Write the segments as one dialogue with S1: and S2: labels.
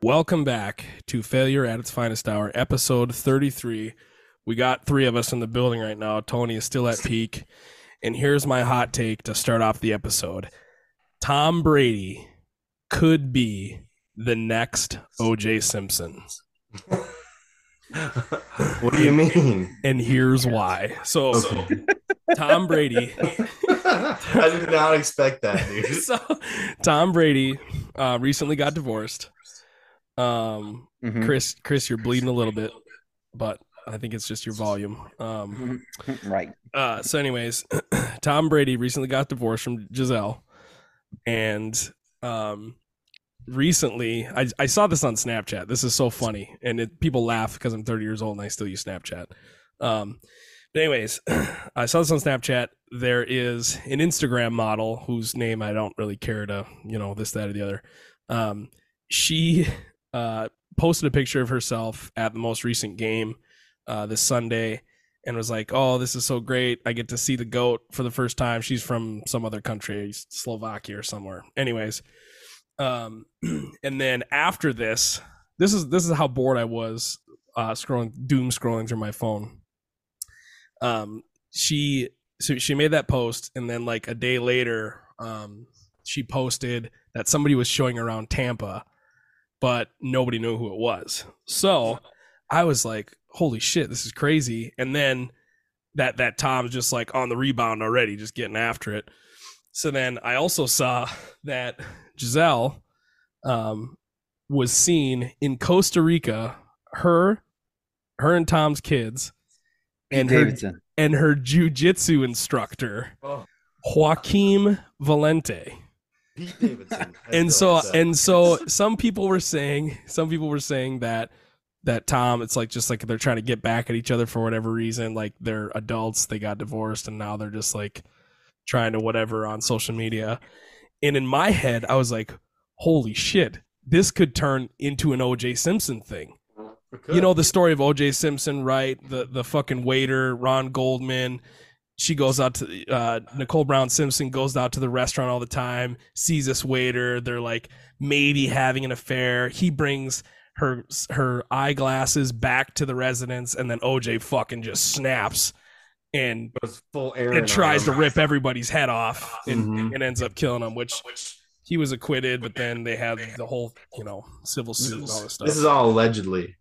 S1: Welcome back to Failure at its Finest Hour, episode 33. We got three of us in the building right now. Tony is still at peak. And here's my hot take to start off the episode Tom Brady could be the next OJ Simpson.
S2: What do you mean?
S1: And here's why. So,
S2: Okay.
S1: Tom Brady
S2: I did not expect that, dude.
S1: so Tom Brady uh, recently got divorced. Um, Chris, Chris, you're bleeding a little bit, but I think it's just your volume. Um,
S3: Right.
S1: uh, so, anyways, Tom Brady recently got divorced from Giselle, and um, recently I, I saw this on Snapchat. This is so funny, and it, people laugh because I'm 30 years old and I still use Snapchat. Um, but anyways, I saw this on Snapchat. There is an Instagram model whose name I don't really care to, you know, this, that, or the other. Um, she uh, posted a picture of herself at the most recent game uh, this Sunday and was like, "Oh, this is so great! I get to see the goat for the first time." She's from some other country, Slovakia or somewhere. Anyways, um, and then after this, this is this is how bored I was uh, scrolling doom scrolling through my phone. Um, she so she made that post, and then like a day later, um, she posted that somebody was showing around Tampa, but nobody knew who it was. So I was like, "Holy shit, this is crazy!" And then that that Tom's just like on the rebound already, just getting after it. So then I also saw that Giselle um, was seen in Costa Rica. Her, her and Tom's kids, and
S3: And
S1: her
S3: Davidson.
S1: and her jujitsu instructor
S2: Oh.
S1: Joaquim Valente.
S2: Pete Davidson. I
S1: And
S2: still
S1: so
S2: accept.
S1: and so some people were saying some people were saying that that Tom it's like just like they're trying to get back at each other for whatever reason like they're adults they got divorced and now they're just like trying to whatever on social media. And in my head I was like holy shit this could turn into an OJ Simpson thing. You know the story of O.J. Simpson, right? The the fucking waiter, Ron Goldman. She goes out to uh, Nicole Brown Simpson goes out to the restaurant all the time. Sees this waiter. They're like maybe having an affair. He brings her her eyeglasses back to the residence, and then O.J. fucking just snaps and
S2: Goes full Aaron
S1: and tries to
S2: on him.
S1: rip everybody's head off and,
S2: Mhm.
S1: and ends up killing him, which he was acquitted. But then they had the whole you know civil suit and all this stuff.
S2: This is all allegedly.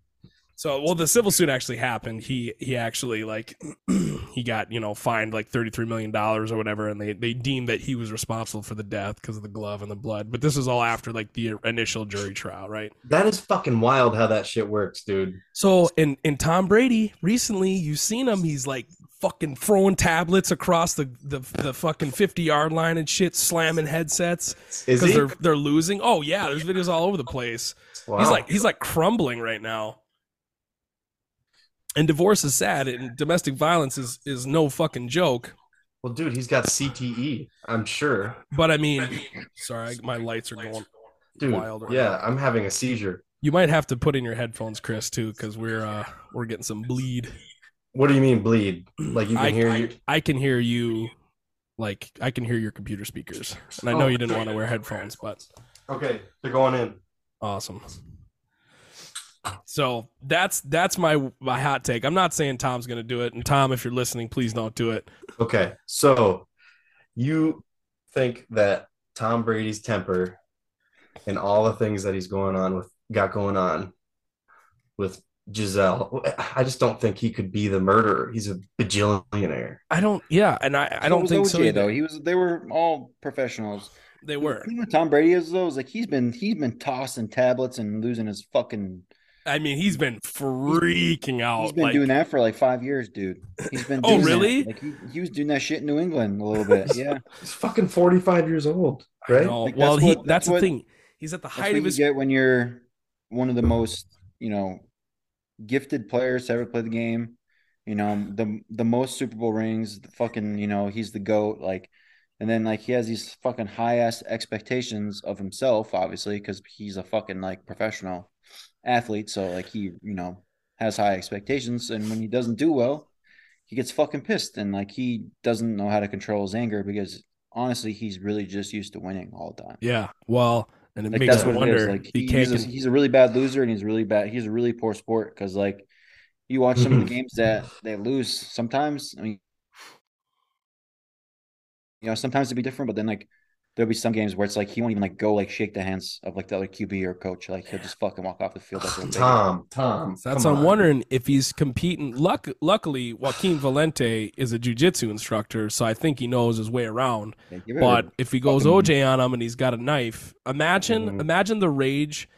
S1: So well, the civil suit actually happened. He he actually like he got you know fined like thirty three million dollars or whatever, and they they deemed that he was responsible for the death because of the glove and the blood. But this was all after like the initial jury trial, right?
S2: That is fucking wild how that shit works, dude.
S1: So in in Tom Brady recently, you've seen him. He's like fucking throwing tablets across the the, the fucking fifty yard line and shit, slamming headsets
S2: Is
S1: because
S2: he?
S1: they're they're losing. Oh yeah, there's videos all over the place.
S2: Wow.
S1: He's like he's like crumbling right now. And divorce is sad, and domestic violence is is no fucking joke.
S2: well, dude, he's got CTE. I'm sure,
S1: But I mean, sorry, I- my lights are going.
S2: dude.
S1: Wild right
S2: yeah,
S1: now.
S2: I'm having a seizure.
S1: You might have to put in your headphones, Chris, too, because we're uh we're getting some bleed.
S2: What do you mean bleed? Like you can
S1: I-
S2: hear you?
S1: I can hear you, like I can hear your computer speakers, and I know
S2: Oh,
S1: you didn't want to wear headphones, but
S2: Okay, they're going in.
S1: awesome. So that's that's my my hot take. I'm not saying Tom's gonna do it, and Tom, if you're listening, please don't do it.
S2: Okay, so you think that Tom Brady's temper and all the things that he's going on with got going on with Giselle, I just don't think he could be the murderer. He's a bajillionaire.
S1: I don't. Yeah, and I, I
S3: So
S1: don't
S3: was
S1: think
S3: OJ,
S1: so. either.
S3: though. He was. They were all professionals.
S1: They were.
S3: You know what Tom Brady is though. Is like he's been he's been tossing tablets and losing his fucking.
S1: I mean, he's been freaking out.
S3: he's been
S1: Oh, like,
S3: doing that for like five years, dude. He's been.
S1: Oh,
S3: doing that.
S1: really?
S3: Like he, he was doing that shit in New England a little bit. Yeah.
S2: He's fucking 45 years old,
S1: I
S2: right?
S1: know.
S3: Like,
S1: well,
S3: that's
S1: he,
S3: what-
S1: that's
S3: that's
S1: the
S3: what-
S1: thing. He's at the
S3: That's
S1: height
S3: what
S1: of
S3: you
S1: his.
S3: get when you're one of the most you know gifted players to ever play the game. You know the the most Super Bowl rings. The fucking you know he's the goat. Like, and then like he has these fucking high ass expectations of himself, obviously, because he's a fucking like professional athlete. So like he you know has high expectations, and when he doesn't do well, he gets fucking pissed, and like he doesn't know how to control his anger because honestly, he's really just used to winning all the time.
S1: Yeah. Well, and it
S3: Like
S1: makes
S3: that's
S1: me
S3: what it is.
S1: wonder.
S3: Like
S1: he
S3: he's,
S1: can't
S3: a,
S1: con-
S3: he's a really bad loser, and he's really bad. He's a really poor sport because like you watch some of the
S1: Mm-hmm.
S3: games that they lose. Sometimes I mean, you know, sometimes it'd be different, but then like there'll be some games where it's like he won't even like go like shake the hands of like the other QB or coach. Like he'll just fucking walk off the field. Like, a baby.
S2: Tom, Tom.
S1: That's
S2: come
S1: I'm
S2: on.
S1: wondering if he's competing. Luck, luckily, Joaquin Valente is a jujitsu instructor, so I think he knows his way around.
S3: Like, give it a-
S1: But if he goes "Oh,
S3: fucking- Mm-hmm.
S1: OJ on him and he's got a knife, imagine
S2: Mhm.
S1: imagine the rage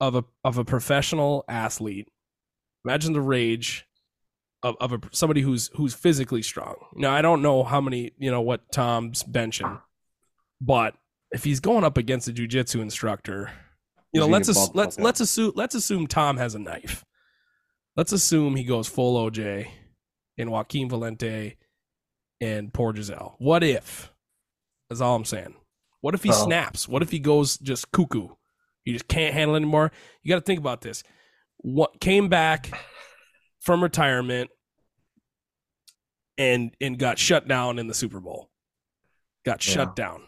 S1: of a of a professional athlete. Imagine the rage of, of a somebody who's who's physically strong. Now I don't know how many you know what Tom's benching, but if he's going up against a jujitsu instructor, you
S3: He's
S1: know
S3: gonna
S1: let's
S3: get
S1: ass-
S3: bumped the
S1: let's
S3: fuck up.
S1: let's assume let's assume Tom has a knife. Let's assume he goes full OJ and Joaquin Valente and poor Giselle. What if? That's all I'm saying. What if he
S2: Well-
S1: snaps? What if he goes just cuckoo? You just can't handle it anymore. You got to think about this. What came back from retirement and and got shut down in the Super Bowl. Got shut down.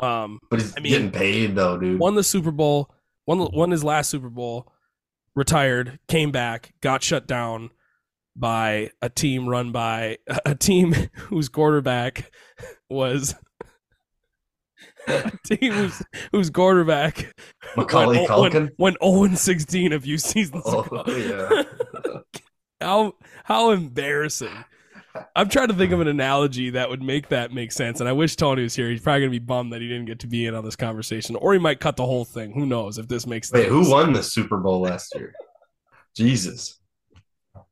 S1: Um,
S2: But he's
S1: I mean,
S2: getting paid though, dude.
S1: won the Super Bowl, won won his last Super Bowl, retired, came back, got shut down by a team run by a team whose quarterback was a team whose, whose quarterback
S2: Macaulay
S1: went, went-
S2: Culkin.
S1: went 0 and 16 a few seasons ago.
S2: Oh yeah.
S1: how how embarrassing. I'm trying to think of an analogy that would make that make sense, and I wish Tony was here. He's probably gonna be bummed that he didn't get to be in on this conversation, or he might cut the whole thing. Who knows if this makes
S2: Wait, who
S1: things-
S2: won the Super Bowl last year? Jesus.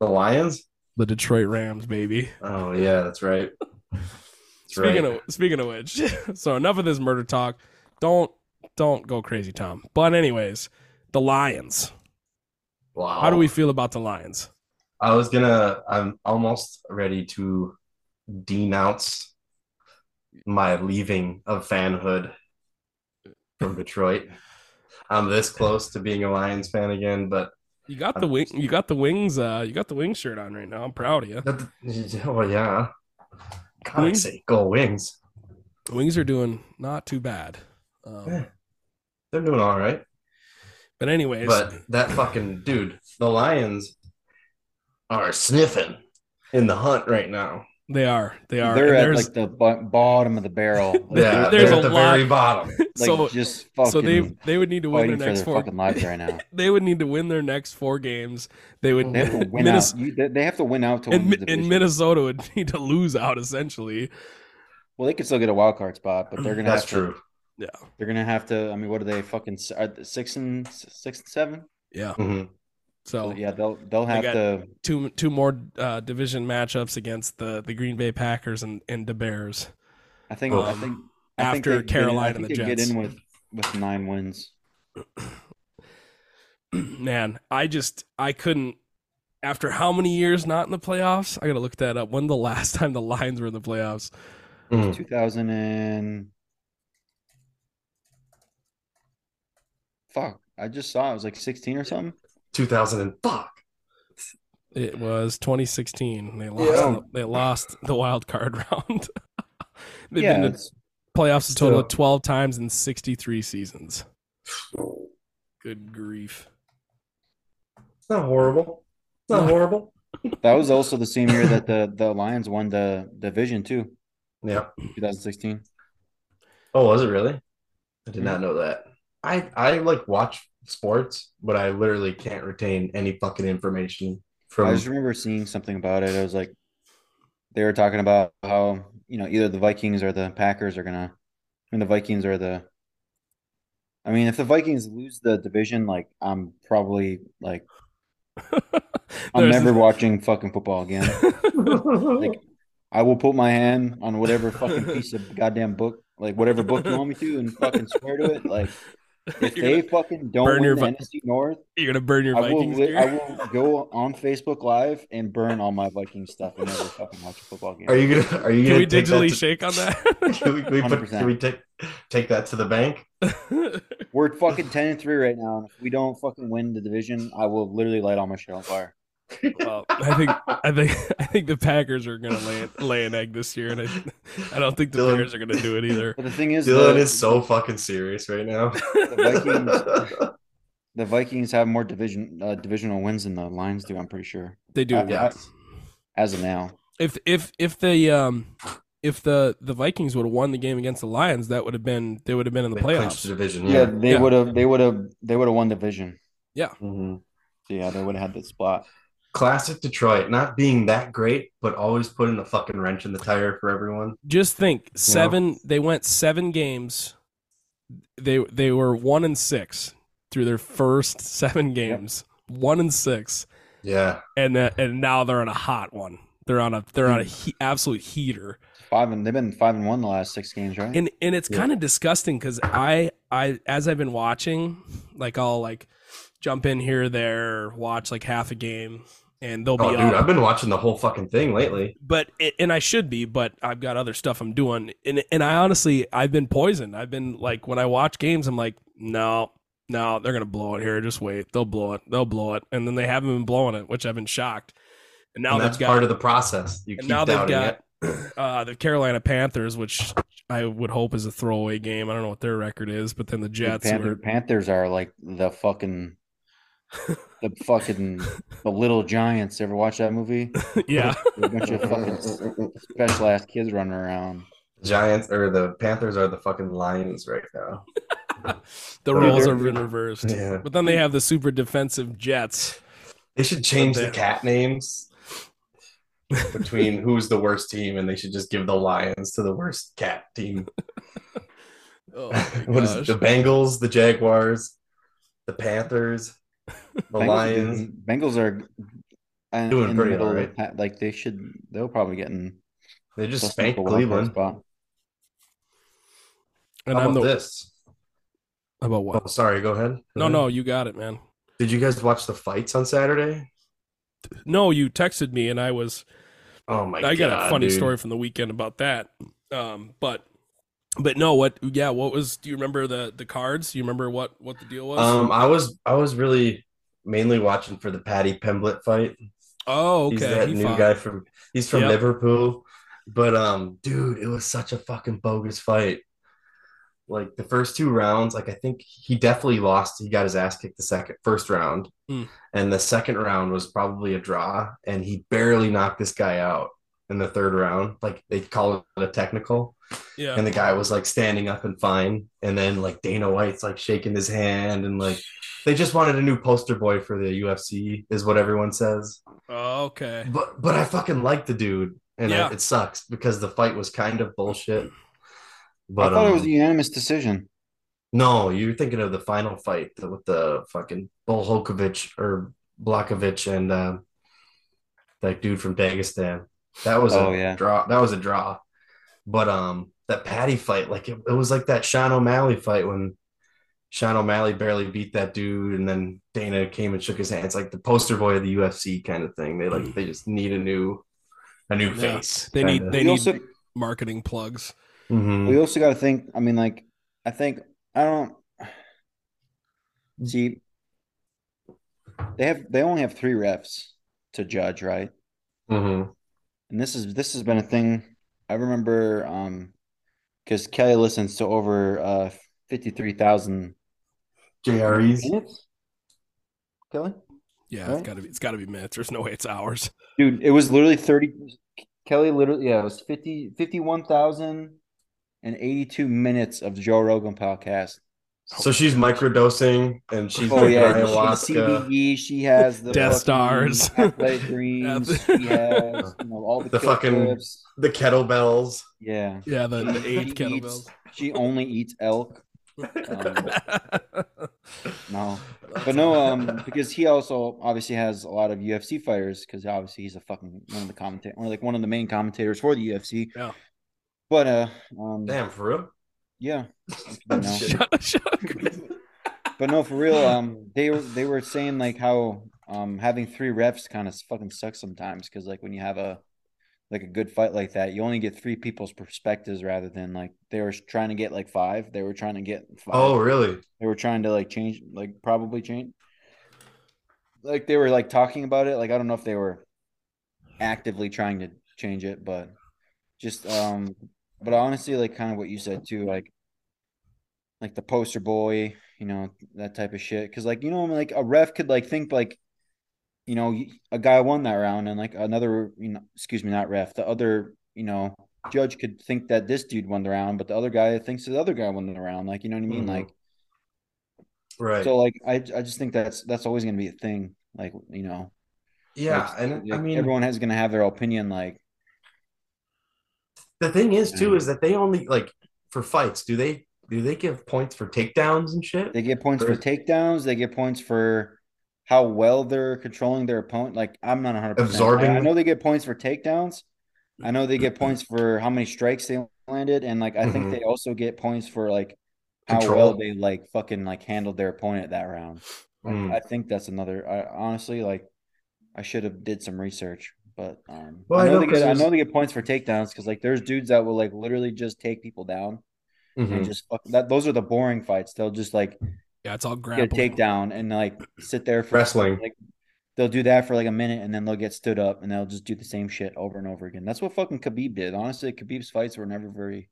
S2: The Lions?
S1: the Detroit Rams, baby?
S2: Oh yeah, that's right. That's
S1: Speaking
S2: right.
S1: of speaking of which, so enough of this murder talk. Don't don't go crazy, Tom. But anyways, the Lions.
S2: wow.
S1: How do we feel about the Lions?
S2: I was gonna. I'm almost ready to denounce my leaving of fanhood from Detroit. I'm this close to being a Lions fan again, but
S1: You got the wing. You got the wings. Uh, you got the wing shirt on right now. I'm proud of you.
S2: well, yeah. God's
S1: Wings?
S2: sake, go wings.
S1: The wings are doing not too bad. Um,
S2: Yeah. They're doing all right.
S1: but anyways,
S2: But that fucking dude, the Lions are sniffing in the hunt right now.
S1: They are. They are.
S3: They're
S1: And
S3: at
S1: there's
S3: like the bo- bottom of the barrel. Like,
S2: Yeah,
S1: There's
S2: they're
S1: a
S2: at the
S1: lot-
S2: very bottom.
S3: like
S1: so
S3: just fucking
S1: so they they would need to win
S3: fighting
S1: their
S3: for
S1: next
S3: their
S1: four.
S3: fucking lives right now.
S1: They would need to win their next four games. They would
S3: They have to win
S1: Minnes-
S3: out. You, they, they have to win out to win
S1: and,
S3: the
S1: Mi-
S3: division.
S1: and Minnesota would need to lose out essentially.
S3: Well, they could still get a wild card spot, but they're gonna
S2: That's
S3: have
S2: true.
S1: Yeah.
S3: To, they're gonna have to. I mean, what are they fucking s- are they six and six and seven?
S1: Yeah.
S2: Mhm.
S1: So
S3: yeah, they'll they'll
S1: They
S3: have
S1: got-
S3: to.
S1: two two more uh, division matchups against the, the Green Bay Packers and, and the Bears.
S3: I think. I
S1: um,
S3: think I think
S1: after
S3: they could get in-
S1: Carolina
S3: I think
S1: and the
S3: they could
S1: Jets.
S3: get in with with nine wins.
S1: Man, I just I couldn't after how many years not in the playoffs? I gotta look that up. When the last time the Lions were in the playoffs?
S2: Mhm.
S3: Two thousand and fuck. I just saw it was like sixteen or something.
S2: 2000 and fuck.
S1: It was 2016. They lost.
S2: Yeah.
S1: They lost the wild card round. They've
S3: yeah,
S1: been to
S3: it's-
S1: playoffs a total of
S2: So-
S1: 12 times in 63 seasons. Good grief!
S2: It's not horrible. It's not horrible.
S3: that was also the same year that the the Lions won the division too,
S2: Yeah.
S3: two thousand sixteen.
S2: Oh, was it really? I did not know that. I I like watch sports, but I literally can't retain any fucking information
S3: I
S2: from.
S3: just remember seeing something about it. I was like, they were talking about how you know either the Vikings or the Packers are gonna. I mean, the Vikings are the. I mean, if the Vikings lose the division, like I'm probably like I'm
S1: There's-
S3: never watching fucking football again. Like I will put my hand on whatever fucking piece of goddamn book, like whatever book you want me to, and fucking swear to it. Like if
S1: you're,
S3: they
S1: gonna,
S3: fucking don't
S1: burn
S3: win
S1: your
S3: the
S1: Vi-
S3: NFC North,
S1: you're gonna burn your
S3: I will,
S1: Vikings.
S3: li- I
S1: gear.
S3: will go on Facebook Live and burn all my Viking stuff and never fucking watch a football game.
S2: are you gonna? Are you
S1: Can
S2: gonna
S1: we
S2: take that
S1: digitally
S2: to-
S1: shake on
S2: Can we, can we put,
S3: 100%.
S2: can we take take that to the bank?
S1: that?
S3: We're fucking ten and three right now, and if we don't fucking win the division, I will literally light all my shit on fire.
S1: Well, I think I think I think the Packers are gonna lay lay an egg this year, and I I don't think the
S2: Dylan-
S1: Bears are gonna do it either.
S3: But the thing is,
S2: Dylan
S3: the,
S2: is so fucking serious right now.
S3: The the Vikings have more division uh, divisional wins than the Lions do. I'm pretty sure
S1: They do.
S3: Uh,
S1: yeah.
S3: as of now.
S1: If if if the um if the the Vikings would have won the game against the Lions, that would have been they would have been in the
S2: They clinched the
S1: playoffs.
S2: division.
S3: Yeah,
S2: Yeah.
S3: they
S1: Yeah.
S3: would have. They would have. They would have won division.
S2: Mhm.
S3: So yeah, they would have had that spot.
S2: Classic Detroit, not being that great, but always putting the fucking wrench in the tire for everyone.
S1: Just think, seven they went seven games. They they were one and six through their first seven games, one and six,
S2: Yeah.
S1: and that and now they're on a hot one. They're on a they're on a he, absolute heater.
S3: Five and they've been five and one the last six games, right?
S1: and and it's
S2: Yeah.
S1: kind of disgusting because I I as I've been watching, like I'll like jump in here or there, watch like half a game, and they'll
S2: Oh,
S1: be up.
S2: dude, I've been watching the whole fucking thing lately.
S1: But it, and I should be, but I've got other stuff I'm doing, and and I honestly I've been poisoned. I've been like when I watch games, I'm like, no, no, they're gonna blow it here. Just wait, they'll blow it, they'll blow it, and then they haven't been blowing it, which I've been shocked. And now
S2: and
S1: they've
S2: that's
S1: got
S2: part of the process. You
S1: and
S2: keep
S1: now they've
S2: doubting
S1: got
S2: it.
S1: uh, the Carolina Panthers, which I would hope is a throwaway game. I don't know what their record is, but then the
S3: The
S1: Jets
S3: Panther-
S1: were
S3: Panthers are like the fucking, the fucking, the little giants. Ever watch that movie?
S1: yeah.
S3: A bunch of fucking special ass kids running around.
S2: Giants or the Panthers are the fucking Lions right now.
S1: The
S2: Yeah.
S1: roles are been reversed.
S2: Yeah.
S1: But then they have the super defensive Jets.
S2: They should change the
S1: Panthers.
S2: cat names between who's the worst team, and they should just give the Lions to the worst cat team.
S1: Oh
S2: what is it? The Bengals, the Jaguars, the Panthers, the
S3: Bengals are doing-
S2: Lions.
S3: Bengals are uh, in,
S2: Doing
S3: in the
S2: pretty
S3: middle of the
S2: alright.
S3: pa- like they should. They'll probably get in.
S2: They just
S3: they'll
S2: spanked
S3: sneak a wild card
S2: Cleveland.
S3: spot.
S1: and
S2: How
S1: I'm
S2: about
S1: the
S2: this?
S1: about what?
S2: Oh, sorry. Go ahead.
S1: No, no, you got it, man.
S2: Did you guys watch the fights on Saturday?
S1: No, you texted me and I was
S2: Oh my
S1: I
S2: god!
S1: got a funny
S2: dude.
S1: story from the weekend about that. Um, but but no, what? Yeah, what was? Do you remember the the cards? Do you remember what what the deal was?
S2: Um, I was I was really mainly watching for the Patty Pimblett fight.
S1: oh, okay.
S2: He's that
S1: he
S2: new
S1: fought.
S2: guy from he's from
S1: Yep.
S2: Liverpool. But um dude, it was such a fucking bogus fight. Like the first two rounds, like I think he definitely lost. He got his ass kicked the second first round.
S1: Hmm.
S2: And the second round was probably a draw and he barely knocked this guy out in the third round. Like they call it a technical
S1: Yeah.
S2: and the guy was like standing up and fine and then like dana white's like shaking his hand and like they just wanted a new poster boy for the ufc is what everyone says
S1: Oh, okay.
S2: but but i fucking like the dude and I-
S1: Yeah.
S2: it sucks because the fight was kind of bullshit
S3: I
S2: but
S3: thought it
S2: um,
S3: was e- a unanimous decision.
S2: no you're thinking of the final fight with the fucking bolhokovic or blakovich and uh, that dude from dagestan that was
S3: Oh,
S2: a
S3: yeah.
S2: draw that was a draw but um that patty fight like it, it was like that sean o'malley fight when sean o'malley barely beat that dude and then dana came and shook his hand it's like the poster boy of the ufc kind of thing they like they just need a new a new
S1: Yeah.
S2: face
S1: They need
S2: kinda.
S1: they
S3: We
S1: need
S3: also
S1: marketing plugs.
S2: Mhm.
S3: we also got to think. I mean, like I think I don't see. They have they only have three refs to judge, right?
S2: Mhm.
S3: and this is this has been a thing I remember um because Kelly listens to over uh fifty three thousand
S2: jres
S3: minutes. Kelly,
S1: Yeah,
S3: Right?
S1: it's gotta be it's gotta be minutes. There's no way it's hours.
S3: dude, it was literally thirty. Kelly literally, yeah, it was 50, 51,082 minutes of the Joe Rogan podcast.
S2: so she's microdosing and she's
S3: Oh
S2: taking
S3: yeah, she,
S2: ayahuasca
S3: CBD. E, She has the
S1: Death
S3: fucking
S1: Stars.
S3: Athletic dreams.
S1: Yeah.
S3: She has you know, all the,
S2: The
S3: kill
S2: fucking-
S3: clips.
S2: the kettlebells
S3: yeah.
S1: Yeah, the, the
S3: She
S1: eight kettlebells.
S3: eats- She only eats elk. Um, No, but no, um, because he also obviously has a lot of UFC fighters because obviously he's a fucking one of the commentators, like one of the main commentators for the UFC.
S1: Yeah.
S3: But uh, um,
S2: damn for real
S3: yeah,
S2: Oh,
S3: No.
S2: shit.
S1: shut up, shut up. Chris.
S3: but no, for real, um, they were they were saying like how um having three refs kind of fucking sucks sometimes because like when you have a like a good fight like that, you only get three people's perspectives rather than like they were trying to get like five. They were trying to get five.
S2: Oh, really?
S3: They were trying to like change, like probably change. like they were like talking about it. Like I don't know if they were actively trying to change it, but just um but honestly like kind of what you said too, like like the poster boy, you know, that type of shit. Cause like, you know, like a ref could like think like, you know, a guy won that round and like another, you know, excuse me, not ref, the other, you know, judge could think that this dude won the round, but the other guy thinks the other guy won the round. Like, you know what I mean?
S2: Mhm.
S3: Like
S2: Mm-hmm. Right.
S3: so like I I just think that's that's always gonna be a thing. Like, you know,
S2: yeah,
S3: like,
S2: and I
S3: like,
S2: mean
S3: everyone has gonna have their opinion like
S2: the thing is too
S3: Yeah.
S2: is that they only like for fights, do they do they give points for takedowns and shit?
S3: They get points for
S2: Versus-
S3: takedowns. They get points for how well they're controlling their opponent. Like I'm not 100. percent
S2: Absorbing- Mm-hmm.
S3: I, I know they get points for takedowns. I know they get points for how many strikes they landed, and like I
S2: Mhm.
S3: think they also get points for like how
S2: Control.
S3: well they like fucking like handled their opponent that round. Like,
S2: Mm.
S3: I think that's another. I honestly like I should have did some research, but um,
S2: Well,
S3: I
S2: I
S3: know
S2: know
S3: they
S2: 'cause
S3: get I
S2: there's-
S3: know they get points for takedowns because like there's dudes that will like literally just take people down and
S2: Mhm.
S3: just fuck, that. Those are the boring fights. They'll just like
S1: Yeah, it's all grappling.
S3: get a takedown and like sit there for
S2: Wrestling.
S3: Like they'll do that for like a minute and then they'll get stood up and they'll just do the same shit over and over again. That's what fucking Khabib did. Honestly, Khabib's fights were never very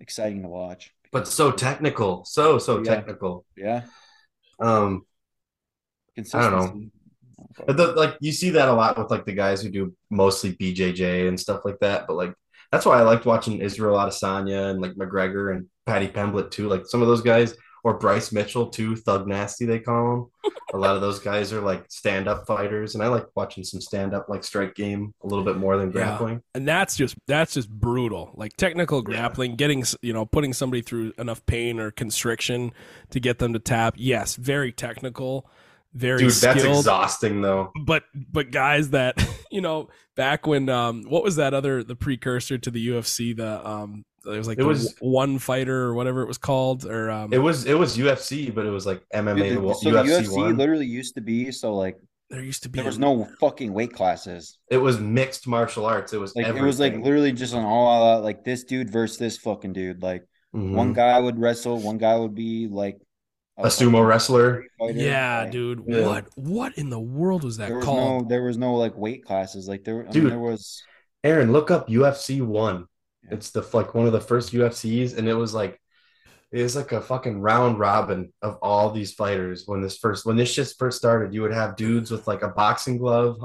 S3: exciting to watch.
S2: But so technical. So so
S3: Yeah.
S2: technical.
S3: Yeah,
S2: Um
S3: consistency.
S2: But the- like you see that a lot with like the guys who do mostly BJJ and stuff like that. But like that's why I liked watching Israel Adesanya and like McGregor and Patty Pemblett too. Like some of those guys or Bryce Mitchell too, Thug Nasty they call him. a lot of those guys are like stand up fighters, and I like watching some stand up like strike game a little bit more than
S1: Yeah.
S2: grappling.
S1: and that's just that's just brutal like technical
S2: Yeah.
S1: grappling getting s- you know putting somebody through enough pain or constriction to get them to tap yes very technical very
S2: Dude,
S1: skilled
S2: that's exhausting though.
S1: but but guys that you know back when um what was that other the precursor to the UFC the um it was like
S2: It
S1: the
S2: was-
S1: w- one fighter or whatever it was called or um
S2: It was it was UFC, but it was like
S3: Dude,
S2: MMA.
S3: the-
S2: wa-
S3: so
S2: UFC,
S3: the UFC
S2: one.
S3: literally used to be so like
S1: there used to be
S3: there was no fucking weight classes.
S2: It was mixed martial arts. It was
S3: Like
S2: everything.
S3: it was like literally just an all out like this dude versus this fucking dude. Like
S2: Mhm.
S3: one guy would wrestle, one guy would be like
S2: a sumo wrestler.
S3: fighter,
S1: yeah
S3: like-
S1: dude
S2: Yeah.
S1: what what in the world was that
S3: there was
S1: called
S3: no there was no like weight classes like there I mean,
S2: Dude.
S3: there was
S2: Aaron, look up UFC one.
S3: Yeah.
S2: It's the like one of the first UFCs, and it was like it was like a fucking round robin of all these fighters. When this first when this shit first started, you would have dudes with like a boxing glove,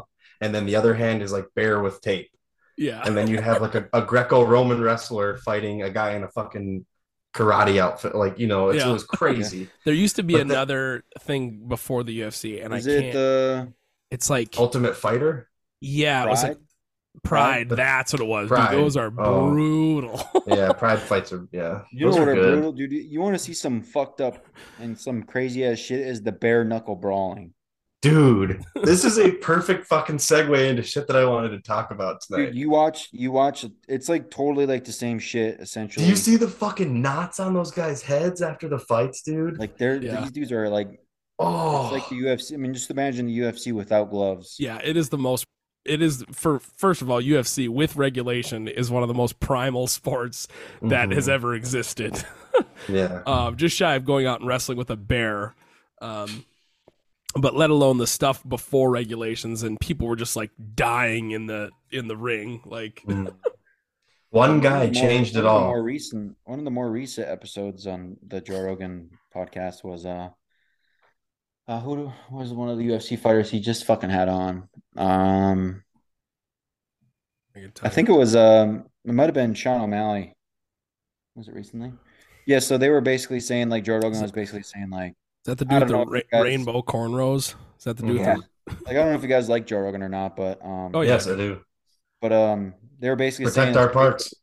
S2: and then the other hand is like bare with tape,
S1: yeah
S2: and then you'd have like a, a Greco-Roman wrestler fighting a guy in a fucking karate outfit. Like you know, it's,
S1: Yeah.
S2: it was crazy.
S1: there used to be
S2: but the-
S1: another thing before the UFC and
S3: is
S1: I
S3: it uh,
S1: can't
S3: the
S1: it's like
S2: Ultimate Fighter.
S1: yeah it was like
S3: pride?
S1: Pride.
S2: Pride?
S1: That's what it was.
S2: Pride.
S1: Dude, those are
S2: Oh.
S1: brutal.
S2: Yeah, Pride fights are yeah.
S3: you know
S2: those
S3: what
S2: are
S3: are
S2: good.
S3: brutal dude you want to see some fucked up and some crazy ass shit is the bare knuckle brawling
S2: Dude, this is a perfect fucking segue into shit that I wanted to talk about tonight.
S3: dude you watch you watch it's like totally like the same shit essentially
S2: Do you see the fucking knots on those guys' heads after the fights, dude?
S3: like they're
S1: Yeah.
S3: these dudes are like
S2: oh,
S3: it's like the UFC I mean just imagine the UFC without gloves
S1: yeah, it is the most. It is for first of all, UFC with regulation is one of the most primal sports that
S2: Mhm.
S3: Mm-hmm.
S1: has ever existed.
S2: yeah,
S1: um, just shy of going out and wrestling with a bear. Um, but let alone the stuff before regulations and people were just like dying in the in the ring. Like
S2: Mm. one
S3: One
S2: guy
S3: of the Mm-hmm. more-
S2: changed
S3: one
S2: it
S3: of the
S2: all.
S3: More recent, one of the more recent episodes on the Joe Rogan podcast was uh, uh who do- was one of the UFC fighters he just fucking had on? Um, I think it was um, it might have been Sean O'Malley. Was it recently? Yeah. So they were basically saying like Joe Rogan was basically saying like
S1: is that the
S3: I
S1: dude with
S3: don't
S1: the
S3: know
S1: ra-
S3: if you guys-
S1: rainbow cornrows? Is that the dude?
S2: Yeah.
S1: With
S3: like I don't know if you guys like Joe Rogan or not, but um,
S1: Oh, yeah.
S2: yes, I do.
S3: but um, they were basically saying
S2: Protect our parts.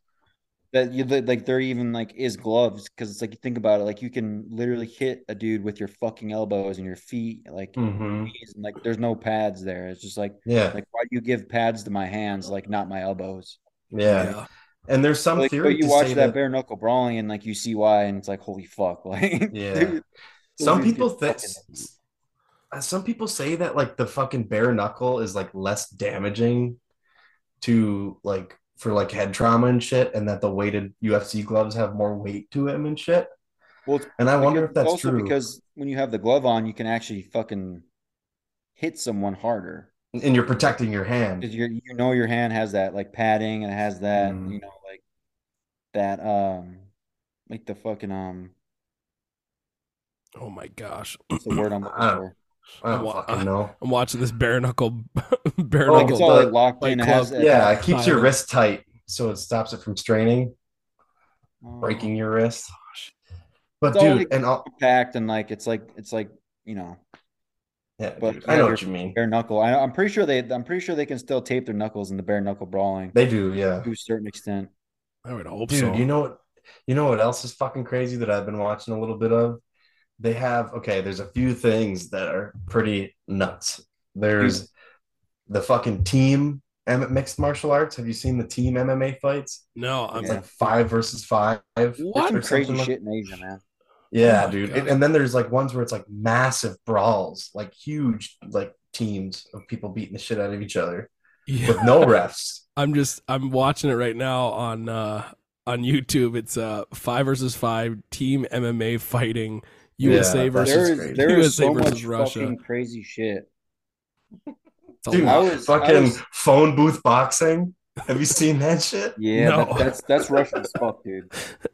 S3: that you that, like there even like is gloves because it's like you think about it like you can literally hit a dude with your fucking elbows and your feet like
S2: hmm
S3: knees, and, like there's no pads there it's just like
S2: Yeah,
S3: like why do you give pads to my hands like not my elbows
S1: the,
S2: yeah,
S1: yeah.
S2: And there's some
S3: like
S2: theory
S3: but you
S2: to
S3: watch
S2: say
S3: that,
S2: that,
S3: bare knuckle brawling and like you see why and it's like holy fuck like
S2: Yeah.
S3: dude,
S2: some
S3: those dudes
S2: people
S3: get
S2: think uh,
S3: fucking-
S2: some people say that like the fucking bare knuckle is like less damaging to like for like head trauma and shit, and that the weighted UFC gloves have more weight to them and shit.
S3: well it's
S2: And I wonder
S3: because-
S2: if that's
S3: also
S2: true.
S3: because when you have the glove on you can actually fucking hit someone harder
S2: and you're protecting your hand.
S1: Mm-hmm.
S3: because you you know your hand has that like padding and it has that
S1: Mm-hmm.
S2: Mhm.
S3: you know like that um like the fucking um
S1: Oh my gosh.
S3: what's the word I'm looking
S2: Uh,
S3: for
S2: I don't
S1: Wow.
S2: fucking know.
S1: I'm watching this bare knuckle bare
S2: Oh,
S3: like it's
S1: knuckle
S3: all
S2: the-
S3: like locked
S1: like
S3: in. It has
S1: club-
S3: that-
S2: Yeah, it keeps your
S1: Fire.
S2: wrist tight so it stops it from straining,
S3: Oh.
S2: breaking your wrist. But
S3: It's all
S2: dude,
S3: like-
S2: and all
S3: packed and like it's like it's like you know
S2: yeah,
S3: But
S2: dude,
S3: you
S2: I
S3: have
S2: know
S3: your
S2: what you mean.
S3: bare knuckle. I, I'm pretty sure they I'm pretty sure they can still tape their knuckles in the bare knuckle brawling
S2: They do, yeah.
S3: to a certain extent.
S1: I would hope
S2: Dude,
S1: so.
S2: you know what? You know what else is fucking crazy that I've been watching a little bit of? They have okay. There's a few things that are pretty nuts. There's the fucking team M- mixed martial arts. Have you seen the team MMA fights?
S1: no, I'm
S2: It's
S3: Yeah.
S2: like five versus five.
S1: What?
S2: or
S3: Some crazy
S2: something like-
S3: shit in Asia, man.
S2: Yeah,
S1: Oh my
S2: dude.
S1: God.
S2: And, and then there's like ones where it's like massive brawls, like huge like teams of people beating the shit out of each other
S1: yeah.
S2: with no refs.
S1: I'm just I'm watching it right now on uh on YouTube. It's uh five versus five team MMA fighting
S2: Yeah,
S1: USA
S2: that's
S1: versus
S3: There
S2: just crazy.
S3: is there is
S1: USA
S3: so much
S1: versus Russia.
S3: fucking crazy shit.
S1: It's a
S2: Dude,
S1: lot.
S3: I was- I
S2: fucking
S3: was-
S2: phone booth boxing. Have you seen that shit?
S3: Yeah,
S1: No.
S3: that, that's that's Russian as fuck, dude.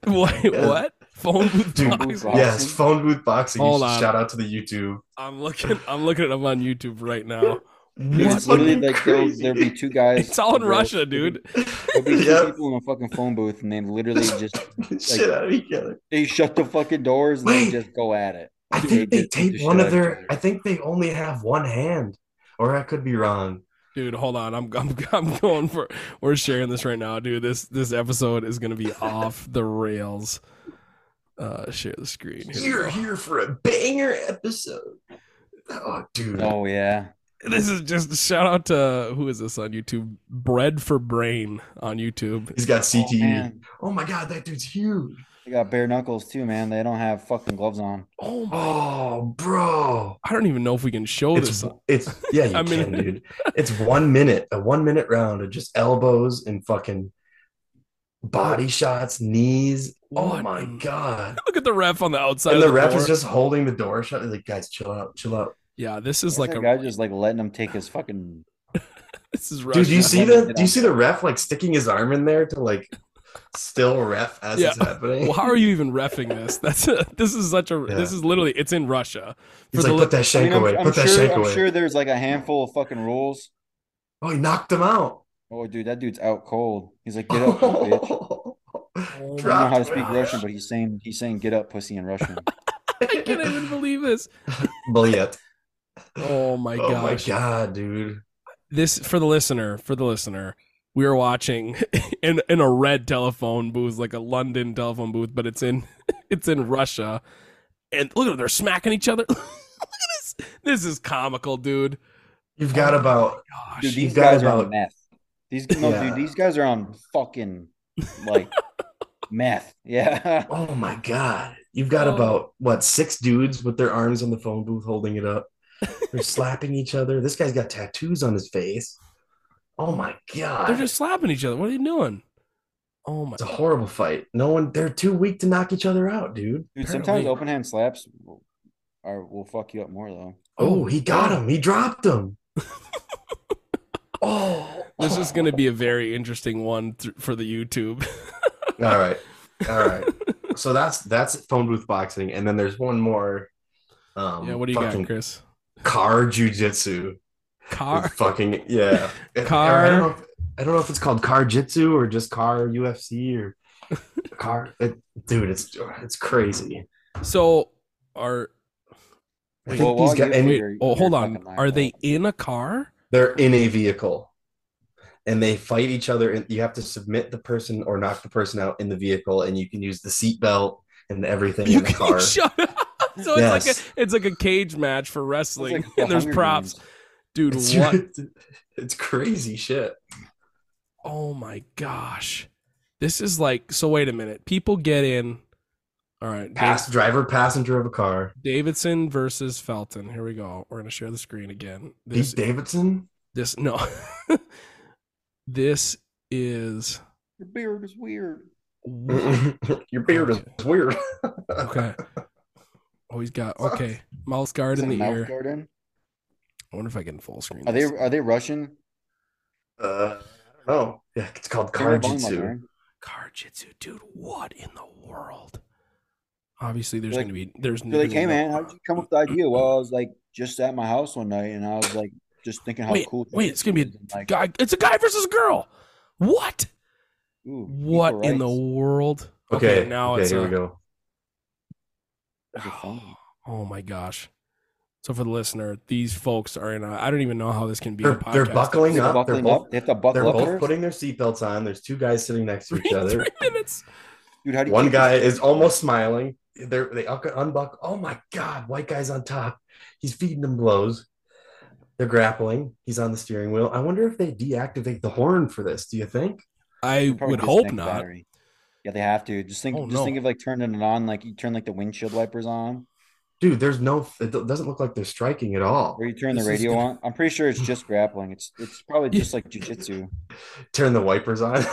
S1: Wait,
S2: Yeah.
S1: what? Phone booth
S2: Dude,
S1: boxing?
S3: Boxing?
S2: Yes, phone booth boxing. You
S1: Hold
S2: should
S1: on.
S2: Shout out to the YouTube.
S1: I'm looking I'm looking it up on YouTube right now.
S3: Dude,
S1: What?
S3: it's literally
S2: Fucking
S3: like there'll,
S2: crazy.
S3: there'll be two guys.
S1: It's all in
S3: there'll
S1: Russia,
S3: be-
S1: dude.
S3: There'll be two
S2: Yep.
S3: people in a fucking phone booth, and they literally just
S2: shit out of each other.
S3: they shut the fucking doors and they
S2: Wait.
S3: just go at it.
S2: I
S3: Dude,
S2: think
S3: they
S2: they
S3: just beat
S2: tape
S3: the
S2: one
S3: shit
S2: of
S3: out of each
S2: their.
S3: other.
S2: I think they only have one hand, or I could be wrong.
S1: Dude, hold on. I'm I'm I'm going for we're sharing this right now, dude. This this episode is gonna be off the rails. Uh share the screen. Here we
S2: You're
S1: go.
S2: here for a banger episode. Oh, dude.
S3: Oh yeah,
S1: This is just a shout out to who is this on YouTube? Bread for Brain on YouTube.
S2: He's got
S3: oh,
S2: CTE.
S3: man.
S2: Oh, my God, that dude's huge.
S3: they got bare knuckles too, man. They don't have fucking gloves on.
S1: Oh my!
S2: Oh, bro.
S1: I don't even know if we can show
S2: It's,
S1: this.
S2: it's yeah, you
S1: I mean-
S2: can, dude. It's one minute, a one minute round of just elbows and fucking body shots, knees. Oh
S1: What
S2: my
S1: in-
S2: god!
S1: Look at the ref on the outside.
S2: And
S1: of
S2: the ref
S1: door.
S2: is just holding the door shut. He's like, guys, chill out, chill out.
S1: yeah. This is
S3: It's
S1: like
S3: like
S1: a
S3: guy just like letting them take his fucking.
S1: this is
S2: Dude, do you
S1: Russia.
S2: see
S3: Let me
S2: the
S3: get
S2: do you
S3: on
S2: see
S3: that.
S2: the ref like sticking his arm in there to like still ref as it's
S1: Yeah.
S2: happening?
S1: Well, how are you even refing this? That's a, this is such a
S2: Yeah.
S1: this is literally it's in Russia.
S2: He's
S1: for
S2: like,
S1: the-
S2: put that
S3: I
S2: shank
S3: mean, I'm,
S2: away,
S3: I'm
S2: put that
S3: sure,
S2: shank
S3: I'm
S2: away.
S3: sure there's like a handful of fucking rules.
S2: Oh, he knocked him out.
S3: Oh, dude, that dude's out cold. He's like, get up, you bitch.
S1: Oh,
S3: I don't know how to
S2: Dropped
S3: speak
S2: him.
S3: Russian, but he's saying he's saying get up, pussy in Russian.
S1: I can't even believe this.
S2: Bliet.
S1: Oh my
S2: oh my
S1: gosh!
S2: god, dude.
S1: This for the listener. For the listener. We are watching in in a red telephone booth, like a London telephone booth, but it's in it's in Russia, and look at them, they're smacking each other. look at this! This is comical, dude.
S2: You've
S1: Oh.
S2: got about
S1: Gosh.
S3: Dude,
S2: you
S3: these
S2: got
S3: guys are on
S2: about-
S3: meth. These no,
S2: Yeah.
S3: dude, these guys are on fucking like meth. Yeah.
S2: Oh my god. You've got
S1: Oh.
S2: about what six dudes with their arms on the phone booth holding it up. They're slapping each other. This guy's got tattoos on his face. Oh my god.
S1: They're just slapping each other. What are you doing? Oh my!
S2: it's a horrible fight. No one they're too weak to knock each other out, dude.
S3: Dude,
S1: Apparently.
S3: sometimes open hand slaps will- are will fuck you up more though.
S2: Oh, he got him. He dropped him. oh.
S1: This is going to be a very interesting one th- for the YouTube.
S2: All right. All right. So that's that's phone booth boxing and then there's one more um
S1: yeah, what do you got,
S2: fucking
S1: Chris?
S2: car jujitsu. It's
S1: Car.
S2: fucking yeah. It-
S1: Car-
S2: I don't, know if, I don't know if it's called car jitsu or just car UFC or car. It, dude, it's it's crazy.
S1: So are
S2: I
S3: Wait,
S2: think
S3: well,
S2: these
S3: while
S2: guys
S3: you-
S2: and
S1: wait,
S3: you're-
S1: oh hold
S3: you're
S1: on.
S3: fucking lying,
S1: Are they
S3: Paul.
S1: in a car?
S2: they're in a vehicle and they fight each other and you have to submit the person or knock the person out in the vehicle and you can use the seatbelt and everything
S1: You
S2: in the
S1: can
S2: car.
S1: shut up. So it's like
S2: Yes.
S1: a it's like a cage match for wrestling.
S3: It's like the
S1: and there's
S3: Hunger
S1: props.
S3: Games.
S1: Dude,
S2: It's,
S1: what?
S2: it's crazy shit.
S1: Oh my gosh. This is like so wait a minute. People get in. All right. Dave-
S2: Pass driver passenger of a car.
S1: Davidson versus Felton. Here we go. We're gonna share the screen again.
S2: Pete
S1: This
S2: Davidson.
S1: this no. this is
S3: Your beard is weird.
S2: Your beard is weird.
S1: Okay. Oh, he's got okay. Mouse guard
S3: Is
S1: in
S3: it
S1: the
S3: mouth
S1: ear.
S3: guard in?
S1: I wonder if I can full screen.
S3: Are they
S1: this.
S3: are they Russian?
S2: Uh, I don't know. Yeah, it's called
S3: They were Volleyball,
S2: Karjitsu.
S3: right?
S1: car jitsu, dude? What in the world? Obviously, there's
S3: Like-
S1: gonna be there's.
S3: They're like,
S1: there's
S3: hey
S1: no-
S3: man, how did you come up with the idea? Well, I was like just at my house one night, and I was like just thinking how
S1: Wait,
S3: cool.
S1: wait, it's gonna be a
S3: things is, and, like,
S1: guy, it's a guy versus a girl. What?
S3: ooh,
S1: What
S3: equal
S1: in the
S3: rights.
S1: world?
S2: Okay, okay,
S1: now it's uh,
S2: here
S1: a-
S2: we go.
S3: Those are fun.
S1: Oh my gosh. So for the listener, these folks are in. A, I don't even know how this can be. a
S2: They're, they're
S1: podcast.
S2: buckling
S3: They're
S2: up. They're
S3: buckling
S2: both,
S3: up. They have to buckle
S2: they're
S3: up.
S2: both
S3: first?
S2: putting their seatbelts on. There's two guys sitting next to
S1: Three,
S2: each other.
S1: three minutes.
S3: Dude, how do you
S2: One
S3: keep this-
S2: guy is almost smiling. They're, they un- unbuck. Oh my God, white guy's on top. He's feeding them blows. They're grappling. He's on the steering wheel. I wonder if they deactivate the horn for this. Do you think?
S1: I
S3: Probably
S1: would
S3: just
S1: hope
S3: think
S1: not.
S3: battery. Yeah, they have to. Just think,
S1: Oh,
S3: just
S1: no.
S3: think of like turning it on, like you turn like the windshield wipers on,
S2: Dude, there's no, it do- doesn't look like they're striking at all.
S3: or you turn
S1: This
S3: the
S1: is
S3: radio
S1: gonna-
S3: on. I'm pretty sure it's just grappling. It's it's probably
S1: Yeah.
S3: just like jujitsu.
S2: Turn the wipers on.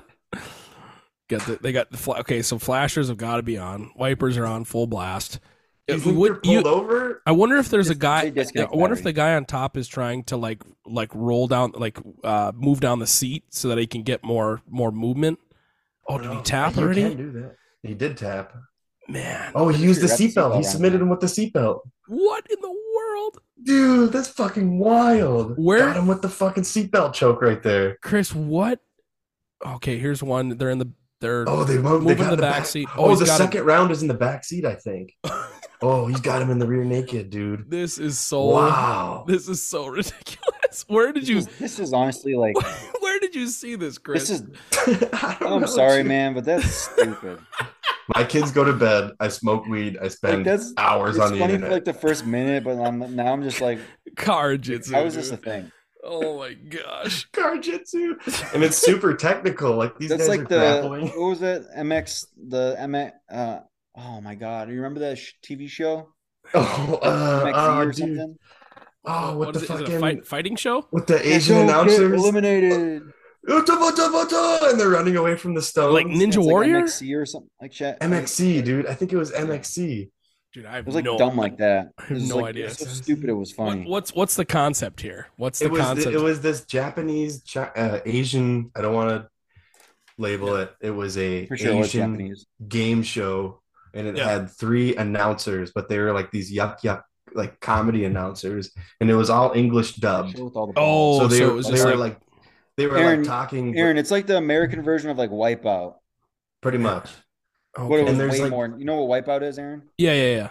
S1: Got the, they got the fla- okay. So flashers have got to be on. Wipers are on full blast.
S2: You
S1: It
S2: think
S1: would-
S2: they're
S1: you-
S2: pulled over?
S1: I wonder if there's a
S3: Just-
S1: guy.
S3: they
S1: I
S3: disconnect
S1: wonder if
S3: battery.
S1: the guy on top is trying to like like roll down like uh move down the seat so that he can get more more movement. Oh, did he
S2: Well,
S1: tap
S2: you
S1: already?
S2: can do that. He did tap.
S1: Man,
S2: Oh, he used the
S3: Wrap the
S2: seatbelt.
S3: seatbelt
S2: He
S3: around
S2: submitted
S3: him.
S2: him with the seatbelt.
S1: what in the world,
S2: Dude, that's fucking wild.
S1: Where-
S2: Got him with the fucking seatbelt choke right there.
S1: Chris? What? Okay, here's one. They're in the they're
S2: Oh, they
S1: Move
S2: moved. they got
S1: in
S2: in
S1: the back seat. Oh,
S2: Oh,
S1: he's
S2: the
S1: got him.
S2: second round is in the back seat, I think. oh, he's got him in the rear naked, dude.
S1: This is so
S2: Wow.
S1: This is so ridiculous. Where did
S3: This
S1: you
S3: is, this is honestly like
S1: where did you see this, Chris?
S3: this is.
S2: I don't know,
S3: I'm sorry,
S2: dude.
S3: man, but that's stupid.
S2: My kids go to bed. I smoke weed. I spend
S3: that's-
S2: hours
S3: it's
S2: on the
S3: funny
S2: internet.
S3: for like the first minute, but I'm, now I'm just like,
S1: car jitsu.
S3: how is this a
S1: dude.
S3: thing?
S1: Oh my gosh.
S2: Car jitsu. And it's super technical. Like these
S3: That's
S2: guys
S3: like
S2: are
S3: the
S2: grappling.
S3: what was that MX the MX. Uh, oh my god, you remember that sh- TV show
S2: Oh, uh,
S3: MXE
S2: oh,
S3: or
S2: dude.
S3: something?
S2: Oh, what, the
S1: is it? Is it a
S2: fucking
S1: fight, fighting show?
S2: with the
S3: Yeah,
S2: Asian
S3: don't get
S2: announcers?
S3: eliminated.
S2: Uta, uta, uta, and they're running away from the stones.
S1: Like Ninja
S3: It's like
S1: Warrior?
S3: MXE or something like that.
S2: MXC, dude. I think it was MXC.
S1: Dude, I
S3: It
S1: have
S3: was like
S1: no
S3: dumb like that.
S1: I
S3: It
S1: have
S3: was
S1: no
S3: like,
S1: idea.
S3: It was so stupid. It was
S1: What-
S3: funny.
S1: what's what's the concept here? What's the
S2: It was
S1: concept?
S2: it was this Japanese Chi- uh, Asian. I don't want to label it. It was a
S3: For sure, it was
S2: Asian
S3: Japanese.
S2: game show, and it
S1: Yeah.
S2: had three announcers, but they were like these yuck yuck like comedy announcers, and it was all English dubbed.
S3: Show with all the balls.
S1: oh,
S2: so
S1: so,
S2: they,
S1: it was
S2: they
S1: just
S2: were
S1: like,
S2: like, they were
S3: Aaron-
S2: like talking
S3: Aaron, it's like the American version of like Wipeout.
S2: pretty much.
S3: What it
S1: okay.
S3: was
S2: And there's
S3: way
S2: like-
S3: more. You know what Wipeout is, Aaron?
S1: Yeah, yeah, yeah.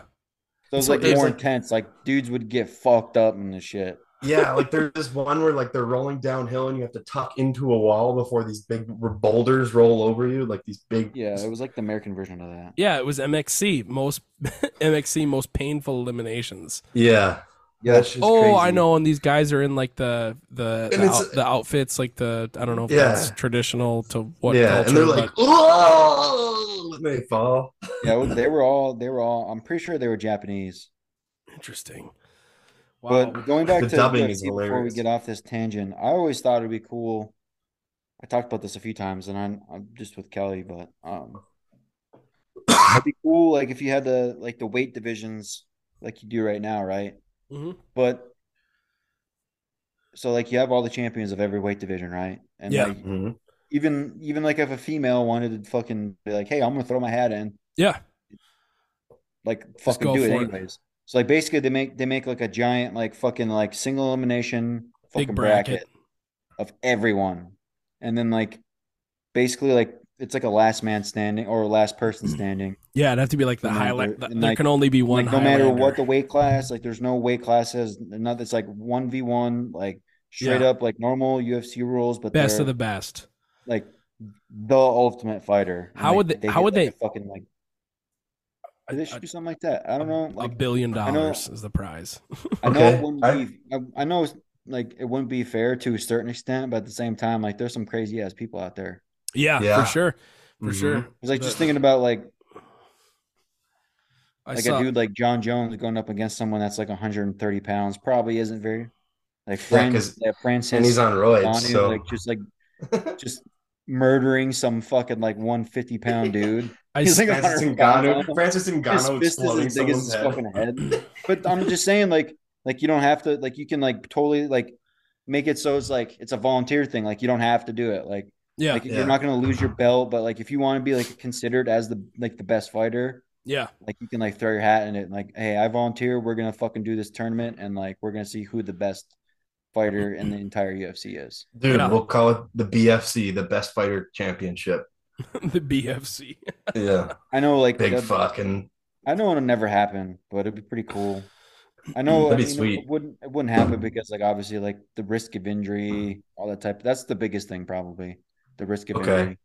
S3: Those
S1: So
S3: like
S1: there's
S3: more
S2: like-
S3: intense. Like dudes would get fucked up and the shit.
S2: Yeah, like there's this one where like they're rolling downhill and you have to tuck into a wall before these big r- boulders roll over you, like these big.
S3: Yeah, it was like the American version of that.
S1: Yeah, it was MXC, most MXC most painful eliminations.
S2: yeah.
S3: Yeah,
S2: that shit's
S1: oh, I
S2: crazy.
S1: know, and these guys are in like the the
S2: And
S1: the,
S2: it's-
S1: out, the outfits, like the I don't know if
S2: Yeah.
S1: that's traditional to what.
S2: yeah,
S1: culture,
S2: and they're
S1: but-
S2: like, oh, and they fall.
S3: Yeah, well, they were all they were all. I'm pretty sure they were Japanese.
S1: Interesting.
S3: But going back
S2: The
S3: to
S2: dubbing
S3: UFC
S2: is
S3: before we
S2: hilarious.
S3: get off this tangent, I always thought it'd be cool. I talked about this a few times, and I'm, I'm just with Kelly, but um, it'd be cool like if you had the like the weight divisions like you do right now, right?
S1: Mhm.
S3: But so like you have all the champions of every weight division, right? And
S1: Yeah.
S3: like even even like if a female wanted to fucking be like, hey, I'm gonna throw my hat in,
S1: yeah,
S3: like
S1: Just
S3: fucking
S1: go
S3: do it
S1: for it.
S3: anyways. So like basically they make they make like a giant like fucking like single elimination fucking
S1: big bracket.
S3: bracket of everyone. And then like basically like it's like a last man standing or last person standing.
S1: Yeah, it'd have to be like the
S3: And then
S1: highlight.
S3: there-
S1: th-
S3: and
S1: there
S3: like-
S1: can only be Hmm. one.
S3: like no matter what
S1: Highlander.
S3: the weight class, like there's no weight classes, nothing. It's like one v one, like straight
S1: Yeah.
S3: up like normal UFC rules, but
S1: best of the
S3: they're,
S1: best.
S3: like the ultimate fighter. And,
S1: How
S3: like,
S1: would they- how
S3: get,
S1: would
S3: like, a
S1: they-
S3: fucking like? They should
S1: A-
S3: do something like that. I don't know.
S1: a
S3: Like
S1: billion
S3: I know-
S1: dollars is the prize.
S3: I know
S2: Okay,
S3: it wouldn't
S2: I-
S3: be. I, I know it's, like it wouldn't be fair to a certain extent, but at the same time, like there's some crazy ass people out there.
S1: Yeah,
S2: Yeah.
S1: for sure, for
S2: Mhm.
S1: sure.
S3: Mm-hmm. It's like just
S1: The-
S3: thinking about like
S1: I
S3: like
S1: saw.
S3: a dude like John Jones going up against someone that's like 130 pounds probably isn't very like Francis
S2: 'cause-
S3: yeah, Francis
S2: And he's on roids,
S3: Ngannou,
S2: so
S3: like just like just murdering some fucking like 150 pound dude.
S1: I
S3: he's
S1: s-
S3: like-
S2: Francis
S3: Ngannou.
S2: Ngannou, Francis
S3: His
S2: Ngannou
S3: fist is
S2: exploding
S3: as big as
S2: someone's head.
S3: his fucking head. But I'm just saying, like Like you don't have to like you can like totally like make it so it's like it's a volunteer thing. Like you don't have to do it. Like
S1: Yeah.
S3: like
S2: yeah.
S3: you're not gonna lose your belt, but like if you want to be like considered as the like the best fighter,
S1: yeah.
S3: like you can like throw your hat in it. And, like, hey, I volunteer. We're gonna fucking do this tournament, and like we're gonna see who the best fighter in the entire UFC is.
S2: Dude,
S1: Yeah.
S2: we'll call it the BFC, the Best Fighter Championship.
S1: the BFC.
S2: Yeah,
S3: I know, like
S2: big
S3: that-
S2: fucking.
S3: I know it'll never happen, but it'd be pretty cool. I know
S2: That'd be
S3: I mean,
S2: sweet.
S3: It wouldn't it wouldn't happen because like obviously like the risk of injury, all that type. That's the biggest thing probably. The risk of
S2: Okay.
S3: injury.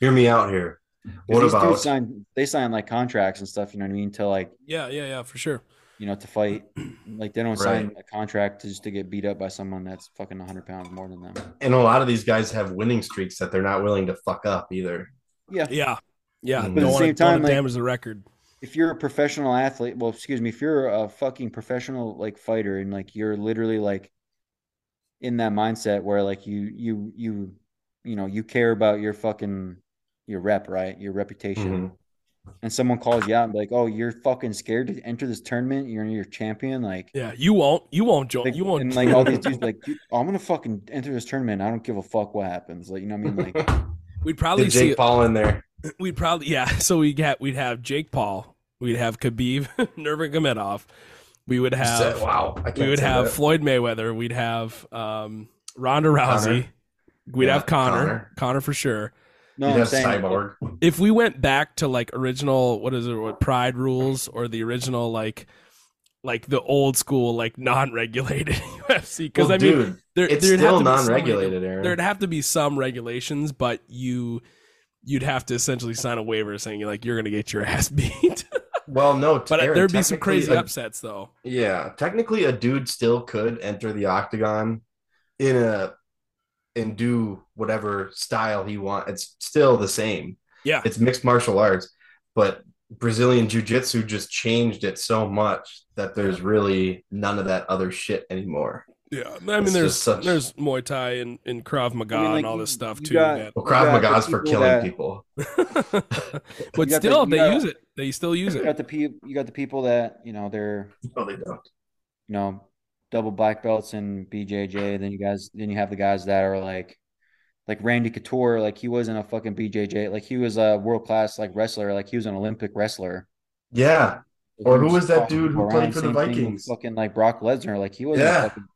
S2: Hear me out here.
S3: 'Cause
S2: What
S3: these dudes
S2: about
S3: sign they sign like contracts and stuff, you know what I mean, to like,
S1: Yeah, yeah, yeah, for sure.
S3: you know, to fight. Like they don't sign a contract to just to get beat up by someone that's fucking hundred pounds more than them.
S2: and a lot of these guys have winning streaks that they're not willing to fuck up either.
S3: Yeah.
S1: Yeah. Yeah.
S2: But
S1: Don't
S2: at the
S1: want
S3: same
S1: to
S3: time, like-
S1: damage the record.
S3: if you're a professional athlete, well, excuse me, if you're a fucking professional like fighter and like you're literally like in that mindset where like you you you you know you care about your fucking your rep, right? Your reputation.
S2: Mhm.
S1: Mm-hmm.
S3: And someone calls you out and be like, "Oh, you're fucking scared to enter this tournament. You're your champion." Like,
S1: Yeah. You won't. You won't join.
S3: like
S1: you won't.
S3: and like all these dudes like, "Dude, "I'm gonna fucking enter this tournament. I don't give a fuck what happens." Like, you know what I mean? Like,
S1: we'd
S2: Get
S1: probably see.
S2: Jake Paul in there.
S1: We'd probably yeah. So we get we'd have Jake Paul. We'd have Khabib Nurmagomedov. We would
S2: You said,
S1: have
S2: wow, I can't
S1: we would
S2: say
S1: have
S2: that.
S1: Floyd Mayweather. We'd have um, Ronda Rousey.
S2: Conor.
S1: We'd
S2: Yeah,
S1: have Connor. Connor.
S2: Conor.
S1: for sure.
S3: no,
S2: You'd
S3: I'm
S2: have
S3: saying like,
S2: Cyborg.
S1: If we went back to like original, what is it? What Pride rules or the original like, like the old school like non-regulated UFC? Because
S2: Well,
S1: I mean,
S2: dude,
S1: there,
S2: it's
S1: there'd have
S2: still
S1: to be some
S2: non-regulated,
S1: regu-
S2: Aaron.
S1: There'd have to be some regulations, but you you'd have to essentially sign a waiver saying you're like you're gonna get your ass beat.
S2: well, no,
S1: but
S2: Aaron,
S1: there'd be some
S2: technically
S1: crazy
S2: a-
S1: upsets though.
S2: Yeah, technically, a dude still could enter the octagon in a and do whatever style he wants. It's still the same.
S1: Yeah.
S2: it's mixed martial arts, but Brazilian jiu-jitsu just changed it so much that there's really none of that other shit anymore.
S1: Yeah, I mean
S2: It's
S1: there's
S2: just such-
S1: there's Muay Thai and, and Krav Maga
S3: I mean, like,
S1: and all
S3: you-
S1: this stuff
S3: you
S1: too.
S3: got-
S1: that-
S2: Well, Krav
S3: Yeah, the
S2: Maga's for
S3: people
S2: killing
S3: that-
S2: people.
S1: but
S3: the-
S1: still,
S3: you
S1: they
S3: got-
S1: use it. They still use
S3: you
S1: it.
S3: got the people. You got the people that you know they're
S2: No, they don't.
S3: you know, double black belts and BJJ. Then you guys, then you have the guys that are like, like Randy Couture, like he wasn't a fucking BJJ, like he was a world class like wrestler, like he was an Olympic wrestler.
S2: Yeah,
S3: Like,
S2: Or
S3: he
S2: who was that
S3: fucking
S2: dude who
S3: around.
S2: played for the
S3: Same thing with
S2: Vikings?
S3: Fucking like Brock Lesnar, like he wasn't. a
S2: Yeah.
S3: fucking-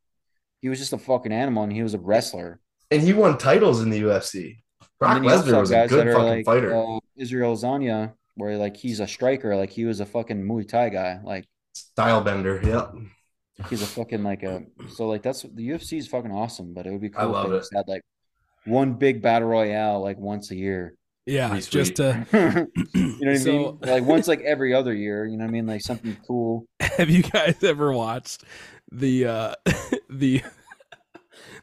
S3: he was just a fucking animal, and he was a wrestler.
S2: and he won titles in the UFC. Brock
S3: And then you also
S2: Lesnar
S3: have
S2: was a
S3: guys
S2: good
S3: that are
S2: fucking
S3: like,
S2: fighter.
S3: uh, Israel Zanya, where like he's a striker, like he was a fucking Muay Thai guy, like.
S2: Style bender. Yep.
S3: he's a fucking like a so like that's the UFC is fucking awesome, but it would be cool
S2: I love
S3: if they
S2: it.
S3: just had like one big battle royale like once a year.
S1: Yeah,
S2: Pretty
S1: just
S2: sweet.
S1: to
S3: you know what
S1: So-
S3: I mean? Like once like every other year, you know what I mean? Like something cool.
S1: Have you guys ever watched the uh the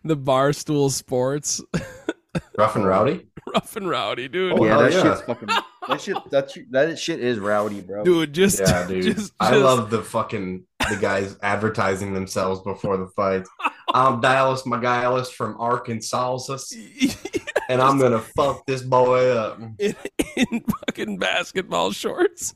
S1: the barstool sports
S2: Rough and rowdy.
S1: rough and rowdy, dude?
S2: Oh,
S3: yeah,
S2: hell
S3: that
S2: yeah.
S3: shit's fucking that shit that shit, that shit is rowdy, bro.
S1: Dude, just
S2: Yeah, dude.
S1: just-
S2: I
S1: just-
S2: love the fucking the guys advertising themselves before the fights. I'm Dallas Magalis from Arkansas, and I'm gonna fuck this boy up.
S1: in, in fucking basketball shorts,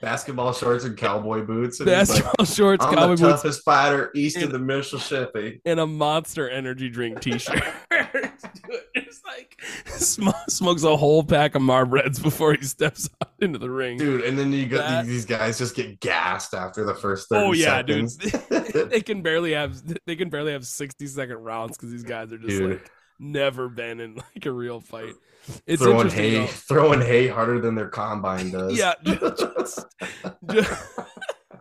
S2: Basketball shorts and cowboy boots. And he's like,
S1: basketball shorts,
S2: I'm
S1: cowboy
S2: the
S1: boots,
S2: toughest fighter east of the Mississippi.
S1: and a Monster Energy drink T-shirt. Dude, it's like sm- smokes a whole pack of Marbreds before he steps out into the ring.
S2: Dude, and then you got
S1: That-
S2: these guys just get gassed after the first 30
S1: oh yeah,
S2: seconds.
S1: dude. they can barely have they can barely have sixty second rounds because these guys are just
S2: Dude.
S1: like never been in like a real fight. It's
S2: throwing
S1: interesting.
S2: hay,
S1: though.
S2: throwing hay harder than their combine does.
S1: Yeah, ju- just, ju-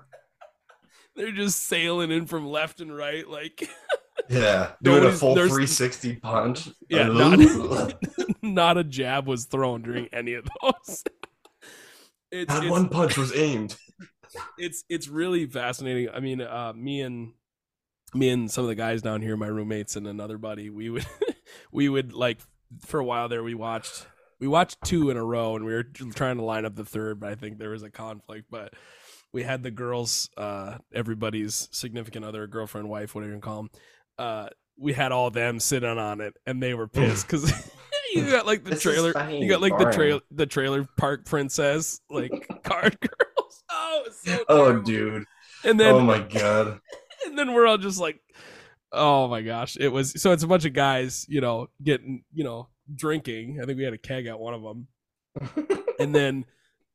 S1: they're just sailing in from left and right, like
S2: yeah. Doing a
S1: Nobody's-
S2: full
S1: there's-
S2: 360 punch.
S1: Yeah, not- not a jab was thrown during any of those. It's
S2: Not
S1: it's,
S2: one punch was aimed.
S1: it's it's really fascinating. I mean, uh, me and me and some of the guys down here, my roommates and another buddy, we would we would like for a while there we watched we watched two in a row and we were trying to line up the third, but I think there was a conflict. But we had the girls, uh, everybody's significant other, girlfriend, wife, whatever you call them. Uh, we had all them sitting on it, and they were pissed because you got like the
S2: This is
S1: trailer,
S2: fucking
S1: you got like the
S2: boring.
S1: trail, the trailer park princess, like card girls. Oh, it's so
S2: Oh,
S1: terrible.
S2: dude.
S1: And then
S2: Oh my god.
S1: and then we're all just like oh my gosh it was so it's a bunch of guys you know getting you know drinking i think we had a keg at one of them and then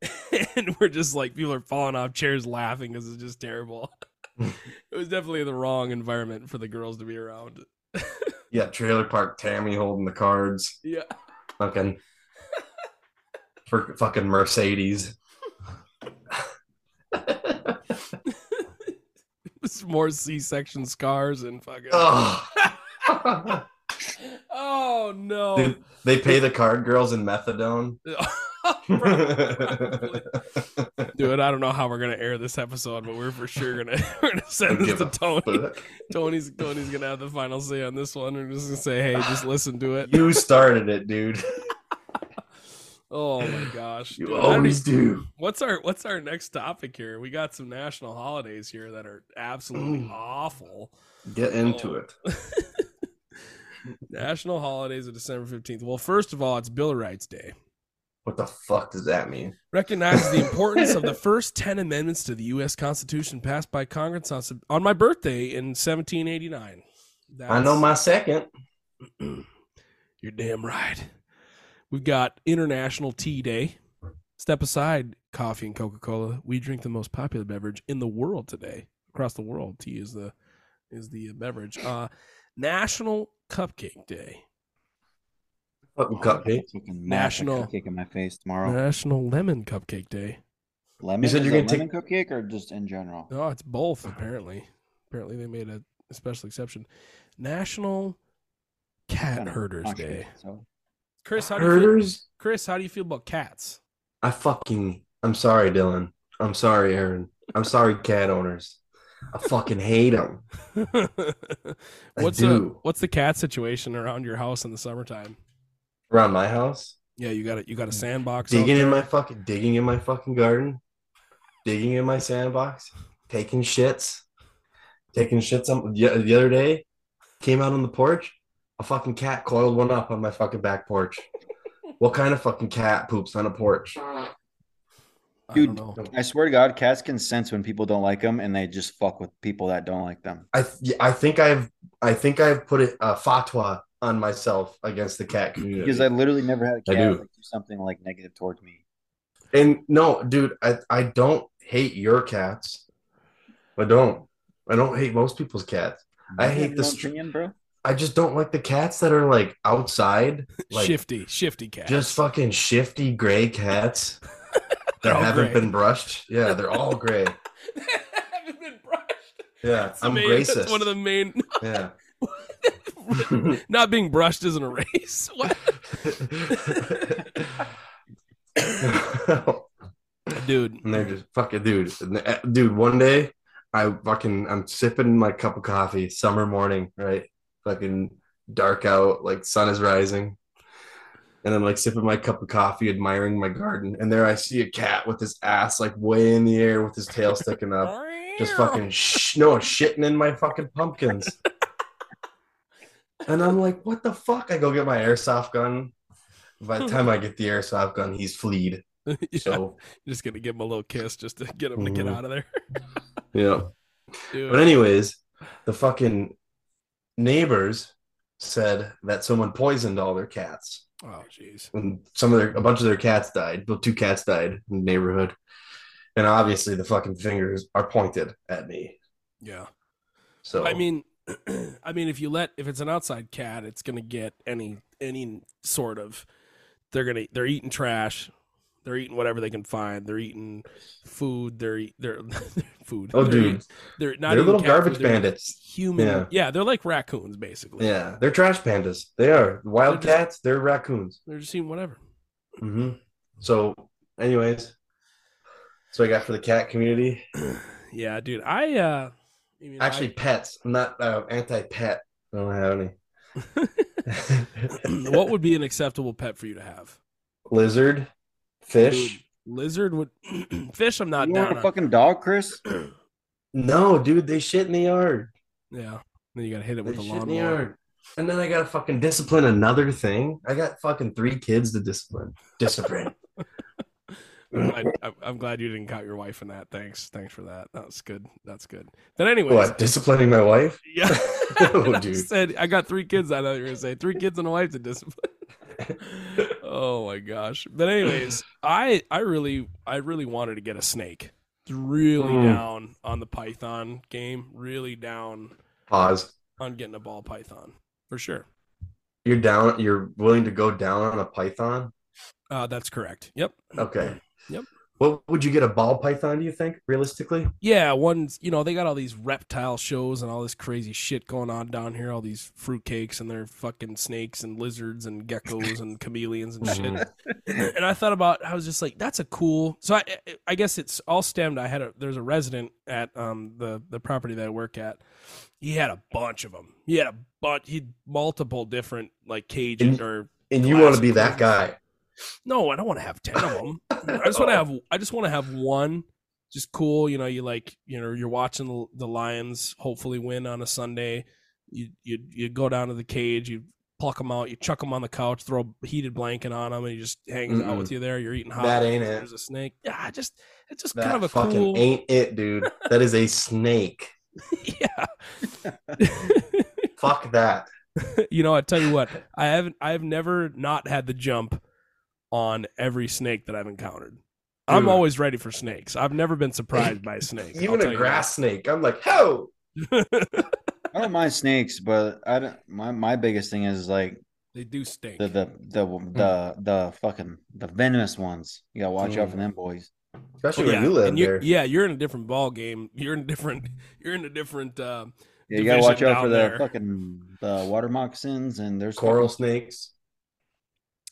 S1: and we're just like people are falling off chairs laughing because it's just terrible it was definitely the wrong environment for the girls to be around
S2: yeah, trailer park Tammy holding the cards.
S1: yeah
S2: Fucking for fucking Mercedes.
S1: it's more c-section scars and fucking oh,
S2: Oh.
S1: no
S2: Dude, they
S1: Oh.
S2: pay the card girls in methadone.
S1: Probably. Dude, I don't know how we're gonna air this episode, but we're for sure gonna, we're gonna send this
S2: Give
S1: to
S2: a
S1: Tony.
S2: But
S1: Tony's Tony's gonna have the final say on this one. We're just gonna say, hey, just listen to it.
S2: you started it, dude.
S1: Oh my gosh.
S2: You
S1: dude. I don't
S2: always
S1: even-
S2: do.
S1: What's our what's our next topic here? We got some national holidays here that are absolutely
S2: Mm.
S1: awful.
S2: Get into it.
S1: National holidays of December fifteenth. Well, first of all, it's Bill Rights Day.
S2: What the fuck does that mean?
S1: recognizes the importance of the first 10 amendments to the U.S. Constitution passed by Congress on, on my birthday in 1789. That's,
S2: I know my second.
S1: You're damn right. We've got International Tea Day. Step aside coffee and Coca Cola. We drink the most popular beverage in the world today. Across the world, tea is the is the beverage. Uh, National Cupcake Day.
S2: Fucking cupcake.
S3: Fucking mash a
S1: National-
S3: cupcake in my face tomorrow.
S1: National Lemon Cupcake Day.
S3: Lemon?
S2: You said
S3: is
S2: you're
S3: it
S2: gonna
S3: lemon cupcake or just in general?
S1: Oh, it's both apparently. Apparently they made a special exception. National Cat
S3: Kinda
S1: Herders
S3: not sure,
S1: Day.
S3: So
S1: Chris, how do you feel,
S2: Herders?
S1: Chris, how do you feel about cats?
S2: I fucking. I'm sorry, Dylan. I'm sorry, Aaron. I'm sorry, cat owners. I fucking hate them.
S1: what's the
S2: do.
S1: what's the cat situation around your house in the summertime?
S2: Around my house,
S1: Yeah, you got it. You got a sandbox. out
S2: digging
S1: there.
S2: in my fucking, digging in my fucking garden, digging in my sandbox, taking shits, taking shits. On, the, the other day, came out on the porch. A fucking cat coiled one up on my fucking back porch. What kind of fucking cat poops on a porch?
S1: I
S3: Dude.
S1: don't know.
S3: I swear to God, cats can sense when people don't like them, and they just fuck with people that don't like them.
S2: I th- I think I've I think I've put a uh, fatwa on myself against the cat community.
S3: Because I literally never had a
S2: I
S3: cat
S2: do.
S3: like, do something like negative towards me.
S2: And no, dude, I, I don't hate your cats. I don't. I don't hate most people's cats. I
S3: You have
S2: hate
S3: your
S2: this
S3: own
S2: tr-
S3: opinion, bro.
S2: I just don't like the cats that are like outside, like
S1: shifty, shifty cat.
S2: just fucking shifty gray cats
S1: They're
S2: that
S1: all
S2: haven't
S1: gray.
S2: been brushed. Yeah, they're all gray.
S1: haven't been brushed.
S2: Yeah,
S1: That's the
S2: I'm
S1: main-
S2: racist.
S1: That's one of the main.
S2: Yeah.
S1: Not being brushed isn't a race. What? Dude,
S2: And they're just fucking dude, And the- dude. One day, I fucking I'm sipping my cup of coffee, summer morning, right? Fucking dark out, like sun is rising, and I'm like sipping my cup of coffee, admiring my garden, and there I see a cat with his ass like way in the air with his tail sticking up, just fucking sh- no shitting in my fucking pumpkins. And I'm like, what the fuck? I go get my airsoft gun. By the time I get the airsoft gun, he's fleed.
S1: Yeah.
S2: So
S1: Just gonna give him a little kiss just to get him to get
S2: Mhm.
S1: out of there.
S2: yeah.
S1: Dude.
S2: But anyways, the fucking neighbors said that someone poisoned all their cats,
S1: oh jeez.
S2: and some of their a bunch of their cats died. Well, two cats died in the neighborhood, and obviously the fucking fingers are pointed at me.
S1: Yeah.
S2: So
S1: I mean I mean if you let if it's an outside cat, it's gonna get any any sort of they're gonna they're eating trash. They're eating whatever they can find. They're eating food. They're eat, they're food.
S2: oh,
S1: They're
S2: dude,
S1: eating- they're not
S2: they're
S1: even
S2: little
S1: cat food,
S2: garbage
S1: they're
S2: bandits.
S1: Human. Yeah.
S2: Yeah.
S1: they're like raccoons basically.
S2: Yeah, they're trash pandas. They are wild
S1: They're just-
S2: cats. They're raccoons.
S1: They're just eating whatever.
S2: hmm So, anyways, so I got for the cat community.
S1: yeah, dude. I uh I mean, I-
S2: Actually, pets. I'm not uh, anti-pet. I don't have any.
S1: what would be an acceptable pet for you to have?
S2: lizard, fish.
S1: Dude, lizard would fish. I'm not
S3: you
S1: down.
S3: want a
S1: on.
S3: fucking dog, Chris?
S2: No, dude, they shit in the yard.
S1: Yeah. Then you gotta hit it
S2: They
S1: with a
S2: shit in the
S1: lawnmower.
S2: yard. And then I gotta fucking discipline another thing. I got fucking three kids to discipline. Discipline.
S1: I'm glad, I'm- I'm glad you didn't count your wife in that. Thanks, thanks for that. That's good. That's good. But anyways,
S2: What disciplining my wife?
S1: yeah.
S2: Oh,
S1: I
S2: dude.
S1: said I got three kids. I thought you were gonna say three kids and a wife to discipline. oh my gosh! But anyways, I I really I really wanted to get a snake. Really
S2: Mm.
S1: down on the python game. Really down
S2: Pause.
S1: on getting a ball python for sure.
S2: You're down. You're willing to go down on a python?
S1: Uh, that's correct. Yep.
S2: Okay.
S1: Mm-hmm. Yep.
S2: What would you get a ball python? Do you think realistically?
S1: Yeah, one's you know they got all these reptile shows and all this crazy shit going on down here. All these fruitcakes and their fucking snakes and lizards and geckos and chameleons and shit. and I thought about I was just like that's a cool. So I I guess it's all stemmed. I had a there's a resident at um the the property that I work at. He had a bunch of them. He had a bunch. He had multiple different like cages
S2: And-
S1: or
S2: And you want to
S1: Classic
S2: be that guy?
S1: no, I don't want to have ten of them. I just want to have. I just want to have one. Just cool, you know. You like, you know, you're watching the, the Lions hopefully win on a Sunday. You you you go down to the cage, you pluck them out, you chuck them on the couch, throw a heated blanket on them, and you just hangs out
S2: Mm-mm.
S1: with you there. You're eating hot.
S2: That ain't it.
S1: There's a snake. Yeah, I just it's just
S2: That
S1: kind of a
S2: fucking
S1: cool.
S2: ain't it, dude. That is a snake.
S1: yeah.
S2: Fuck that.
S1: you know, I tell you what, I haven't. I've never not had the jump on every snake that I've encountered. I'm
S2: Dude.
S1: always ready for snakes. I've never been surprised by a snake. I'll
S2: Even
S1: tell
S2: a
S1: you
S2: grass snake. I'm like, ho.
S1: that.
S3: I don't mind snakes, but I don't. My, my biggest thing is like
S1: they do stink.
S3: the the the the, the fucking the venomous ones. You gotta watch out for them boys.
S2: Especially
S1: Well,
S2: when you live
S1: and you're-
S2: there.
S1: Oh, yeah, you're in a different ball game. You're in a different. You're in a different. Uh,
S3: Yeah, you gotta
S1: Division
S3: watch out for
S1: down
S3: the
S1: there.
S3: fucking the water moccasins and there's
S2: Coral snakes.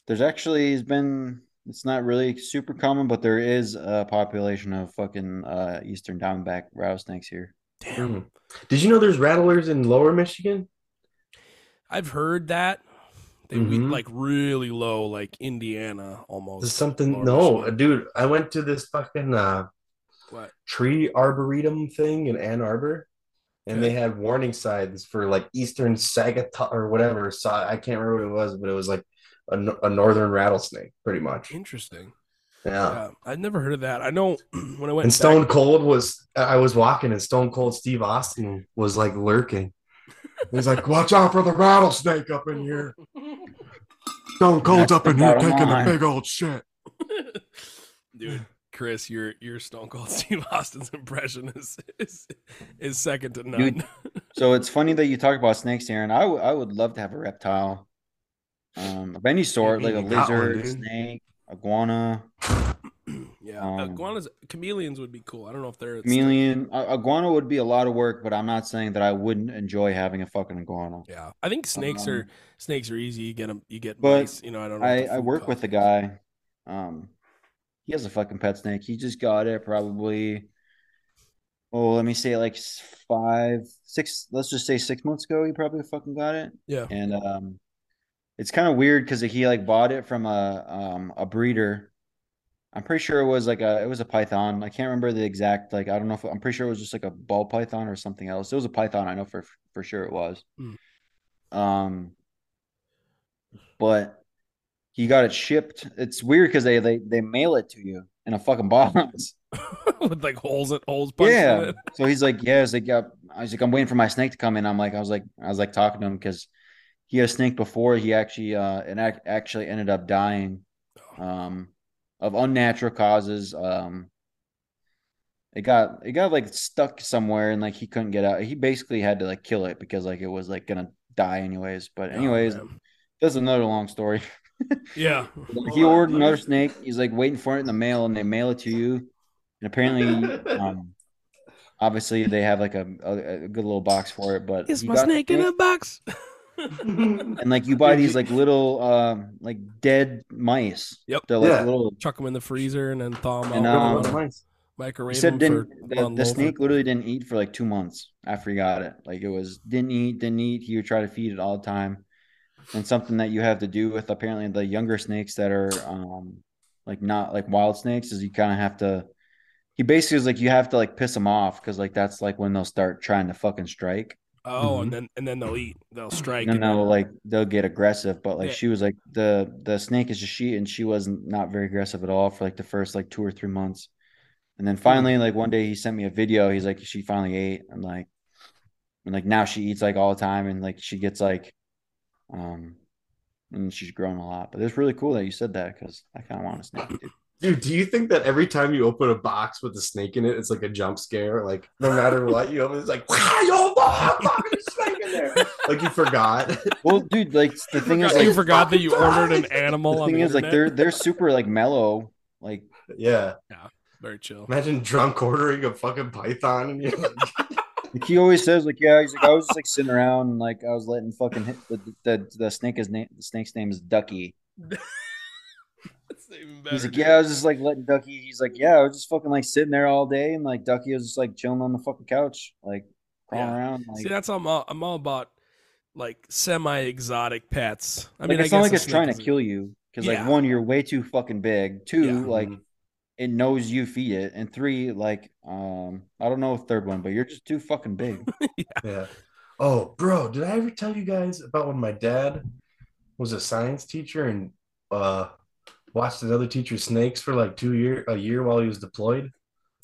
S3: There's actually has been it's not really super common, but there is a population of fucking uh eastern diamondback rattlesnakes here.
S1: damn,
S2: Mm. Did you know there's rattlers in Lower Michigan?
S1: I've heard that. They we-
S2: Mhm.
S1: like really low, like Indiana almost.
S2: There's something.
S1: Oh, Lower
S2: No, uh,
S1: Michigan.
S2: dude. I went to this fucking uh,
S1: What?
S2: tree arboretum thing in Ann Arbor, and
S1: Okay.
S2: they had warning signs for like Eastern Sagittarius or whatever. So I can't remember what it was, but it was like a, n- a northern rattlesnake, pretty much.
S1: Interesting.
S2: Yeah.
S1: Yeah, I've never heard of that. I know when I went
S2: And
S1: back-
S2: Stone Cold was. I was walking, and Stone Cold Steve Austin was like lurking. He's like, "Watch out for the rattlesnake up in here." Stone
S3: Cold's up in here Bottom taking a line. big
S2: old shit.
S1: Dude, Chris, your your Stone Cold Steve Austin's impression is is, is second to none.
S3: Dude. So it's funny that you talk about snakes, Aaron. I would I would love to have a reptile. Um of any sort, like a
S2: you got one,
S3: lizard,
S2: dude.
S3: snake, iguana,
S1: yeah,
S3: Um,
S1: iguanas, chameleons would be cool. I don't know if they're it's-
S3: chameleon. Uh, iguana would be a lot of work, but I'm not saying that I wouldn't enjoy having a fucking iguana.
S1: Yeah, I think snakes are
S3: Um,
S1: snakes are easy. You get them, you get
S3: but
S1: mice. You know, I don't. know what
S3: I,
S1: the
S3: I
S1: food
S3: work
S1: cost
S3: with a
S1: is.
S3: guy. Um, he has a fucking pet snake. He just got it probably. Oh, let me say like s- five, six. Let's just say six months ago. He probably fucking got it.
S1: Yeah.
S3: And um, it's kind of weird because he like bought it from a um a breeder. I'm pretty sure it was like a it was a python. I can't remember the exact like I don't know if I'm pretty sure it was just like a ball python or something else. It was a python. I know for for sure it was.
S1: Hmm.
S3: Um, but he got it shipped. It's weird because they, they they mail it to you in a fucking box.
S1: with like holes and holes. punched in
S3: yeah.
S1: it.
S3: So he's like, yeah, he's like, yeah. I was like, I'm waiting for my snake to come in. I'm like, I was like, I was like talking to him because he had a snake before he actually uh and ac- actually ended up dying, um, of unnatural causes. Um, it got it got like stuck somewhere and like he couldn't get out. He basically had to like kill it because like it was like gonna die anyways. But
S1: Oh,
S3: anyways,
S1: man.
S3: that's another long story.
S1: yeah.
S3: Like, he ordered another snake. He's like waiting for it in the mail, and they mail it to you. And apparently, um, obviously, they have like a, a, a good little box for it. But
S1: Is
S3: you
S1: my
S3: got the
S1: snake in a box?
S3: And like you buy these like little um, like dead mice.
S1: Yep.
S3: They're like
S2: Yeah.
S3: little.
S1: Chuck them in the freezer and then thaw them
S3: And,
S1: out.
S3: um, He
S1: microwave
S3: said
S1: them
S3: didn't
S1: for
S3: the,
S1: one
S3: the
S1: loaf of-
S3: snake literally didn't eat for like two months after he got it. Like it was didn't eat, didn't eat. He would try to feed it all the time. And something that you have to do with apparently the younger snakes that are um like not like wild snakes is you kind of have to he basically is like you have to like piss them off because like that's like when they'll start trying to fucking strike.
S1: Oh, and then and then they'll eat. They'll strike.
S3: Mm-hmm. No,
S1: and-
S3: no, like they'll get aggressive, but like
S1: Yeah.
S3: she was like the the snake is a she, and she wasn't not very aggressive at all for like the first like two or three months, and
S1: Mm-hmm.
S3: then finally like one day he sent me a video. He's like she finally ate, and like and like now she eats like all the time, and like she gets like, um, and she's grown a lot. But it's really cool that you said that because I kind of want a snake. Dude.
S2: Dude, do you think that every time you open a box with a snake in it, it's like a jump scare? Like no matter what you open, it's like wow, yo, fucking snake in there. Like you forgot.
S3: Well, dude, like the thing is,
S1: Forgot-
S3: like
S1: you forgot that you ordered an
S3: the
S1: animal. on
S3: thing
S1: the
S3: is, like they're
S1: internet?
S3: they're super like mellow, like
S2: yeah,
S1: very chill.
S2: imagine drunk ordering a fucking python and you're like,
S3: Like he always says, like yeah, he's like I was just like sitting around, and, like I was letting fucking hit the the, the snake is name the snake's name is Ducky.
S1: That's even better.
S3: He's like yeah, I was just like letting Ducky. He's like yeah, I was just fucking like sitting there all day, and like Ducky was just like chilling on the fucking couch, like crawling
S1: Yeah.
S3: around.
S1: See,
S3: Like,
S1: that's all I'm all, I'm all about, like semi-exotic pets. I
S3: Like,
S1: mean,
S3: it's
S1: I
S3: not
S1: guess
S3: like
S1: a
S3: it's
S1: snake
S3: trying
S1: is
S3: to
S1: a-
S3: kill you because
S1: Yeah.
S3: like one, you're way too fucking big. Two,
S1: Yeah.
S3: like it knows you feed it, and three, like um, I don't know the third one, but you're just too fucking big.
S2: yeah. Oh, bro, did I ever tell you guys about when my dad was a science teacher and uh watched another teacher snakes for like two year a year while he was deployed?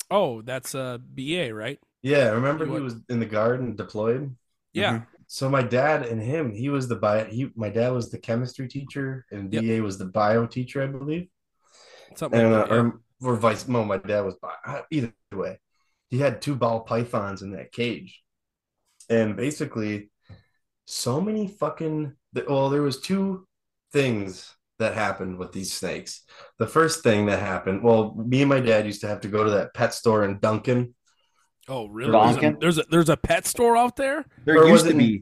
S1: Oh, that's uh, BA, right?
S2: Yeah, remember
S1: You
S2: he
S1: what?
S2: was in the guard and deployed.
S1: Yeah.
S3: Mm-hmm.
S2: So my dad and him, he was the bio. He, my dad was the chemistry teacher, and
S1: Yep.
S2: BA was the bio teacher, I believe.
S1: Something
S2: And uh,
S1: like that. yeah.
S2: or, or vice. No, my dad was bi- either way. He had two ball pythons in that cage, and basically, so many fucking. th- Well, there was two things that happened with these snakes. The first thing that happened, well, me and my dad used to have to go to that pet store in Duncan.
S1: Oh, really? There's a,
S3: Donkin?
S1: there's a there's a pet store out there.
S3: There
S2: Or was
S3: used to
S2: it-
S3: be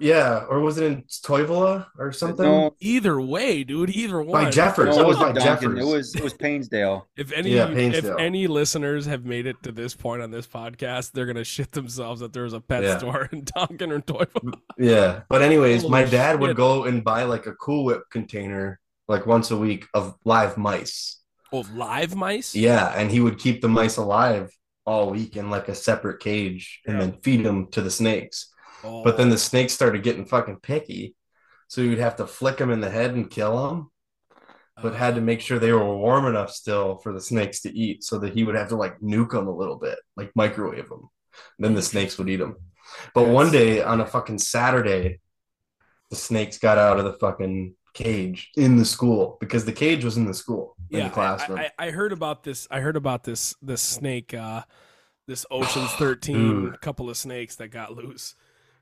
S2: Yeah, or was it in Toivola or something?
S3: no,
S1: Either way, dude. Either one.
S2: by Jeffers.
S3: no,
S2: it was by
S3: wasn't Dunkin',
S2: Jeffers.
S3: It was it was Painesdale.
S1: If any
S2: Yeah,
S1: of you- if
S2: Painesville.
S1: any listeners have made it to this point on this podcast, they're gonna shit themselves that there's a pet
S2: Yeah.
S1: store in Donkin or Toyota.
S2: Yeah. But anyways,
S1: Holy
S2: my dad
S1: shit.
S2: would go and buy like a Cool Whip container like once a week of live mice.
S1: Oh, live mice.
S2: Yeah, and he would keep the mice alive all week in like a separate cage and
S1: Yeah.
S2: then feed them to the snakes.
S1: Oh,
S2: But then the snakes started getting fucking picky, so he would have to flick them in the head and kill them,
S1: Uh,
S2: but had to make sure they were warm enough still for the snakes to eat, so that he would have to like nuke them a little bit, like microwave them. Then the snakes would eat them. But one day on a fucking Saturday, the snakes got out of the fucking cage in the school because the cage was in the school in
S1: yeah,
S2: the
S1: I-
S2: classroom.
S1: I, I, I heard about this. I heard about this this snake, uh, this Ocean's Thirteen
S2: Dude.
S1: couple of snakes that got loose,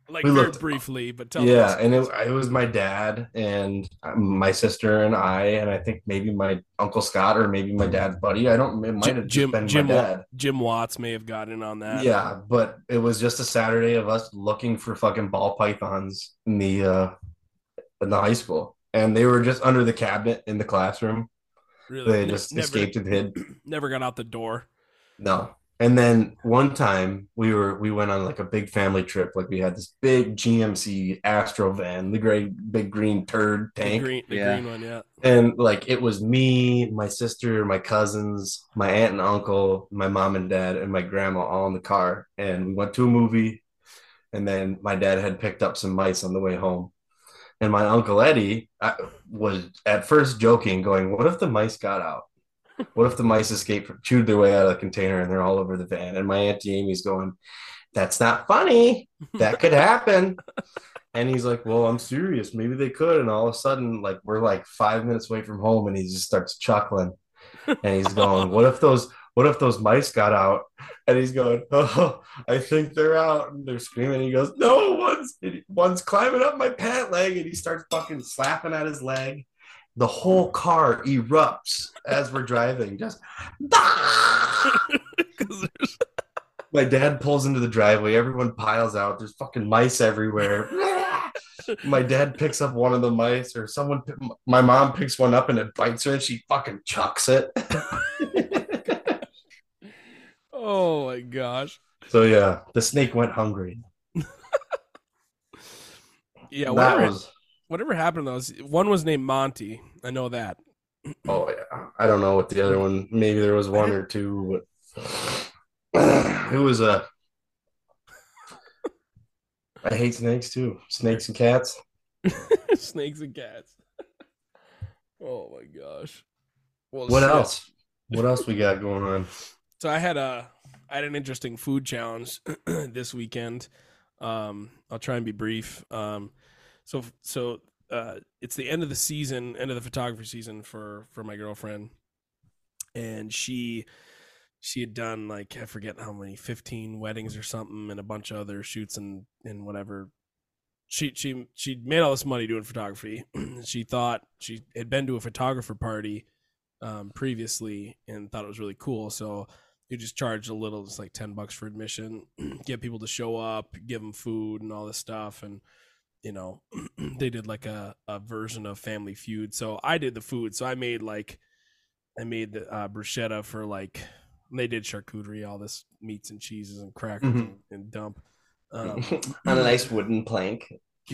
S1: like
S2: We
S1: very
S2: looked-
S1: briefly. But tell
S2: yeah,
S1: me,
S2: and it, it was my dad and um, my sister and I, and I think maybe my uncle Scott or maybe my dad's buddy. I don't. It might have just
S1: Jim-
S2: been
S1: Jim
S2: my
S1: Wa-
S2: dad.
S1: Jim Watts may have gotten in on that.
S2: Yeah, but it was just a Saturday of us looking for fucking ball pythons in the uh in the high school, and they were just under the cabinet in the classroom.
S1: really,
S2: They
S1: ne-
S2: just
S1: never,
S2: escaped and hid.
S1: Never got out the door.
S2: No. And then one time we were we went on like a big family trip. Like we had this big GMC Astro van, the great big green turd
S1: The
S2: tank.
S1: green, the
S3: Yeah.
S1: green one, yeah.
S2: And like it was me, my sister, my cousins, my aunt and uncle, my mom and dad, and my grandma all in the car. And we went to a movie. And then my dad had picked up some mice on the way home. And my uncle Eddie I, was at first joking, going, What if the mice got out? What if the mice escaped, chewed their way out of the container, and they're all over the van? And my aunt Jamie's going, That's not funny that could happen. And he's like, Well, I'm serious. Maybe they could. And all of a sudden, like, we're like five minutes away from home and he just starts chuckling. And he's going, What if those what if those mice got out? And he's going, Oh, I think they're out. And they're screaming. he goes, No, one's one's climbing up my pant leg. And he starts fucking slapping at his leg. The whole car erupts as we're driving, just my dad pulls into the driveway. Everyone piles out. There's fucking mice everywhere. my dad picks up one of the mice, or someone, my mom picks one up and it bites her and she fucking chucks it.
S1: oh my gosh.
S2: so, yeah, the snake went hungry.
S1: Yeah,
S2: that
S1: whatever,
S2: was,
S1: whatever happened to those. One was named Monty. I know that.
S2: oh, yeah. I don't know what the other one, maybe there was one or two, but it was a. I hate snakes too. Snakes and cats.
S1: Snakes and cats. oh my gosh. Well,
S2: What
S1: shit.
S2: else? What else we got going on?
S1: So I had a I had an interesting food challenge this weekend. Um, I'll try and be brief. Um, so so uh, it's the end of the season, end of the photography season for for my girlfriend, and she she had done like I forget how many fifteen weddings or something, and a bunch of other shoots and and whatever. She she she made all this money doing photography. she thought she had been to a photographer party um, previously and thought it was really cool. So you just charge a little, it's like 10 bucks for admission, get people to show up, give them food and all this stuff. And, you know, they did like a, a version of Family Feud. So I did the food. So I made like, I made the uh, bruschetta for like, and they did charcuterie, all this meats and cheeses and crackers
S2: Mhm.
S1: and, and dump.
S2: Mm-hmm.
S1: Um,
S2: a nice wooden plank.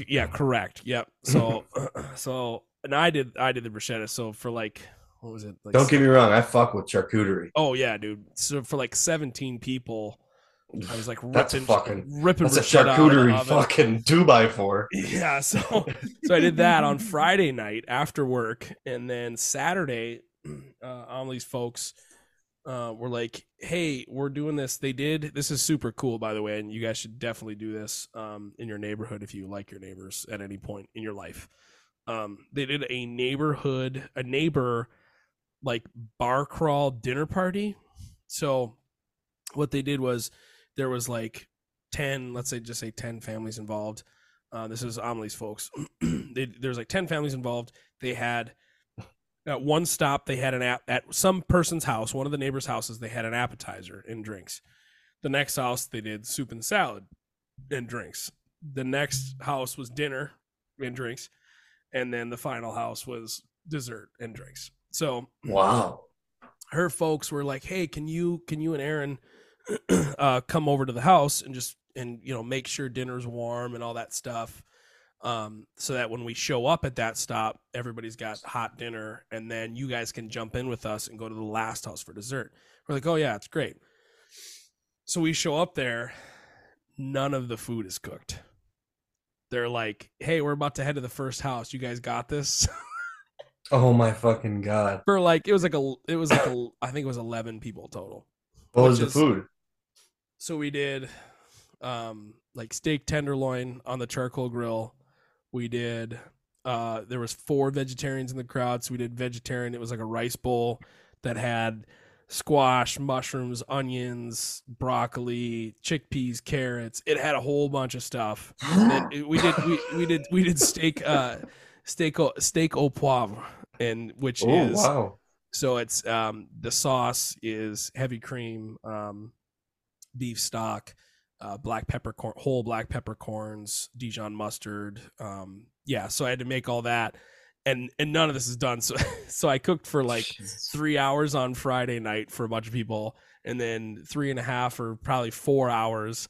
S1: yeah,
S2: Mm.
S1: correct. Yep. So, so, and I did, I did the bruschetta. So for like, what was it? Like
S2: Don't get me wrong. I fuck with charcuterie.
S1: Oh yeah, dude. So for like 17 people, I was like ripping,
S2: That's fucking-
S1: ripping
S2: That's a
S1: bruschetta out of the
S2: charcuterie
S1: oven.
S2: fucking two by four.
S1: Yeah, so so I did that on Friday night after work, and then Saturday, uh, Amelie's folks uh, were like, "Hey, we're doing this." They did. This is super cool, by the way, and you guys should definitely do this um, in your neighborhood if you like your neighbors at any point in your life. Um, they did a neighborhood, a neighbor like bar crawl dinner party. So what they did was there was like 10 let's say just say 10 families involved uh, this is amelie's folks they, there's like 10 families involved they had at one stop they had an app at some person's house one of the neighbors houses they had an appetizer and drinks the next house they did soup and salad and drinks the next house was dinner and drinks and then the final house was dessert and drinks so
S2: Wow.
S1: her folks were like, "Hey, can you can you and Aaron uh, come over to the house and just and you know make sure dinner's warm and all that stuff, um, so that when we show up at that stop, everybody's got hot dinner, and then you guys can jump in with us and go to the last house for dessert." We're like, "Oh yeah, it's great." So we show up there, none of the food is cooked. They're like, "Hey, we're about to head to the first house. You guys got this."
S2: Oh my fucking god.
S1: for like it was like a it was like a, I think it was 11 people total.
S2: What was
S1: Which is-
S2: the food?
S1: So we did um like steak tenderloin on the charcoal grill. We did uh there was four vegetarians in the crowd, so we did vegetarian. It was like a rice bowl that had squash, mushrooms, onions, broccoli, chickpeas, carrots. It had a whole bunch of stuff. And then it- we did we, we did we did steak uh steak au, steak au poivre and which
S2: Oh
S1: is
S2: wow.
S1: so it's um, the sauce is heavy cream, um, beef stock, uh, black peppercorn, whole black peppercorns, Dijon mustard. Um, yeah, so I had to make all that, and and none of this is done. So so I cooked for like three hours on Friday night for a bunch of people, and then three and a half or probably four hours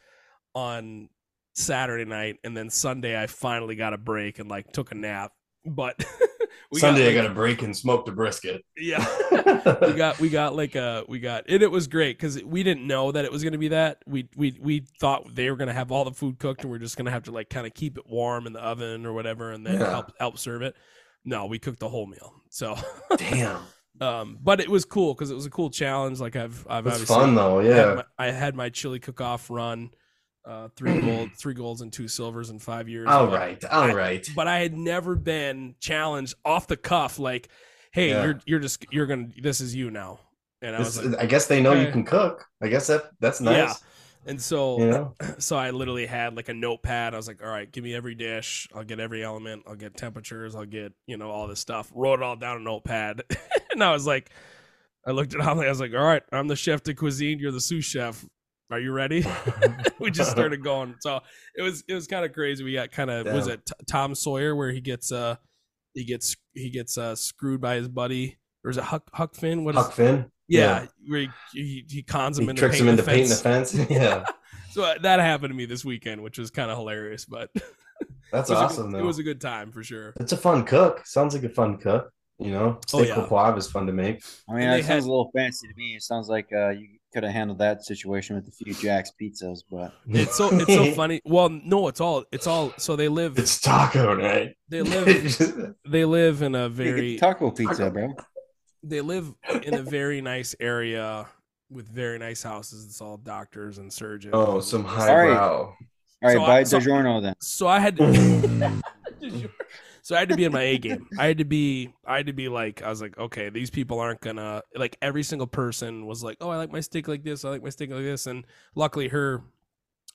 S1: on Saturday night, and then Sunday I finally got a break and like took a nap. But we
S2: Sunday
S1: like,
S2: I got a break and smoked a brisket.
S1: yeah we got we got like a we got and it was great because we didn't know that it was going to be that we we we thought they were going to have all the food cooked and we are just going to have to like kind of keep it warm in the oven or whatever and then
S2: Yeah.
S1: help help serve it no we cooked the whole meal so
S2: Damn.
S1: um but it was cool because it was a cool challenge like i've i've
S2: That's
S1: obviously
S2: fun though,
S1: I had
S2: yeah.
S1: my- I had my chili cook off run uh three gold three golds and two silvers in five years
S2: All
S1: but-
S2: right, all
S1: I-
S2: right.
S1: but I had never been challenged off the cuff like, hey,
S2: Yeah.
S1: you're you're just you're gonna this is you now. And I
S2: This-
S1: was like,
S2: I guess they know
S1: okay.
S2: you can cook. I guess that that's
S1: Yeah.
S2: nice.
S1: and so
S2: You know,
S1: so I literally had like a notepad. I was like, all right, give me every dish. I'll get every element. I'll get temperatures. I'll get you know all this stuff. Wrote it all down in a notepad, and I was like, I looked at Holly. I was like, all right, I'm the chef de cuisine. You're the sous chef. Are you ready? we just started going. So it was it was kind of crazy. We got kind of was
S2: Damn.
S1: it T- Tom Sawyer where he gets uh he gets he gets uh screwed by his buddy or is it Huck Huck Finn? What is
S2: Huck Finn.
S1: yeah, where he, he he cons him
S2: he
S1: into
S2: tricks him
S1: painting
S2: into
S1: the
S2: painting the
S1: fence.
S2: fence. Yeah,
S1: So uh, that happened to me this weekend, which was kind of hilarious, but it was
S2: that's
S1: a
S2: awesome
S1: good-
S2: though.
S1: It was a good time for sure.
S2: it's a fun cook. Sounds like a fun cook. You know,
S1: Oh,
S2: steak
S1: yeah.
S2: au poivre is fun to make.
S3: I mean,
S1: And
S3: that
S1: they
S3: sounds
S1: had-
S3: a little fancy to me. It sounds like uh, you could have handled that situation with a few Jack's pizzas, but
S1: It's so it's so funny. Well, no, it's all it's all. So they live
S2: It's taco night.
S1: they live they live in a
S3: Hey, get
S1: very
S3: taco pizza, bro.
S1: they live in a very nice area with very nice houses. It's all doctors and surgeons.
S2: oh,
S1: and-
S2: some
S3: right.
S2: highbrow.
S3: All right,
S1: So I-
S3: buy
S1: so-
S3: DiGiorno then.
S1: So I had to, so I had to be in my A game. I had to be I had to be like I was like okay these people aren't gonna like every single person was like oh I like my steak like this I like my steak like this and luckily her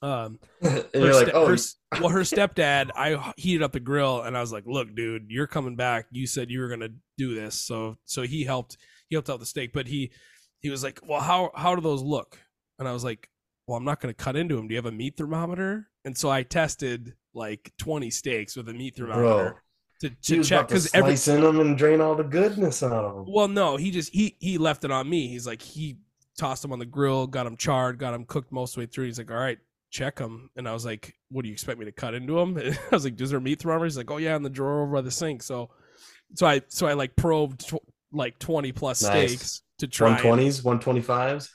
S1: um
S2: and
S1: her
S2: you're like,
S1: ste-
S2: oh,
S1: her s- well, her stepdad. I heated up the grill, and I was like, "Look, dude, you're coming back. You said you were gonna do this, so so he helped. He helped out the steak, but he he was like, "Well, how how do those look?" And I was like, "Well, I'm not gonna cut into them. Do you have a meat thermometer?" And so I tested like 20 steaks with a meat thermometer
S2: bro,
S1: to,
S2: she
S1: to
S2: was
S1: check
S2: about to
S1: because every
S2: slice in them and drain all the goodness out of them.
S1: well, no, he just he he left it on me. He's like he tossed them on the grill, got them charred, got them cooked most of the way through. He's like, all right, check them. And I was like, what do you expect me to cut into them? I was like, is there a meat thermometer? He's like, oh yeah, in the drawer over by the sink. So, so I so I like probed tw- like twenty plus
S2: Nice.
S1: steaks to try.
S2: One
S1: and-
S2: twenties, one twenty fives.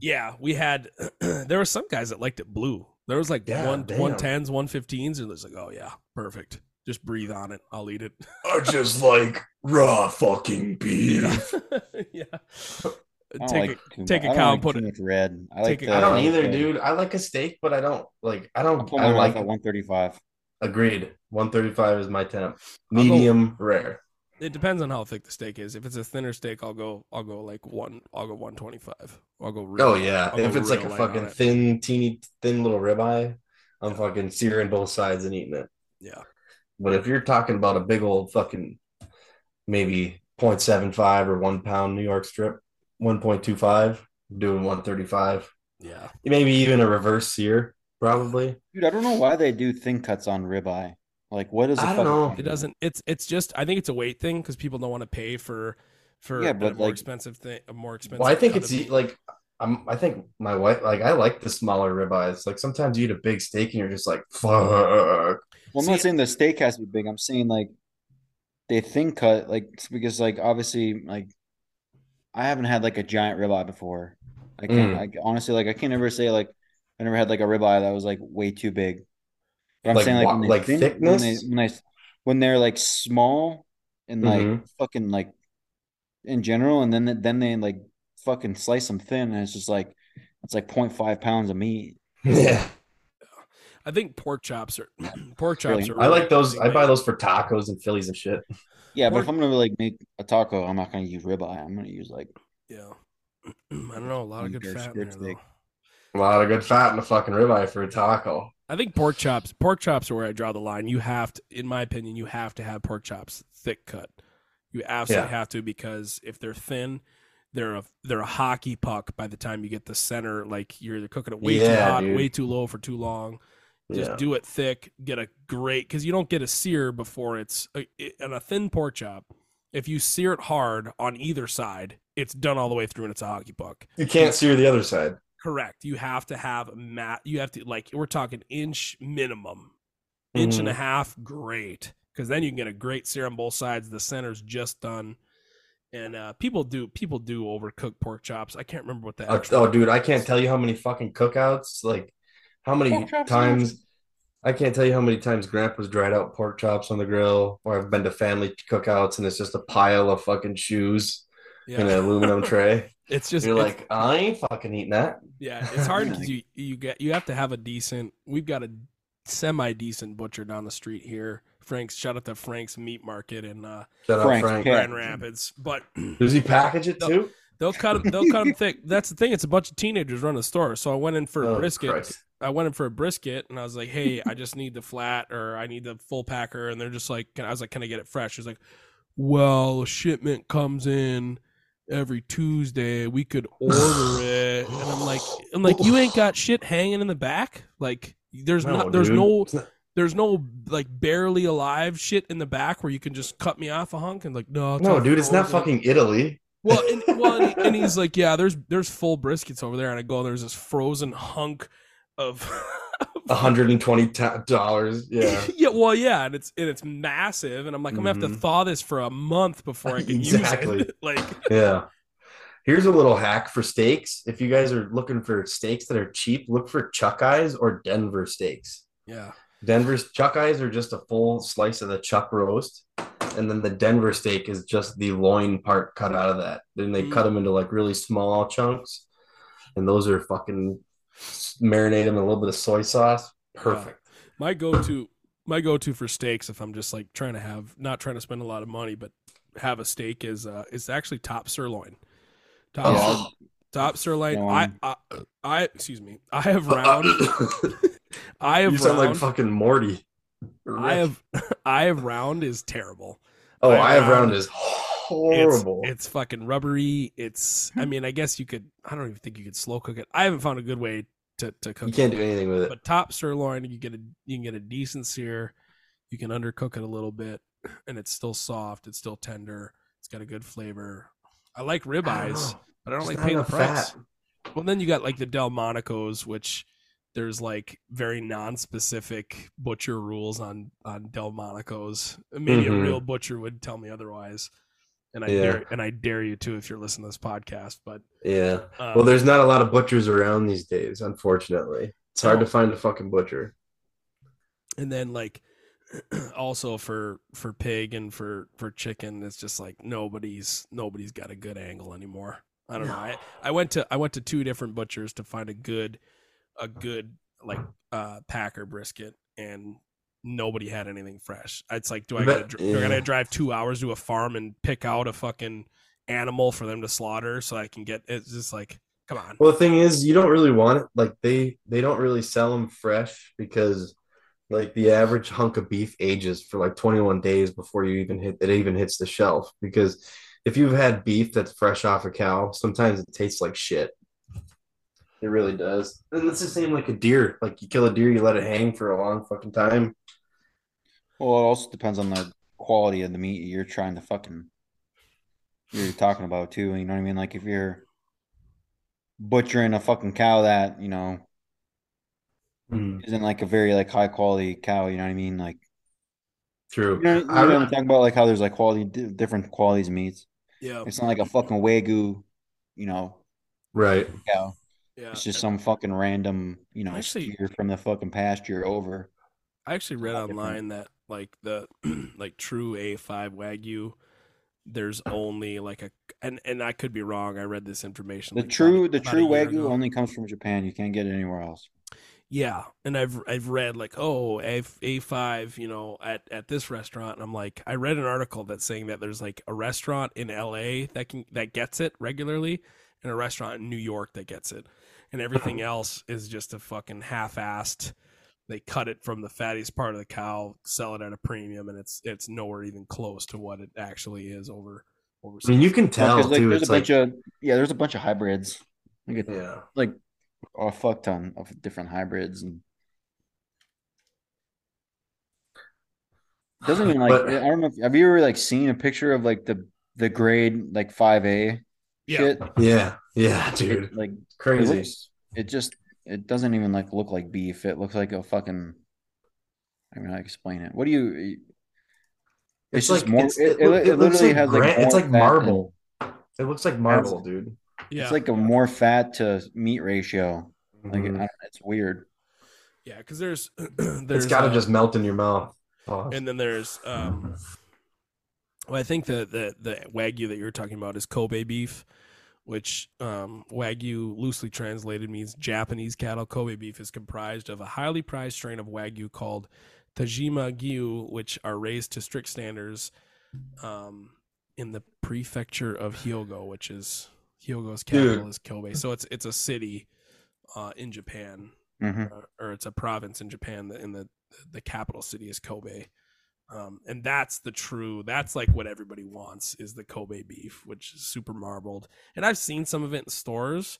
S1: Yeah, we had there were some guys that liked it blue. There was like
S2: Yeah,
S1: one
S2: damn.
S1: one tens, one fifteens, and it's like, oh yeah, perfect. Just breathe on it. I'll eat it.
S2: I just like raw fucking
S1: Yeah, yeah.
S3: I don't
S1: Take
S3: like
S1: it.
S3: too
S1: take
S3: mu-
S1: a
S3: I don't
S1: cow
S3: like
S1: and put
S3: too
S1: it-
S3: much red. I
S1: take
S3: like.
S1: a-
S3: the-
S2: I don't
S3: like
S2: either,
S3: the-
S2: dude. I like a steak, but I don't like. I
S3: I'll
S2: don't.
S3: put
S2: I
S3: mine
S2: like.
S3: off at one thirty-five.
S2: Agreed. One thirty-five is my temp.
S1: I'll go-
S2: Medium rare.
S1: It depends on how thick the steak is. If it's a thinner steak, I'll go. I'll go like one. I'll go one twenty five. I'll go. Real
S2: Oh yeah.
S1: I'll
S2: if
S1: go
S2: it's like
S1: real
S2: a
S1: light on
S2: fucking
S1: it.
S2: thin, teeny, thin little ribeye, I'm fucking searing both sides and eating it.
S1: Yeah.
S2: But if you're talking about a big old fucking, maybe 0.75 or one pound New York strip, one point two five, doing one thirty-five,
S1: yeah.
S2: maybe even a reverse sear, probably.
S3: Dude, I don't know why they do thin cuts on ribeye. Like, what is
S2: I
S3: it?
S2: don't know.
S1: It doesn't. It's it's just. I think it's a weight thing because people don't want to pay for for
S3: Yeah,
S1: a
S3: but,
S1: more
S3: like-
S1: expensive thing. A more expensive.
S2: Well, I think
S1: cut
S2: it's
S1: of-
S2: e- like I'm, I think my wife like I like the smaller ribeyes. Like sometimes you eat a big steak and you're just like fuck.
S3: Well, I'm
S1: See-
S3: not saying the steak has to be big. I'm saying like they thin cut, like it's because like obviously like I haven't had like a giant ribeye before. I
S2: Mm.
S3: can't like honestly like I can't ever say like I never had like a ribeye that was like way too big. But I'm
S2: Like
S3: saying like
S2: wa-
S3: when they
S2: like
S3: thin- when they
S2: thickness?
S3: when they when they're like small and like
S2: Mhm.
S3: fucking like in general, and then then they like fucking slice them thin, and it's just like it's like 0.5 pounds of meat.
S2: Yeah,
S1: I think pork chops are pork chops
S3: Really?
S1: are.
S2: I like those.
S1: really
S2: I buy those for tacos and Phillies and shit.
S3: Yeah, but
S1: Or-
S3: if I'm gonna like make a taco, I'm not gonna use ribeye. I'm gonna use like
S1: Yeah. I don't know. A lot of good
S3: Beef or
S1: fat in there,
S3: skirt steak.
S1: though.
S2: A lot of good fat in a fucking ribeye for a taco.
S1: I think pork chops. Pork chops are where I draw the line. You have to, in my opinion, you have to have pork chops thick cut. You absolutely have to because if they're thin, they're a they're a hockey puck by the time you get the center. Like you're either cooking it way too
S2: Yeah,
S1: hot,
S2: dude.
S1: way too low for too long. Just
S2: yeah.
S1: do it thick. Get a great because you don't get a sear before it's a, it, on a thin pork chop. If you sear it hard on either side, it's done all the way through and it's a hockey puck.
S2: you can't sear the other side.
S1: Correct. You have to have mat. You have to like we're talking inch minimum, inch and a
S2: Mm-hmm.
S1: half. Great, because then you can get a great sear on both sides. The center's just done, and uh, people do people do overcook pork chops. I can't remember what the
S2: Oh,
S1: actual-
S2: oh, dude, I can't tell you how many fucking cookouts. Like, how many
S3: Pork chops are
S2: times? I can't tell you how many times Grandpa's dried out pork chops on the grill, or I've been to family cookouts and it's just a pile of fucking shoes in an
S1: yeah.
S2: aluminum tray.
S1: It's just
S2: You're
S1: it's-
S2: like, I ain't fucking eating that.
S1: yeah, it's hard
S3: Yeah.
S1: because you you get you have to have a decent. We've got a semi decent butcher down the street here. Frank's shout out to Frank's Meat Market in uh,
S2: Shut
S3: Frank,
S2: up, Frank.
S3: yeah.
S1: Grand Rapids, but
S2: Does he package it
S1: No.
S2: too?
S1: they'll cut them. They'll cut them thick. That's the thing. It's a bunch of teenagers running the store. So I went in for a
S2: Oh,
S1: brisket.
S2: Christ.
S1: I went in for a brisket and I was like, "Hey, I just need the flat or I need the full packer." And they're just like, can, "I was like, can I get it fresh?" He's like, "Well, a shipment comes in every Tuesday. We could order it." And I'm like, "I'm like, you ain't got shit hanging in the back. Like, there's
S2: No,
S1: not, there's
S2: dude.
S1: no,
S2: It's not-
S1: there's no like barely alive shit in the back where you can just cut me off a hunk and like, no,
S2: No,
S1: all
S2: dude, it's not
S1: frozen."
S2: fucking Italy.
S1: Well, and, well, and, and he's like, yeah, there's there's full briskets over there, and I go, there's this frozen hunk of,
S2: $120. Yeah.
S1: yeah, well, yeah, and it's and it's massive, and I'm like, I'm gonna have
S2: Mhm.
S1: to thaw this for a month before I can
S2: Exactly.
S1: use it. like,
S2: Yeah. Here's a little hack for steaks. If you guys are looking for steaks that are cheap, look for Chuck Eyes or Denver steaks.
S1: Yeah.
S2: Denver's chuck eyes are just a full slice of the chuck roast, and then the Denver steak is just the loin part cut out of that. Then they
S1: Mm.
S2: cut them into like really small chunks, and those are fucking marinate them in a little bit of soy sauce. Perfect.
S1: My go to my go to for steaks if I'm just like trying to have not trying to spend a lot of money but have a steak is uh it's actually top sirloin. Top
S2: Oh.
S3: Yeah.
S1: top sirloin.
S3: Um,
S1: I, I I excuse me. I have round I have
S2: you sound like
S1: round
S2: fucking Morty.
S1: I have I have round is terrible.
S2: Oh,
S1: I
S2: I have
S1: have-
S2: round is
S1: It's-
S2: horrible.
S1: It's, fucking rubbery. It's
S2: Hmm.
S1: I mean, I guess you could I don't even think you could slow cook it. I haven't found a good way to, to cook
S2: you can't
S1: it.
S2: do anything with it.
S1: But top sirloin, you get a you can get a decent sear. You can undercook it a little bit, and it's still soft. It's still tender. It's got a good flavor. I like
S2: I don't
S1: ribeyes,
S2: know.
S1: but I don't like
S2: It's Oh, not
S1: paying the
S2: enough
S1: price.
S2: fat.
S1: Well, then you got like the Delmonico's, which there's like very non-specific butcher rules on on Delmonico's. Maybe a
S2: Mhm.
S1: real butcher would tell me otherwise. And I
S2: Yeah.
S1: dare, and I dare you to if you're listening to this podcast. But
S2: Yeah.
S1: um,
S2: Well, there's not a lot of butchers around these days, unfortunately. It's hard
S1: No.
S2: to find a fucking butcher.
S1: and then like also for for pig and for for chicken it's just like nobody's nobody's got a good angle anymore i don't know I, I went to i went to two different butchers to find a good a good like uh packer brisket and nobody had anything fresh it's like do i
S2: But-
S1: gotta, dr- do I
S2: yeah.
S1: gotta drive two hours to a farm and pick out a fucking animal for them to slaughter so i can get it's just like come on
S2: Well, the thing is, you don't really want it. Like they they don't really sell them fresh because like the average hunk of beef ages for like 21 days before you even hit it even hits the shelf because if you've had beef that's fresh off a cow, sometimes it tastes like shit. It really does. And it's the same like a deer. Like you kill a deer, you let it hang for a long fucking time.
S3: Well, it also depends on the quality of the meat you're trying to fucking you're talking about too. You know what I mean? Like if you're butchering a fucking cow that you know
S1: Hmm.
S3: isn't like a very like high quality cow. You know what I mean? Like
S2: True.
S3: you know, you
S2: I,
S3: know talking about like how there's like quality di- different qualities of meats.
S1: yeah
S3: It's not like a fucking wagyu, you know,
S2: right.
S3: cow.
S1: yeah
S3: It's just some fucking random, you know,
S1: Actually-
S3: steer from the fucking pasture over.
S1: I actually read
S3: all different.
S1: online that like the like true A5 Wagyu, there's only like a and and I could be wrong. I read this information.
S3: The
S1: like, about-
S3: true the
S1: about a
S3: true
S1: year
S3: wagyu
S1: ago.
S3: only comes from Japan. You can't get it anywhere else.
S1: Yeah, and I've I've read like oh A A5 you know at at this restaurant. And I'm like I read an article that's saying that there's like a restaurant in LA that can that gets it regularly, and a restaurant in New York that gets it, and everything else is just a fucking half-assed. They cut it from the fattiest part of the cow, sell it at a premium, and it's it's nowhere even close to what it actually is over over.
S2: I mean, you can
S3: Well,
S2: tell
S3: 'cause, like,
S2: too.
S3: there's
S2: It's
S3: a bunch
S2: like
S3: of yeah, there's a bunch of hybrids. Like a,
S2: yeah.
S3: like oh, a fuck ton of different hybrids and doesn't even like
S2: But-
S3: I don't know. If, have you ever like seen a picture of like the the grade like five A
S1: Yeah,
S3: shit?
S2: Yeah, yeah, dude,
S3: Like it
S2: crazy.
S3: looks, it just it doesn't even like look like beef. It looks like a fucking. I mean, I explain it. What do you? It's, just more.
S2: it's-
S3: it, it,
S2: loo-
S3: it literally
S2: like
S3: has like
S2: gran- it's
S3: more
S2: like
S3: fat and-
S2: marble. It looks like marble, dude.
S1: yeah, Mm-hmm.
S3: It's like a more fat to meat ratio. Like I
S2: Mhm.
S3: don't- it's weird.
S1: yeah. Because there's there's
S2: it's got to
S1: uh,
S2: just melt in your mouth. Oh, Pause.
S1: and then there's um well i think the the the wagyu that you're talking about is kobe beef which um wagyu loosely translated means japanese cattle kobe beef is comprised of a highly prized strain of wagyu called tajima gyu which are raised to strict standards um in the prefecture of hyogo which is hyogo's capital
S2: Dude.
S1: is kobe so it's it's a city uh in japan
S3: hmm
S1: uh, or it's a province in Japan. The, in the the capital city is Kobe, um, and that's the true. That's like what everybody wants is the Kobe beef, which is super marbled. And I've seen some of it in stores,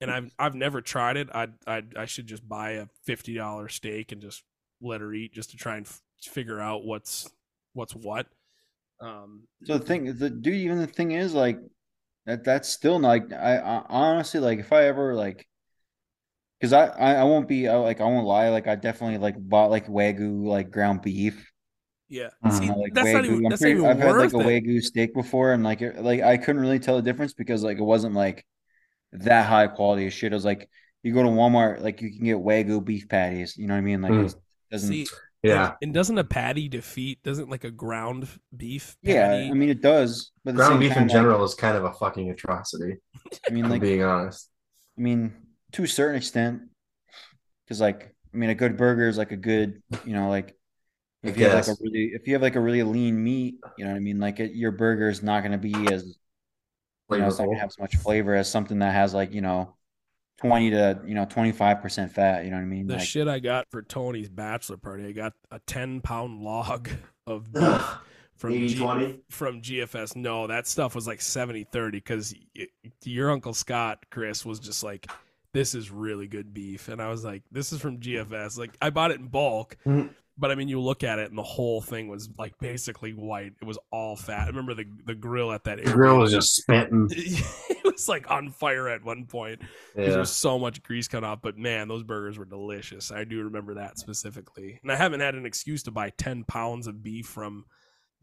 S1: and I've I've never tried it. I I I should just buy a fifty dollar steak and just let her eat just to try and f- figure out what's what's what. Um,
S3: So the thing, the dude, even the thing is like that. That's still not, like I, I honestly like if I ever like, because I, I I won't be I, like I won't lie like I definitely like bought like wagyu like ground beef
S1: Yeah.
S3: I don't
S1: See,
S3: know, Uh-huh, like
S1: Mm-hmm. that's not
S3: Wagyu.
S1: even
S3: I'm
S1: that's
S3: pretty-
S1: not even
S3: I've had
S1: worth
S3: like a
S1: it.
S3: wagyu steak before, and like it, like I couldn't really tell the difference because like it wasn't like that high quality of shit. It was like you go to Walmart, like you can get wagyu beef patties. You know what I mean? Like
S2: Mm.
S3: it doesn't.
S1: See,
S2: Yeah.
S1: And doesn't a patty defeat doesn't like a ground beef
S3: yeah,
S1: patty?
S3: I mean it does, but at the
S2: Ground
S3: same
S2: beef
S3: time,
S2: in general is kind of a fucking atrocity,
S3: like, I mean,
S2: if I'm
S3: like
S2: being honest.
S3: I mean, to a certain extent, because like I mean, a good burger is like a good, you know, like
S2: I
S3: if you have like
S2: guess.
S3: a really if you have like a really lean meat, you know what I mean. Like it, your burger is not going to be as you know, it's not going
S2: Flavorful.
S3: to have as much flavor as something that has like you know twenty to you know twenty five percent fat. You know what I mean?
S1: the
S3: Like,
S1: shit I got for Tony's bachelor party, I got a ten pound log of beef from G-
S2: 80-20?
S1: from GFS. No, that stuff was like 70 30 because your uncle Scott Chris was just like, this is really good beef, and I was like, this is from GFS. Like I bought it in bulk.
S2: Mhm.
S1: But I mean, you look at it, and the whole thing was like basically white. It was all fat. I remember the the grill at that
S2: The grill
S1: Airbnb-
S2: was just spitting.
S1: it was like on fire at one point. 'cause There
S2: Yeah.
S1: was so much grease cut off, but man, those burgers were delicious. I do remember that specifically. And I haven't had an excuse to buy 10 pounds of beef from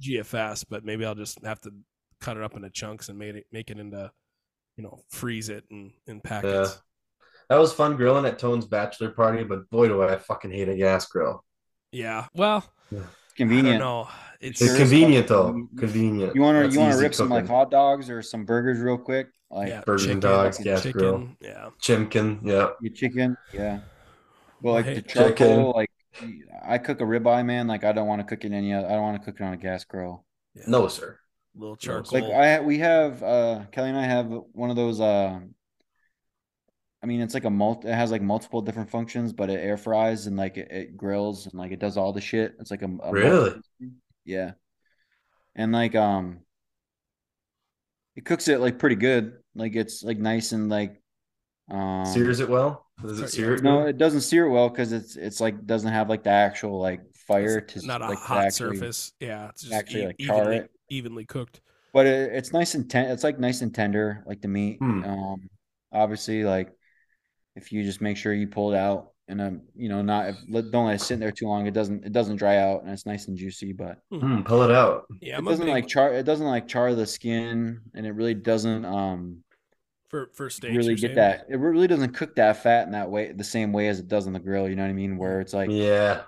S1: GFS, but maybe I'll just have to cut it up into chunks and made it, make it into, you know, freeze it and in
S2: Yeah.
S1: packets.
S2: That was fun grilling at Tone's bachelor party, but boy, do I fucking hate a gas grill.
S1: Yeah. Well,
S3: it's
S1: I don't
S3: convenient.
S1: know. It's,
S2: It's
S3: Sure.
S2: convenient though. Convenient.
S3: You want
S2: That's
S3: to you want to
S2: easy
S3: rip some like
S2: cooking.
S3: hot dogs or some burgers real quick, like
S1: yeah,
S2: burgers and dogs,
S1: fucking
S2: gas grill.
S1: Yeah.
S2: chimkin? Yeah.
S3: your chicken. Yeah. Well, like
S1: Hey,
S3: the
S2: Chicken.
S3: charcoal, like I cook a ribeye, man. Like I don't want to cook it in any. I don't want to cook it on a gas grill.
S1: yeah.
S2: No, sir.
S1: Little
S2: It's
S1: charcoal.
S3: Like I, we have uh Kelly and I have one of those. Uh, I mean, it's like a multi. It has like multiple different functions, but it air fries and like it, it grills and like it does all the shit. It's like a, a multi-
S2: Really?
S3: yeah, and like um, it cooks it like pretty good. Like it's like nice and like um
S2: Sears it well? Does it sear it?
S3: No,
S2: good?
S3: it doesn't sear well because it's it's like doesn't have like the actual like fire
S1: It's
S3: to
S1: not a
S3: like to
S1: hot
S3: actually-
S1: surface. Yeah. It's just
S3: actually,
S1: e-
S3: like, char
S1: evenly,
S3: it.
S1: evenly cooked.
S3: But it, it's nice and ten. It's like nice and tender, like the meat.
S2: Hmm.
S3: Um, obviously, like if you just make sure you pull it out and um, you know, not if, let- don't let it sit in there too long. It doesn't it doesn't dry out and it's nice and juicy. But
S2: Mm, pull it out.
S1: Hmm. Yeah. I'm
S3: Hmm. it
S1: a
S3: doesn't
S1: big-
S3: like char. It doesn't like char the skin, and it really doesn't um
S1: for, for steaks.
S3: really
S1: you're
S3: get
S1: saying?
S3: that. It really doesn't cook that fat in that way the same way as it does on the grill. You know what I mean? Where it's like
S2: Yeah.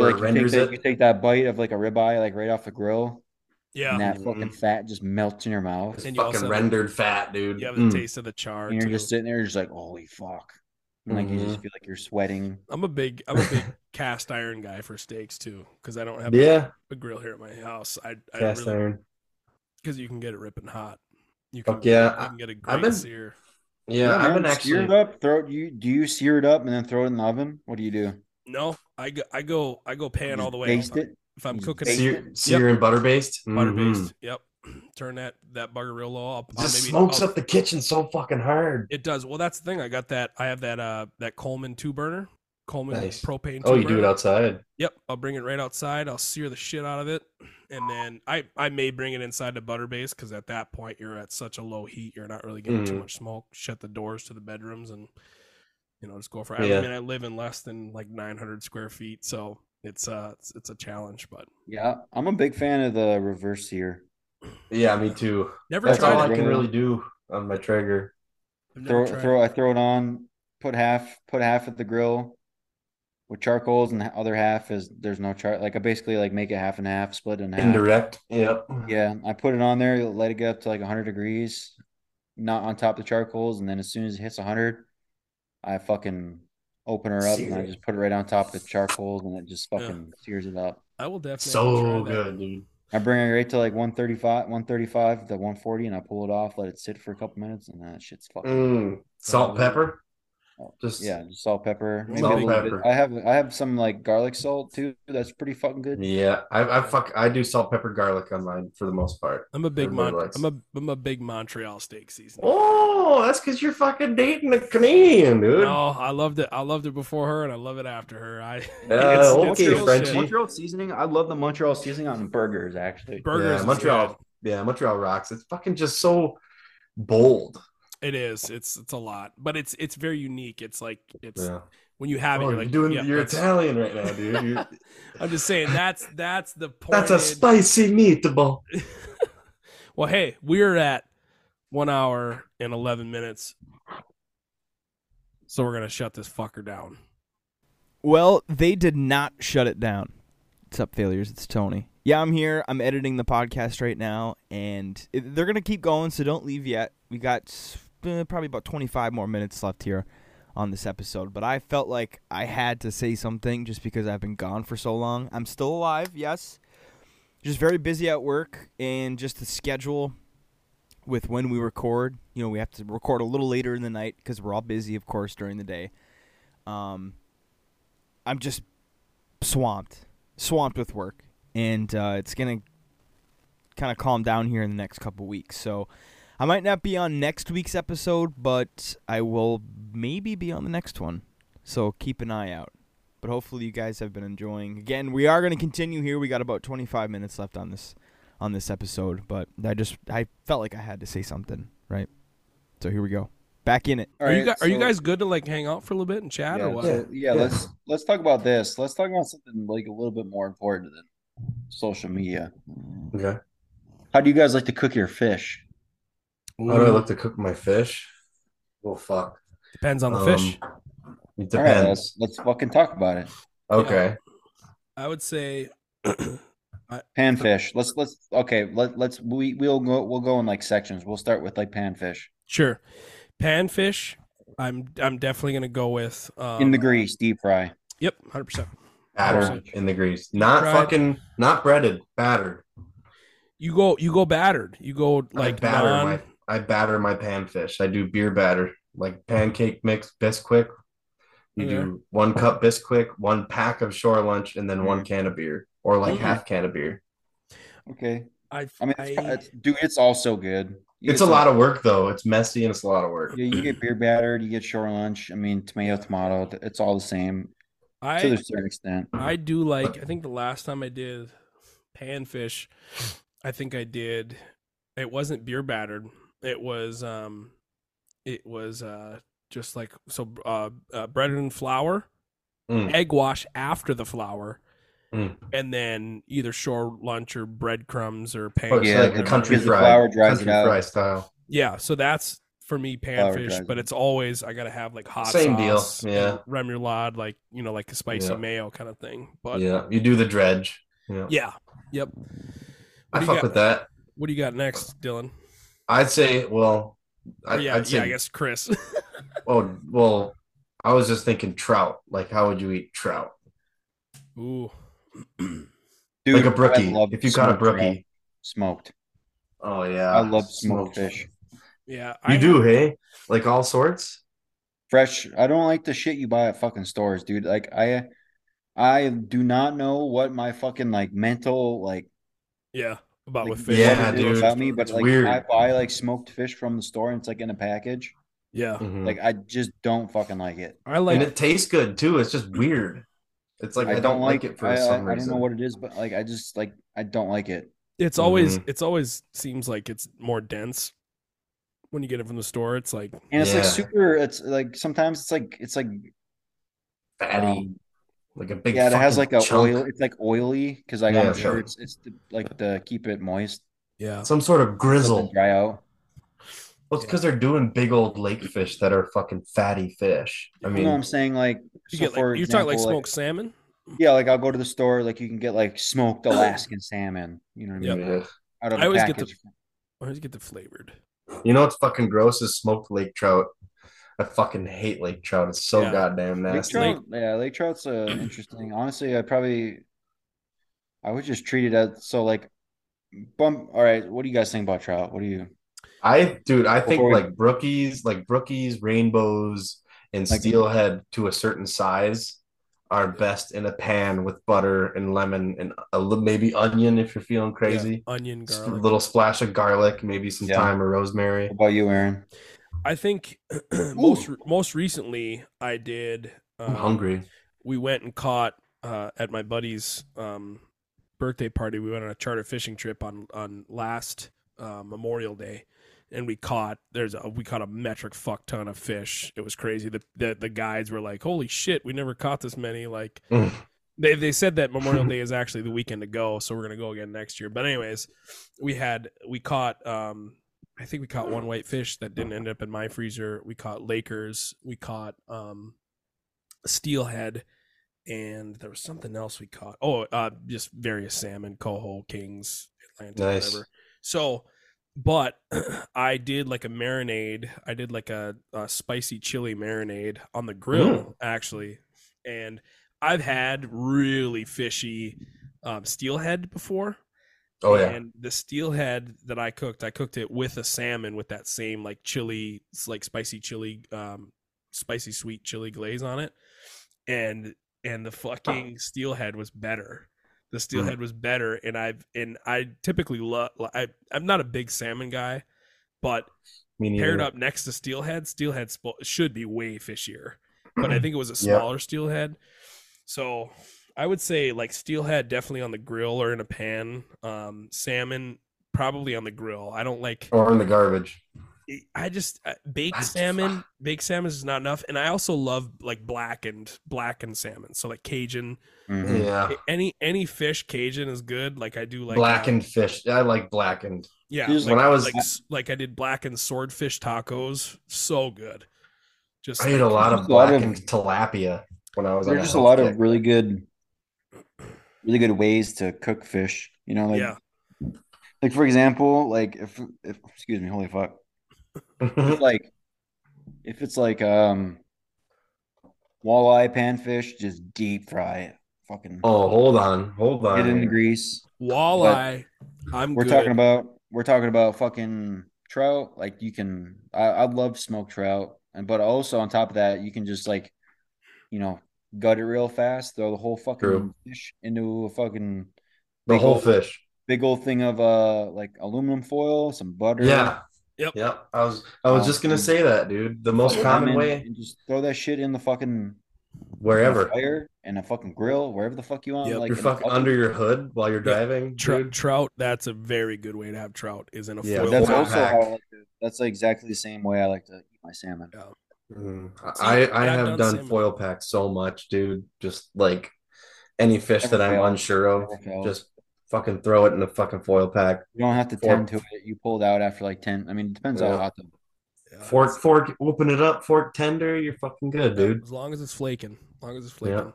S2: where it
S3: like you take
S2: renders
S3: that,
S2: it.
S3: you take that bite of like a ribeye like right off the grill,
S1: Yeah.
S3: and that
S2: Mhm.
S3: fucking fat just melts in your mouth.
S2: It's
S1: And you also
S2: fucking
S1: have-
S2: rendered fat, dude.
S1: You have the
S2: Mm.
S1: taste of the char.
S3: and you're
S1: too.
S3: just sitting there, just like, holy fuck. And like you
S2: Mm-hmm.
S3: just feel like you're sweating.
S1: I'm a big I'm a big cast iron guy for steaks too because I don't have
S2: Yeah.
S1: a grill here at my house. I, I
S2: Cast
S1: really
S2: iron.
S1: because you can get it ripping hot. You can
S2: Fuck yeah,
S1: you
S2: I-
S1: can get a great
S2: been-
S1: sear.
S2: Yeah, I've been
S3: man, sear
S2: actually.
S3: it up. Throw it. You do you sear it up and then throw it in the oven? What do you do?
S1: No, I go I go I go pan
S3: Just
S1: all the way.
S3: Baste
S1: If, I-
S3: it.
S1: if I'm
S3: Just
S1: cooking
S3: baste
S1: it,
S3: it.
S2: Sear, sear and butter based.
S1: butter based. Yep. Turn that that bugger real low up. I'll
S2: Mm-hmm. Just
S1: maybe-
S2: smokes
S1: I'll-
S2: up the kitchen so fucking hard.
S1: It does. Well, that's the thing. I got that. I have that uh that Coleman two burner. Coleman
S2: Nice.
S1: propane.
S2: Oh,
S1: two
S2: you do it
S1: burner.
S2: outside.
S1: Yep, I'll bring it right outside. I'll sear the shit out of it, and then I I may bring it inside the butter base because at that point you're at such a low heat, you're not really getting
S3: Mm.
S1: too
S2: Mhm.
S1: much smoke. Shut the doors to the bedrooms, and you know just go for. it. I
S2: Yeah.
S1: mean, I live in less than like 900 square feet, so it's uh it's, it's a challenge, but
S3: Yeah, I'm a big fan of the reverse sear.
S2: Yeah, me too.
S1: never
S2: That's
S1: tried.
S2: all
S1: it.
S2: I can
S3: Yeah.
S2: really do on my Traeger.
S1: I've never
S3: Throw
S1: tried
S3: throw
S1: it.
S3: I throw it on. Put half put half at the grill with charcoals, and the other half is there's no char. Like I basically like make it half and half, split it in half.
S2: Indirect. Yep.
S3: Yeah, I put it on there, let it get up to like 100 degrees, not on top of the charcoals, and then as soon as it hits 100, I fucking open her up and I
S2: Sear it.
S3: just put it right on top of the charcoals, and it just
S1: Yeah.
S3: fucking sears it up.
S1: I will definitely
S2: So
S1: try that.
S2: good, dude.
S3: I bring it right to like 135, 135 to 140, and I pull it off, let it sit for a couple minutes, and that shit's fucking.
S2: Mm. Salt, pepper. Just
S3: Yeah, just salt, pepper. maybe a
S1: Salt,
S3: little bit-
S2: pepper.
S3: I have I have some like garlic salt too. That's pretty fucking good.
S2: Yeah, I, I fuck. I do salt, pepper, garlic on mine for the most part.
S1: I'm a big
S2: Everybody
S1: Mon-
S2: likes
S1: I'm a I'm a big Montreal steak season.
S2: Oh, that's because you're fucking dating a Canadian, dude.
S1: No, I loved it. I loved it before her, and I love it after her. I
S2: Uh,
S1: it's
S2: okay,
S1: real shit.
S2: Frenchie.
S3: Montreal seasoning. I love the Montreal seasoning on burgers actually.
S1: burgers. is
S2: yeah,
S1: good.
S2: Montreal. Yeah, Montreal rocks. It's fucking just so bold.
S1: It is. It's it's a lot, but it's it's very unique. It's like it's
S2: Yeah,
S1: when you have it,
S2: Oh,
S1: you're
S2: you're
S1: like,
S2: doing
S1: yeah,
S2: you're
S1: let's-
S2: Italian right now, dude. You're-
S1: I'm just saying that's that's the point.
S2: that's a spicy meatball.
S1: Well, hey, we're at one hour and eleven minutes, so we're gonna shut this fucker down.
S4: Well, they did not shut it down. What's up, failures? It's Tony. Yeah, I'm here. I'm editing the podcast right now, and it, they're gonna keep going. So don't leave yet. We got s- eh, probably about 25 more minutes left here on this episode. But I felt like I had to say something just because I've been gone for so long. I'm still alive, yes. Just very busy at work, and just the schedule with when we record. You know, we have to record a little later in the night because we're all busy, of course, during the day. Um, I'm just swamped, swamped with work, and uh, it's gonna kind of calm down here in the next couple weeks. So I might not be on next week's episode, but I will maybe be on the next one. So keep an eye out. But hopefully you guys have been enjoying. Again, we are gonna continue here. We got about 25 minutes left on this on this episode, but I just I felt like I had to say something, right? So here we go. Back in it.
S3: All
S1: are you
S3: right,
S1: guys, are you
S3: so-
S1: guys good to like hang out for a little bit and chat or what?
S3: so- yeah,
S2: Yeah.
S3: let's let's talk about this. Let's talk about something like a little bit more important than social media.
S2: Okay.
S3: How do you guys like to cook your fish?
S2: How do I look to cook my fish? Well, fuck.
S1: Depends on the
S2: Um,
S1: fish.
S2: It
S3: All right,
S2: depends.
S3: let's let's fucking talk about it.
S2: okay.
S1: I would say
S3: Panfish. Let's let's okay. Let let's we we'll go we'll go in like sections. We'll start with like panfish
S1: sure, panfish. I'm I'm definitely gonna go with um,
S3: in the grease, deep fry.
S1: Yep, hundred percent.
S2: Battered
S1: Sausage.
S2: in the grease. Not
S1: Fried.
S2: fucking not breaded. Battered.
S1: You go you go battered. You go like
S2: batter
S1: non.
S2: my- I batter my panfish. I do beer batter, like pancake mix, Bisquick. You
S1: Okay.
S2: do one cup Bisquick, one pack of Shore Lunch, and then
S3: Mm-hmm.
S2: one can of beer, or like
S1: Okay.
S2: half can of beer.
S3: Okay.
S1: I,
S3: I mean, it's, it's, dude, it's all so good. You
S2: It's a
S3: get
S2: lot
S3: some-
S2: of work though. It's messy and it's a lot of work.
S3: Yeah, you get beer battered, you get shore lunch. I mean, tomato, tomato. th- It's all the same
S1: I,
S3: to a certain extent.
S1: I do like. I think the last time I did panfish, I think I did. It wasn't beer battered. It was um, it was uh just like so uh, uh bread and flour,
S2: Mm.
S1: egg wash after the flour,
S2: Mm.
S1: and then either shore lunch or breadcrumbs or
S2: Oh,
S1: pancakes.
S2: it's
S3: Yeah,
S2: like a
S3: the-
S2: country
S3: because the
S2: fry,
S3: flour dries it
S2: country
S3: out.
S2: fry style.
S1: Yeah, so that's for me panfish,
S3: dressing.
S1: but it's always I gotta have like hot
S2: Same deal,
S1: sauce, and
S2: yeah.
S1: remoulade, like you know, like a spicy
S2: Yeah.
S1: mayo kind of thing. But yeah,
S2: yeah, you do the dredge. Yeah,
S1: yep.
S2: I
S1: you
S2: fuck
S1: got?
S2: with that.
S1: What do you got next, Dylan?
S2: I'd say, well, I,
S1: yeah,
S2: I'd say,
S1: yeah, I guess Chris.
S2: oh, well, I was just thinking trout. Like, how would you eat trout?
S1: Ooh,
S3: Dude,
S2: like a
S3: I
S2: brookie.
S3: love
S2: If you caught a
S3: smoked trout.
S2: brookie,
S3: smoked.
S2: oh yeah,
S3: I love smoked fish.
S1: yeah,
S2: You
S1: I
S2: do, hey? Like all sorts.
S3: fresh. I don't like the shit you buy at fucking stores, dude. Like I I do not know what my fucking like mental like
S1: Yeah, about
S3: like,
S1: with fish.
S2: Yeah,
S3: what it is
S2: dude.
S3: about me, but
S2: It's
S3: like
S2: weird.
S3: I buy like smoked fish from the store and it's like in a package.
S1: Yeah,
S2: Hmm.
S3: Like I just don't fucking like it.
S1: I
S2: and
S1: like.
S2: it tastes good too. It's just weird. It's like I, don't, like it for
S3: I,
S2: some
S3: I, I don't
S2: reason.
S3: know what it is, but like I just like I don't like it.
S1: It's always
S2: Mm-hmm.
S1: it's always seems like it's more dense when you get it from the store. It's like
S3: And it's like
S2: Yeah.
S3: super it's like sometimes it's like it's like
S2: Fatty,
S3: um,
S2: like a big
S3: yeah, it has like
S2: fucking
S3: a
S2: chunk.
S3: oil it's like oily because like
S2: Yeah,
S3: I'm sure
S2: sure.
S3: it's it's to, like to keep it moist,
S1: yeah,
S2: some sort of
S3: doesn't
S2: grizzle.
S3: dry out.
S2: Well, it's because they're doing big old lake fish that are fucking fatty fish. I
S3: Mm-hmm. You
S2: mean,
S3: know what I'm saying? Like
S1: you
S3: so
S1: get
S3: for
S1: like you're talking like
S3: example,
S1: smoked salmon.
S3: Yeah, like I'll go to the store, like you can get like smoked Alaskan salmon. You know what I mean?
S2: yeah.
S3: Out of
S1: Oh. I
S3: a
S1: always get the-
S3: package.
S1: I always get the flavored.
S2: you know what's fucking gross is smoked lake trout. I fucking hate lake trout. It's so
S1: Yeah.
S2: goddamn
S3: lake
S2: nasty.
S3: trout. Yeah, lake trout's uh, interesting. Honestly, I probably I would just treat it as so like bump. All right, what do you guys think about trout? What do you
S2: I dude, I think
S3: Before we-
S2: like brookies, like brookies, rainbows, and
S3: Like-
S2: steelhead to a certain size are best in a pan with butter and lemon and a little maybe onion if you're feeling
S1: Yeah,
S2: crazy.
S1: onion,
S2: S-
S1: garlic.
S2: little splash of garlic, maybe some
S3: Yeah.
S2: thyme or rosemary.
S3: what about you, Aaron?
S1: I think most most recently I did.
S2: I'm
S1: um,
S3: Uh,
S2: hungry.
S1: We went and caught uh, at my buddy's um, birthday party. We went on a charter fishing trip on on last uh, Memorial Day, and we caught there's a we caught a metric fuck ton of fish. It was crazy. The the, the guides were like, "Holy shit, we never caught this many!" Like
S2: Mm.
S1: they they said that Memorial Day is actually the weekend to go, so we're gonna go again next year. But anyways, we had we caught um I think we caught one white fish that didn't end up in my freezer. We caught Lakers. We caught um steelhead and there was something else we caught. Oh, uh, just various salmon, coho, kings, Atlanta,
S2: Nice.
S1: whatever. So, but I did like a marinade. I did like a, a spicy chili marinade on the grill, actually. And I've had really fishy um, steelhead before.
S2: Oh yeah.
S1: And the steelhead that I cooked, I cooked it with a salmon with that same like chili, it's like spicy chili, um, spicy sweet chili glaze on it, and and the fucking steelhead was better.
S2: Hmm.
S1: The steelhead was better, and I've and I typically love. I I'm not a big salmon guy, but
S2: Me neither.
S1: paired up next to steelhead steelhead spo- should be way fishier but i think it was a smaller steelhead so i would say like steelhead definitely on the grill or in a pan um salmon probably on the grill i don't like
S2: Or in the garbage.
S1: i just uh, baked
S2: I-
S1: salmon baked salmon is not enough and i also love like blackened blackened salmon so like cajun
S3: Mhm.
S2: Yeah.
S1: any any fish cajun is good like i do like uh,
S2: blackened fish. I like blackened.
S1: yeah
S3: Here's-
S1: like,
S2: when I was
S1: like, s- like i did blackened swordfish tacos so good just
S2: I ate a lot
S3: Just
S2: of
S3: a lot of-
S2: blackened tilapia when I was
S3: There
S2: on
S3: are
S2: a
S3: just a
S2: health
S3: lot
S2: kick.
S3: of really good, really good ways to cook fish. You know, like
S1: yeah
S3: like for example, like if, if excuse me, holy fuck, If, like if it's like um walleye panfish, just deep fry it. Fucking
S2: oh, hold on, hold on.
S3: get in the
S2: here.
S3: grease.
S1: Walleye, I'm
S3: We're
S1: good.
S3: talking about we're talking about fucking trout. Like you can, I, I love smoked trout, and but also on top of that, you can just like, you know, gut it real fast, throw the whole fucking
S2: True.
S3: fish into a fucking
S2: the
S3: big
S2: whole
S3: old-
S2: fish.
S3: big old thing of uh like aluminum foil, some butter,
S2: Yeah.
S1: Yep.
S2: Yep. I was I was
S3: Oh,
S2: just gonna
S3: dude.
S2: say that, dude. The most
S3: lemon,
S2: common way
S3: and just throw that shit in the fucking
S2: wherever
S3: fire and a fucking grill, wherever the fuck you want.
S1: Yep.
S3: Like
S2: you're
S3: in a
S2: fucking under your hood while you're driving,
S1: Tr-
S2: dude.
S1: trout. That's a very good way to have trout. Is in a
S2: Yeah,
S1: foil.
S3: That's
S2: Wow.
S1: wrap.
S3: also how I like to, that's like exactly the same way I like to eat my salmon.
S2: Mm.
S1: See,
S2: I I
S1: I've
S2: have
S1: done
S2: done,
S1: salmon.
S2: foil pack so much, dude. Just like any fish that I'm
S3: Everfail.
S2: unsure of,
S3: Everfail.
S2: just fucking throw it in the fucking foil pack.
S3: You don't have to
S2: Fork.
S3: tend to it. You pull it out after like ten. I mean, it depends
S2: Yeah.
S3: how hot the
S1: Yeah.
S2: Fork, fork, open it up, fork tender. You're fucking good, dude.
S1: As long as it's flaking. As long as it's
S2: Yeah.
S1: flaking.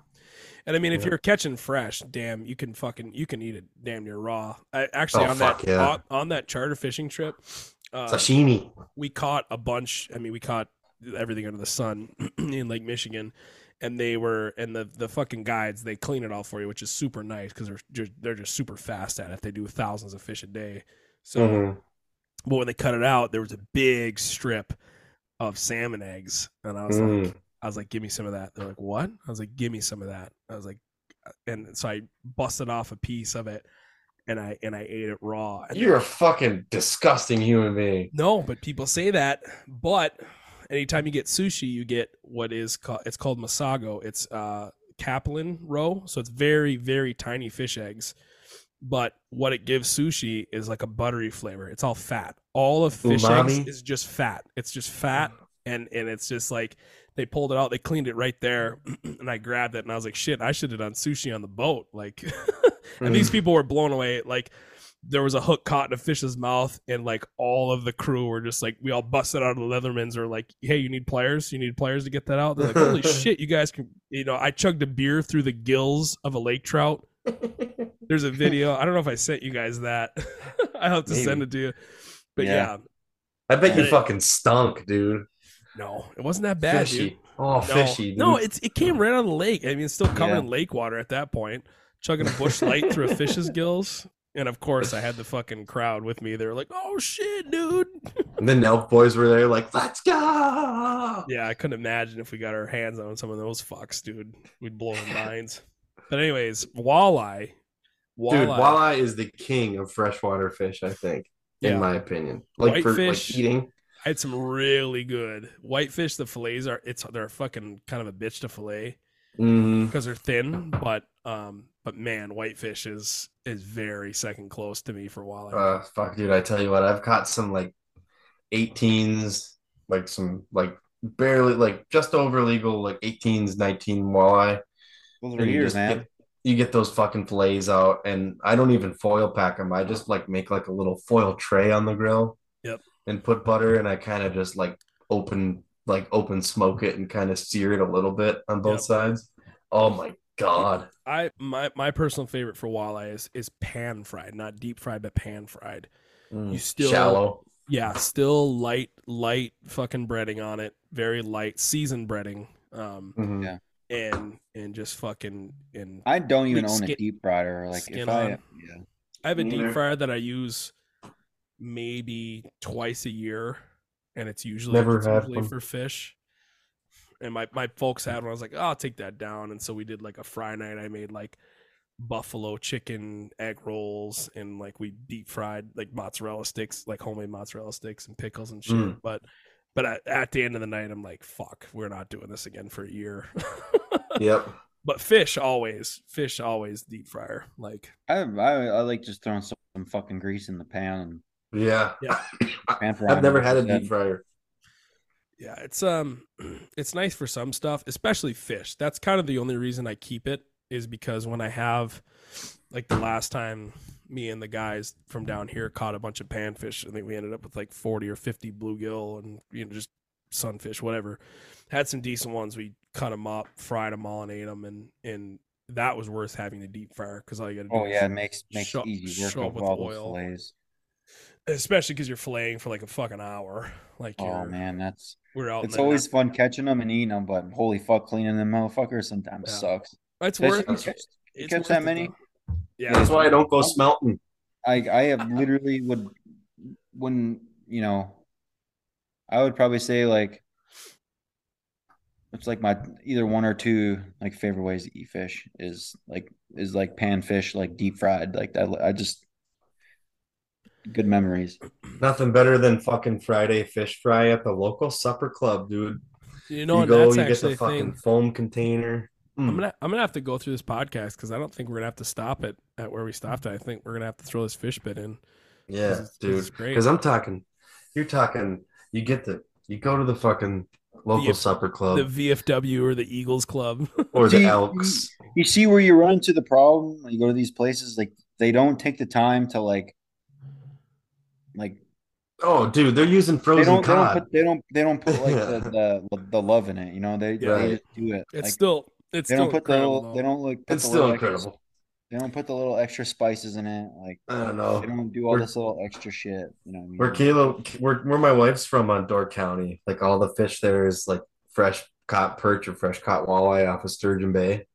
S1: And I mean, if
S2: Yeah.
S1: you're catching fresh, damn, you can fucking you can eat it damn near raw. I, actually
S2: Oh,
S1: on
S2: fuck
S1: that
S2: yeah.
S1: on, on that charter fishing trip, uh,
S2: Sashimi.
S1: we caught a bunch. I mean, we caught everything under the sun in Lake Michigan, and they were and the the fucking guides they clean it all for you, which is super nice because they're just, they're just super fast at it. They do thousands of fish a day, so.
S2: Mhm.
S1: But when they cut it out, there was a big strip of salmon eggs, and I was like,
S2: Mm.
S1: I was like, give me some of that. They're like, what? I was like, give me some of that. I was like, uh, and so I busted off a piece of it, and I and I ate it raw. And
S2: You're a fucking disgusting human being.
S1: no, but people say that. But anytime you get sushi, you get what is called it's called masago. It's uh capelin roe, so it's very very tiny fish eggs. But what it gives sushi is like a buttery flavor. It's all fat. All of fish
S2: Umami?
S1: eggs is just fat. It's just fat, and and it's just like they pulled it out. They cleaned it right there, and I grabbed it, and I was like, "Shit, I should have done sushi on the boat." Like, and these people were blown away. Like, there was a hook caught in a fish's mouth, and like all of the crew were just like, we all busted out of the Leathermans. Or like, hey, you need pliers? You need pliers to get that out? They're like, holy shit, you guys can. You know, I chugged a beer through the gills of a lake trout. There's a video. I don't know if I sent you guys that. I will have to send
S2: Maybe.
S1: it to you. But yeah,
S3: Yeah.
S2: I bet you
S1: Yeah.
S2: fucking stunk, dude.
S1: no, it wasn't that bad,
S2: fishy.
S1: dude.
S2: Oh,
S1: No,
S2: fishy. Dude.
S1: no, it's it came right out of the lake. I mean, it's still covered
S3: Yeah.
S1: in lake water at that point. Chugging a bush light through a fish's gills, and of course, I had the fucking crowd with me. They were like, "Oh shit, dude!"
S2: and the Nelk boys were there, like, let's go.
S1: Yeah, I couldn't imagine if we got our hands on some of those fucks, dude. We'd blow our minds. But anyways, walleye, walleye,
S2: Dude, walleye is the king of freshwater fish, I think,
S1: Yeah.
S2: in my opinion. Like for
S1: Whitefish.
S2: like eating.
S1: I had some really good whitefish. The fillets are it's they're fucking kind of a bitch to fillet.
S2: Mm,
S1: because they're thin. But um, but man, whitefish is is very second close to me for walleye.
S2: uh, fuck, dude. I tell you what, I've caught some like 18s, like some like barely like just over legal like 18s, 19 walleye.
S3: Those were
S2: And you
S3: years,
S2: just
S3: man.
S2: get- you get those fucking fillets out, and I don't even foil pack them. I just like make like a little foil tray on the grill.
S1: Yep.
S2: And put butter, and I kind of just like open like open smoke it and kind of sear it a little bit on both
S1: Yep.
S2: sides. Oh my god.
S1: I my my personal favorite for walleye is is pan fried, not deep fried, but pan fried.
S3: Mm.
S1: You still
S2: Mm. shallow.
S1: yeah, still light light fucking breading on it, very light seasoned breading, um,
S2: Mhm.
S3: Yeah.
S1: and and just fucking and
S3: I don't even
S1: Like
S3: own a
S1: skin-
S3: deep fryer. Like if
S1: skin
S3: I,
S1: on.
S3: yeah.
S1: I have a
S2: Me
S1: deep
S2: neither.
S1: fryer that I use maybe twice a year, and it's usually
S2: Never
S1: it's
S2: had
S1: usually
S2: one.
S1: for fish. And my my folks had one. I was like, oh, I'll take that down. And so we did like a fry night. I made like buffalo chicken egg rolls, and like we deep fried like mozzarella sticks, like homemade mozzarella sticks and pickles and shit.
S2: Mm.
S1: But but at, at the end of the night, I'm like, fuck, we're not doing this again for a year.
S2: Yep.
S1: but fish always, fish always deep fryer. Like
S3: I, I I like just throwing some, some fucking grease in the pan
S2: Yeah.
S1: Yeah.
S3: and pan fry.
S2: I've never
S3: it,
S2: had a
S3: like I
S2: deep
S3: said.
S2: fryer.
S1: Yeah, it's um it's nice for some stuff, especially fish. That's kind of the only reason I keep it is because when I have like the last time me and the guys from down here caught a bunch of panfish, I think we ended up with like 40 or 50 bluegill and you know just sunfish whatever. Had some decent ones. We cut them up, fried them all and ate them and and that was worth having the deep fryer cuz all you got to do
S3: Oh
S1: is
S3: yeah, it makes makes
S1: Shove-
S3: easy work
S1: shove
S3: of
S1: with
S3: all
S1: oil.
S3: those fillets.
S1: especially cuz you're filleting for like a fucking hour. Like
S3: Oh
S1: you're,
S3: man, that's
S1: we're out in
S3: it's
S1: the
S3: always fun catching them and eating them, but holy fuck, cleaning them motherfuckers sometimes
S1: Yeah.
S3: sucks.
S1: it's
S3: Especially
S1: worth
S3: if you catch-
S1: it's
S3: catch
S1: worth
S3: that
S1: it,
S3: many?
S1: though. Yeah,
S2: That's why I don't go smelting.
S3: I I have literally would when you know I would probably say like it's like my either one or two like favorite ways to eat fish is like is like pan fish like deep fried like that I just good memories.
S2: Nothing better than fucking Friday fish fry at the local supper club, dude.
S1: You know,
S2: you
S1: and
S2: go,
S1: that's
S2: you get
S1: actually
S2: the
S1: a thing.
S2: fucking foam container.
S1: I'm
S2: Mm.
S1: gonna I'm gonna have to go through this podcast because I don't think we're gonna have to stop it at where we stopped. At. I think we're gonna have to throw this fish bit in.
S2: Yeah,
S1: it's-
S2: dude.
S1: it's great.
S2: Because I'm talking, you're talking. You get the, you go to the fucking local
S1: The-
S2: supper club
S1: The E VFW or the Eagles Club.
S2: or
S3: Do
S2: the
S3: you-
S2: Elks.
S3: You see where you run into the problem when you go to these places like they don't take the time to like like
S2: Oh, dude, they're using
S3: they
S2: frozen
S3: don't, they don't
S2: cod.
S3: put they don't they don't put like the, the the love in it you know they,
S2: Right.
S3: they just do it
S1: It's
S3: like,
S1: still it's
S3: they
S1: still
S3: don't put the
S1: incredible,
S3: little,
S1: though.
S3: they don't like put
S2: It's
S3: the
S2: still
S3: little extra-
S2: incredible.
S3: they don't put the little extra spices in it like
S2: I don't
S3: they
S2: know.
S3: don't do all
S2: We're-
S3: this little extra shit you know what I mean?
S2: Where Caleb, where, where my wife's from on Door County, like all the fish there is like fresh caught perch or fresh caught walleye off of Sturgeon Bay.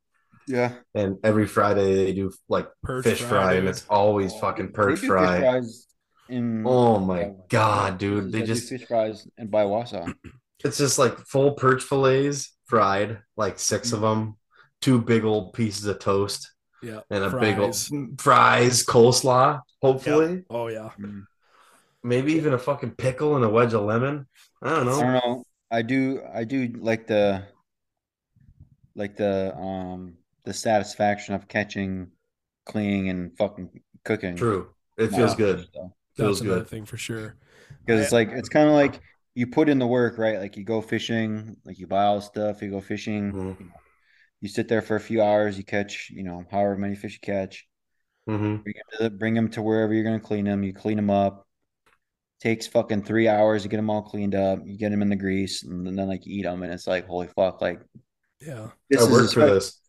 S3: yeah
S2: And every Friday they do like
S1: Perch
S2: fish
S1: fry,
S2: fry, and
S1: dude.
S2: it's always
S3: Oh,
S2: fucking
S3: they
S2: perch
S3: do fish
S2: fry.
S3: fries in
S2: Oh my
S3: Baiwasa.
S2: god, dude! They
S3: do
S2: just
S3: fish fries in Baiwasa.
S2: it's just like full perch fillets fried, like 6
S1: Mm.
S2: of them, two big old pieces of toast,
S1: yeah
S2: and a
S1: fries.
S2: big old fries, coleslaw. Hopefully,
S1: Oh yeah,
S3: Mm.
S2: maybe even a fucking pickle and a wedge of lemon. I don't
S3: I
S2: know.
S3: don't know. I do. I do like the, like the um the satisfaction of catching, cleaning, and fucking cooking.
S2: True, it feels
S1: Yeah.
S2: good.
S1: that's
S2: Feels
S1: another
S2: good.
S1: thing for sure.
S3: Because it's like it's kind of like you put in the work, right? Like you go fishing, like you buy all the stuff, you go fishing,
S2: Mhm.
S3: you, know, you sit there for a few hours, you catch, you know, however many fish you catch,
S2: hmm
S3: bring them to, the, bring 'em to wherever you're gonna clean them, you clean them up. Takes fucking three hours to get them all cleaned up. You get them in the grease, and then like you eat them, and it's like holy fuck, like
S1: Yeah.
S3: this
S2: I
S3: is
S2: worked
S3: as
S2: for
S3: fresh-
S2: this.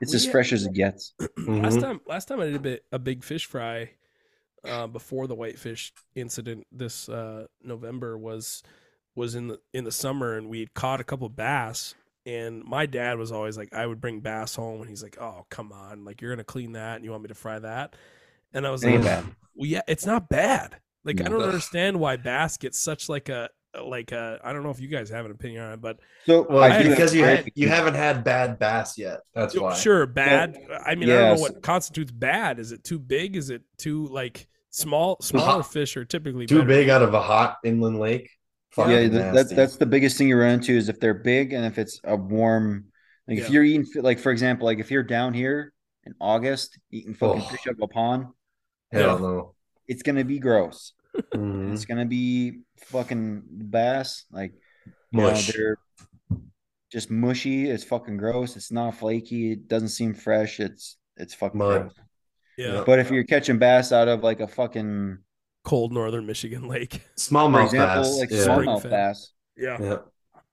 S3: It's
S1: Well,
S3: as
S1: yeah.
S3: fresh as it gets.
S1: Last
S2: Mhm.
S1: time last time I did a bit a big fish fry uh, before the whitefish incident this uh, November was was in the in the summer and we had caught a couple bass and my dad was always like I would bring bass home and he's like oh come on like you're gonna clean that and you want me to fry that and I was
S3: It
S2: Mm-hmm.
S3: ain't
S1: like
S3: bad.
S1: well yeah it's not bad like I
S3: No.
S1: don't understand why bass gets such like a like a I don't know if you guys have an opinion on it but
S3: So
S2: Well,
S3: I do-
S2: because you
S3: I-
S2: had, you haven't had bad bass yet. That's why.
S1: sure bad I mean I don't
S3: yes.
S1: know what constitutes bad is it too big is it too like small smaller fish are typically
S2: Too
S1: better.
S2: big out of a hot inland lake. Fucking
S3: yeah, th- that's
S2: nasty.
S3: that's the biggest thing you run into is if they're big and if it's a warm. Like if
S1: Yeah.
S3: you're eating, fi- like for example, like if you're down here in August eating fucking
S2: Oh.
S3: fish out of a pond,
S2: hell no.
S3: it's gonna be gross.
S2: Mhm.
S3: It's gonna be fucking bass. Like you know,
S2: Mush.
S3: they're just mushy. It's fucking gross. It's not flaky. It doesn't seem fresh. It's it's fucking
S2: Mud.
S3: gross.
S1: Yeah.
S2: Yep.
S3: But if you're catching bass out of like a fucking
S1: Cold northern Michigan lake.
S3: for
S2: Smallmouth
S3: example,
S2: bass.
S3: like
S2: yeah.
S1: small-
S3: smallmouth
S1: Spring fed.
S3: bass
S1: Yeah.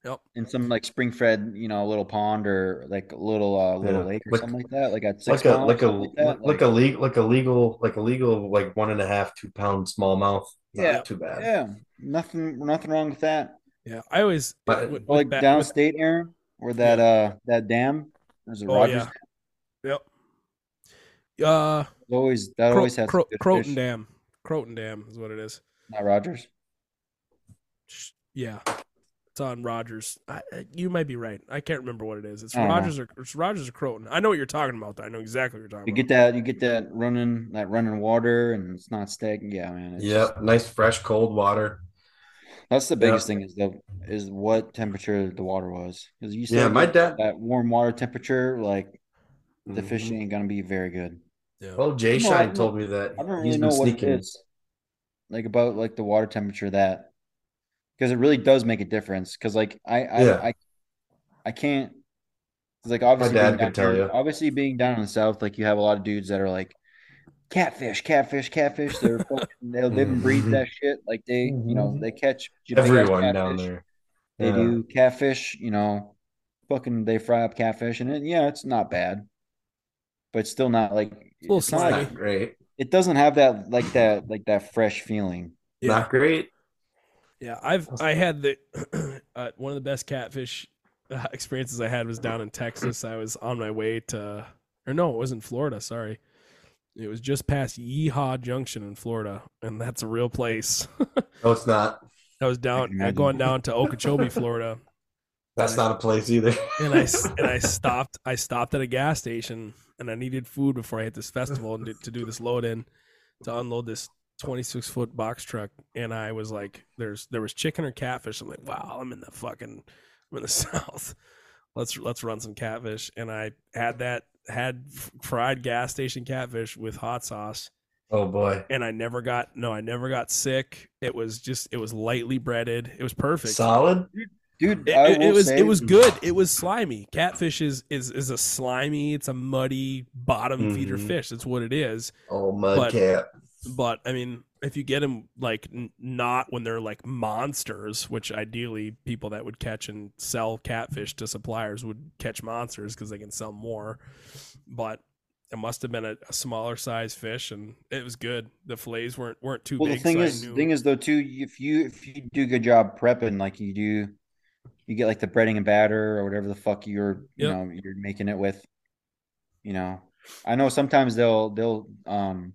S2: yeah.
S3: in some like spring fed, you know, little pond or like a little uh little
S2: Yeah.
S3: lake or
S2: Like-
S3: something like that. Like at six
S2: Like a
S3: miles,
S2: like a
S3: something that,
S2: like a legal like a legal like a legal like one and a half two pound smallmouth. Not
S3: Yeah.
S2: too bad.
S3: yeah, nothing nothing wrong with that.
S1: Yeah. I always
S2: But-
S1: with- with
S3: Or like
S1: ba- with-
S3: downstate Aaron, where that uh that dam, there's a
S1: Oh,
S3: Rogers
S1: yeah.
S3: dam,
S1: Yep. Uh,
S3: always that
S1: Cro-
S3: always has
S1: Cro-
S3: good
S1: Croton
S3: fish.
S1: Dam. Croton Dam is what it is.
S3: Not Rogers.
S1: Sh- Yeah. It's on Rogers. I, I- you might be right. I can't remember what it is. It's
S3: I don't know.
S1: Rogers or it's Rogers or Croton. I know what you're talking about. though. I know exactly what you're talking
S3: You get
S1: about.
S3: that you get that running that running water and it's not stagnant. Yeah, man. It's
S2: Yep. Nice fresh cold water.
S3: That's the biggest thing is the is what temperature the water was. Because you said
S2: Yeah, my
S3: that-
S2: dad-
S3: that warm water temperature, like the fish
S2: Mhm.
S3: ain't gonna be very good.
S2: Well, Oh, Jay
S3: No, I
S2: Shine
S3: don't-
S2: told me that
S3: I don't really
S2: he's
S3: know
S2: been
S3: what it
S2: sneaking.
S3: is. Like about like the water temperature that because it really does make a difference. Cause like I I
S2: Yeah.
S3: I, I can't 'cause, like obviously
S2: dad
S3: being
S2: could
S3: down
S2: tell
S3: here-
S2: you.
S3: obviously being down in the south, like you have a lot of dudes that are like catfish, catfish, catfish. They're fucking they'll they even breed
S2: Mhm.
S3: that shit. Like they you know
S2: Mhm.
S3: they catch they catch
S2: Everyone down
S3: catfish.
S2: there.
S3: They
S2: Yeah.
S3: do catfish, you know, fucking they fry up catfish and it, yeah, it's not bad. But it's still not like
S1: a little
S3: it's
S2: It's
S3: not like
S1: slimy.
S2: not great.
S3: it doesn't have that like that like that fresh feeling.
S1: Yeah.
S2: Not great.
S1: Yeah, I've I had the uh, one of the best catfish uh, experiences I had was down in Texas. I was on my way to, or no, it was in Florida. Sorry, it was just past Yeehaw Junction in Florida, and that's a real place.
S2: No, it's not.
S1: I was
S3: can
S1: down,
S3: imagine.
S1: going down to Okeechobee, Florida,
S2: That's not a place either.
S1: and I s- and I stopped. I stopped at a gas station, and I needed food before I hit this festival and to, to do this load in, to unload this twenty six foot box truck. And I was like, "There's there was chicken or catfish." I'm like, "Wow, I'm in the fucking I'm in the south. Let's let's run some catfish." And I had that had f- fried gas station catfish with hot sauce
S2: Oh boy.
S1: and i never got no i never got sick it was just it was lightly breaded it was perfect
S2: Solid.
S3: Dude,
S1: it,
S3: I
S1: it- it
S3: will
S1: was
S3: say- Mm.
S1: it was good. It was slimy. Catfish is is is a slimy. It's a muddy bottom feeder
S3: Mm-hmm.
S2: Mhm.
S1: fish. That's what it is.
S2: Oh
S1: But-
S2: mud cap.
S1: But I mean, if you get them like n- not when they're like monsters, which ideally people that would catch and sell catfish to suppliers would catch monsters because they can sell more. But it must have been a, a smaller size fish, and it was good. The fillets weren't weren't too
S3: Well, the
S1: big.
S3: thing
S1: so I
S3: is,
S1: knew-
S3: thing is though too, if you if you do a good job prepping, like you do, you get like the breading and batter or whatever the fuck you're you
S1: Yep.
S3: know you're making it with. You know, I know sometimes they'll they'll um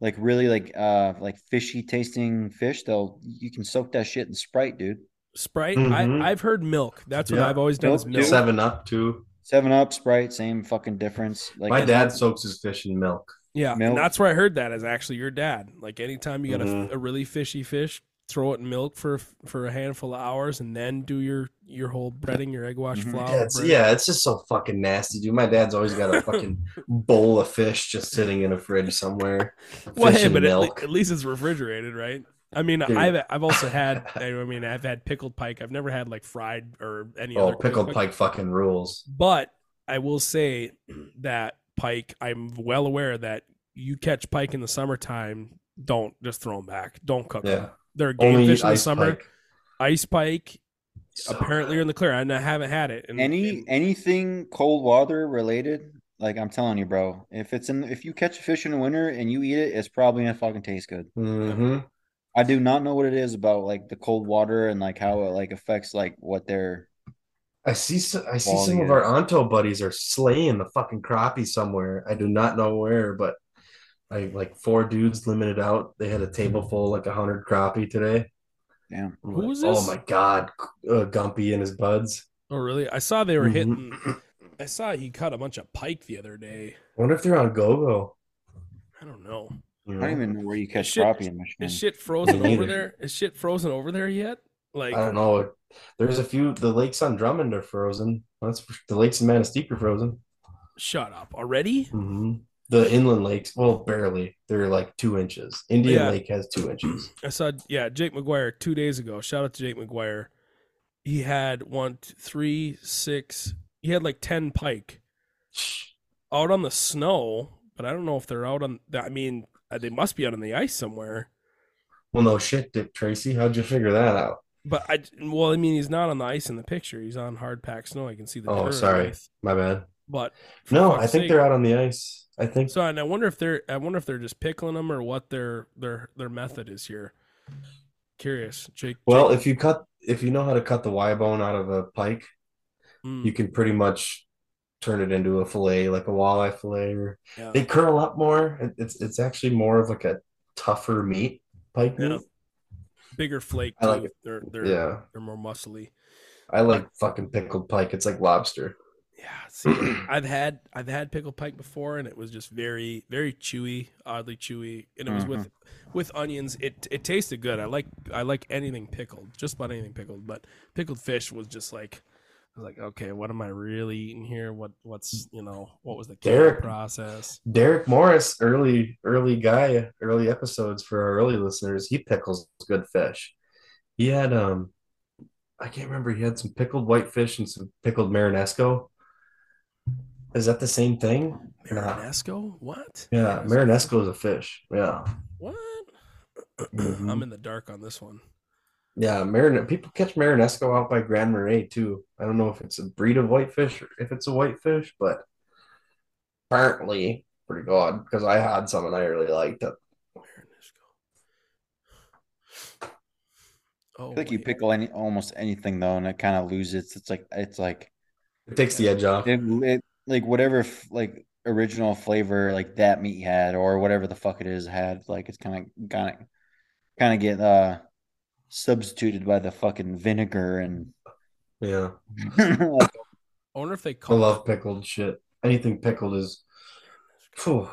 S3: like really like uh like fishy tasting fish. They'll you can soak that shit in Sprite, dude.
S1: Sprite.
S2: Mhm.
S1: I, I've heard milk. That's what
S2: Yeah.
S1: I've always done.
S3: Milk
S1: is
S3: too.
S1: milk.
S2: Seven up too.
S3: Seven Up, Sprite, same fucking difference. Like
S2: My
S3: and
S2: dad
S3: that-
S2: soaks his fish in milk.
S1: Yeah, and
S3: Milk.
S1: that's where I heard that is actually your dad. Like anytime you got
S2: Mhm.
S1: a, a really fishy fish, throw it in milk for for a handful of hours, and then do your your whole breading, your egg wash
S3: Mhm.
S1: flour.
S2: Yeah, it's,
S1: bread.
S2: yeah, it's just so fucking nasty, dude. My dad's always got a fucking bowl of fish just sitting in a fridge somewhere.
S1: Well,
S2: fish
S1: hey,
S2: and
S1: but at, le-
S2: milk.
S1: at least it's refrigerated, right? I mean,
S2: Dude.
S1: I've I've also had. I mean, I've had pickled pike. I've never had like fried or any
S2: oh,
S1: other
S2: pickled pike fucking rules.
S1: But I will say that pike, I'm well aware that you catch pike in the summertime. Don't just throw them back. Don't cook
S2: Yeah.
S1: them. They're game
S2: Only
S1: fish in the
S2: ice
S1: summer.
S2: pike.
S1: Ice pike
S2: So
S1: apparently you're in the clear and i haven't had it and,
S3: any
S1: and-
S3: anything cold water related like i'm telling you bro if it's in if you catch a fish in the winter and you eat it it's probably gonna fucking taste good
S2: hmm
S3: i do not know what it is about like the cold water and like how it like affects like what they're
S2: I see. So, I see
S3: Quality
S2: some
S3: is-
S2: of our Onto buddies are slaying the fucking crappie somewhere. I do not know where, but I like four dudes limited out. They had a table full of, like a hundred crappie today.
S3: Damn.
S2: I'm
S1: Hmm. Who
S2: like,
S1: was
S2: Oh
S1: this?
S2: my god, uh, Gumpy and his buds.
S1: oh really i saw they were
S2: Mhm.
S1: hitting i saw he caught a bunch of pike the other day
S2: I wonder if they're on GoGo.
S1: i don't know
S2: You
S3: i
S2: know?
S3: don't even know where you catch
S1: Mm-hmm. shit-
S3: crappie in michigan
S1: is shit frozen
S2: Mm. Me
S1: over
S2: neither.
S1: there is shit frozen over there yet like
S2: I don't know. There's a few. The lakes on Drummond are frozen. That's for, the lakes in Manistee are frozen.
S1: shut up already
S2: hmm the inland lakes, well, barely. They're like two inches. Indian
S1: Yeah.
S2: Lake has two inches.
S1: I saw yeah, Jake McGuire two days ago. Shout out to Jake McGuire. He had one, two, three, six. He had like ten pike out on the snow, but I don't know if they're out on. I mean, uh, they must be out on the ice somewhere.
S2: Well, no shit, Dick Tracy. How'd you figure that out?
S1: But I well, I mean, he's not on the ice in the picture. He's on hard packed snow. I can see the.
S2: Oh,
S1: dirt
S2: sorry.
S1: underneath.
S2: My bad.
S1: But for
S2: No,
S1: fuck's
S2: I think
S1: sake.
S2: they're out on the ice. I think
S1: So and I wonder if they're I wonder if they're just pickling them or what their their their method is here. Curious, Jake.
S2: Well,
S1: Jake-
S2: if you cut, if you know how to cut the Y bone out of a pike,
S1: Mm,
S2: you can pretty much turn it into a fillet, like a walleye fillet. Or
S1: yeah.
S2: they curl up more. It- It's it's actually more of like a tougher meat pike
S1: Yeah.
S2: meat.
S1: bigger flake.
S2: I like
S1: too. They're they're
S2: Yeah,
S1: they're more muscly.
S2: I like fucking pickled pike. It's like lobster.
S1: Yeah. See, I've had I've had pickle pike before, and it was just very very chewy, oddly chewy, and it was with
S2: Mm-hmm.
S1: with onions. It it tasted good. I like I like anything pickled, just about anything pickled. But pickled fish was just like. I was like, okay, what am I really eating here? What, what's, you know, what was the care
S2: Derek-
S1: process?
S2: Derek Morris, early early guy, early episodes for our early listeners. He pickles good fish. He had um, I can't remember. He had some pickled whitefish and some pickled marinesco. Is that the same thing? Nah.
S1: Marinesco? What?
S2: Yeah, Marinesco is a fish. Yeah.
S1: What?
S2: Mhm.
S1: I'm in the dark on this one.
S2: Yeah, Marin people catch Marinesco out by Grand Marais too. I don't know if it's a breed of whitefish or if it's a whitefish, but apparently pretty good because I had some and I really liked it.
S1: Marinesco. Oh,
S3: I think you
S1: wait.
S3: pickle any almost anything though, and it kind of loses. It's like it's like
S2: It takes the edge off.
S3: it, it like whatever f- like original flavor like that meat had or whatever the fuck it is had. Like it's kind of kind of kind of get uh substituted by the fucking vinegar and.
S2: Yeah.
S1: I wonder if they
S2: I
S1: call
S2: love pickled shit. Anything pickled is phew,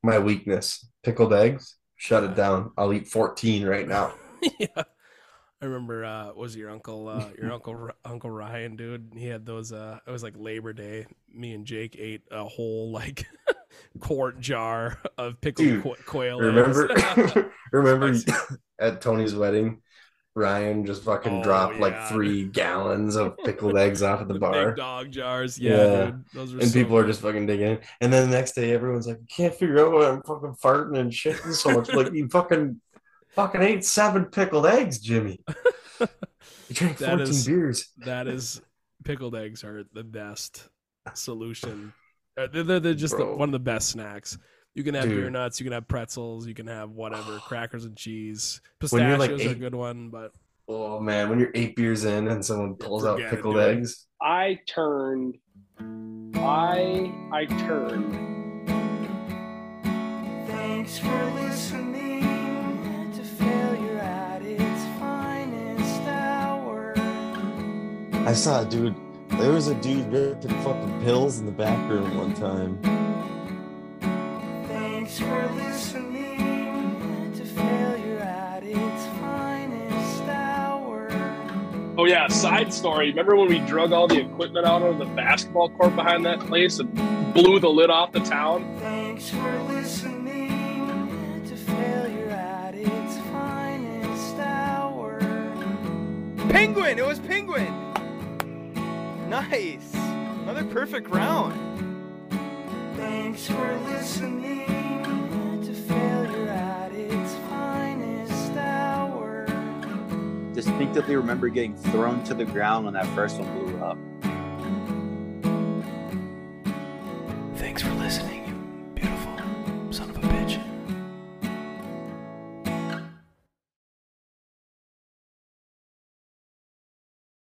S2: my weakness. Pickled eggs, shut it down. I'll eat 14 right now.
S1: yeah. I remember uh what was it, your uncle uh your uncle R- uncle Ryan dude he had those uh it was like Labor Day me and Jake ate a whole like quart jar of pickled
S2: Dude,
S1: qu- quail eggs.
S2: Remember, remember at Tony's wedding, Ryan just fucking
S1: Oh,
S2: dropped
S1: yeah.
S2: like three gallons of pickled eggs off at the,
S1: the
S2: bar,
S1: big dog jars yeah,
S2: Yeah.
S1: dude, those were
S2: and
S1: so
S2: people are just fucking digging in. And then the next day, everyone's like, "Can't figure out why I'm fucking farting and shitting so much." like you fucking, fucking ate seven pickled eggs, Jimmy. You drank
S1: That
S2: fourteen
S1: is-
S2: beers.
S1: that is pickled eggs are the best solution. Uh, They're, they're, they're just the,
S2: Bro.
S1: one of the best snacks. You can have beer
S2: Dude.
S1: nuts, you can have pretzels, you can have whatever, crackers and cheese.
S2: When
S1: Pistachios
S2: you're like
S1: are a
S2: eight-
S1: good one, but
S2: Oh man, when you're eight beers in and someone pulls out
S1: Forget it,
S2: pickled
S1: dude.
S2: eggs,
S5: I turned. I I turned.
S6: Thanks for listening to Failure at its finest hour.
S2: I saw a dude. There was a dude ripping fucking pills in the back room one time.
S6: Thanks for listening to Failure at its finest hour.
S5: Oh yeah, side story. Remember when we drug all the equipment out of the basketball court behind that place and blew the lid off the town?
S6: Thanks for listening to Failure at its finest hour.
S4: Penguin! It was Penguin! Nice! Another perfect round.
S6: Thanks for listening to Failure at its finest hour.
S3: Distinctively remember getting thrown to the ground when that first one blew up.
S6: Thanks for listening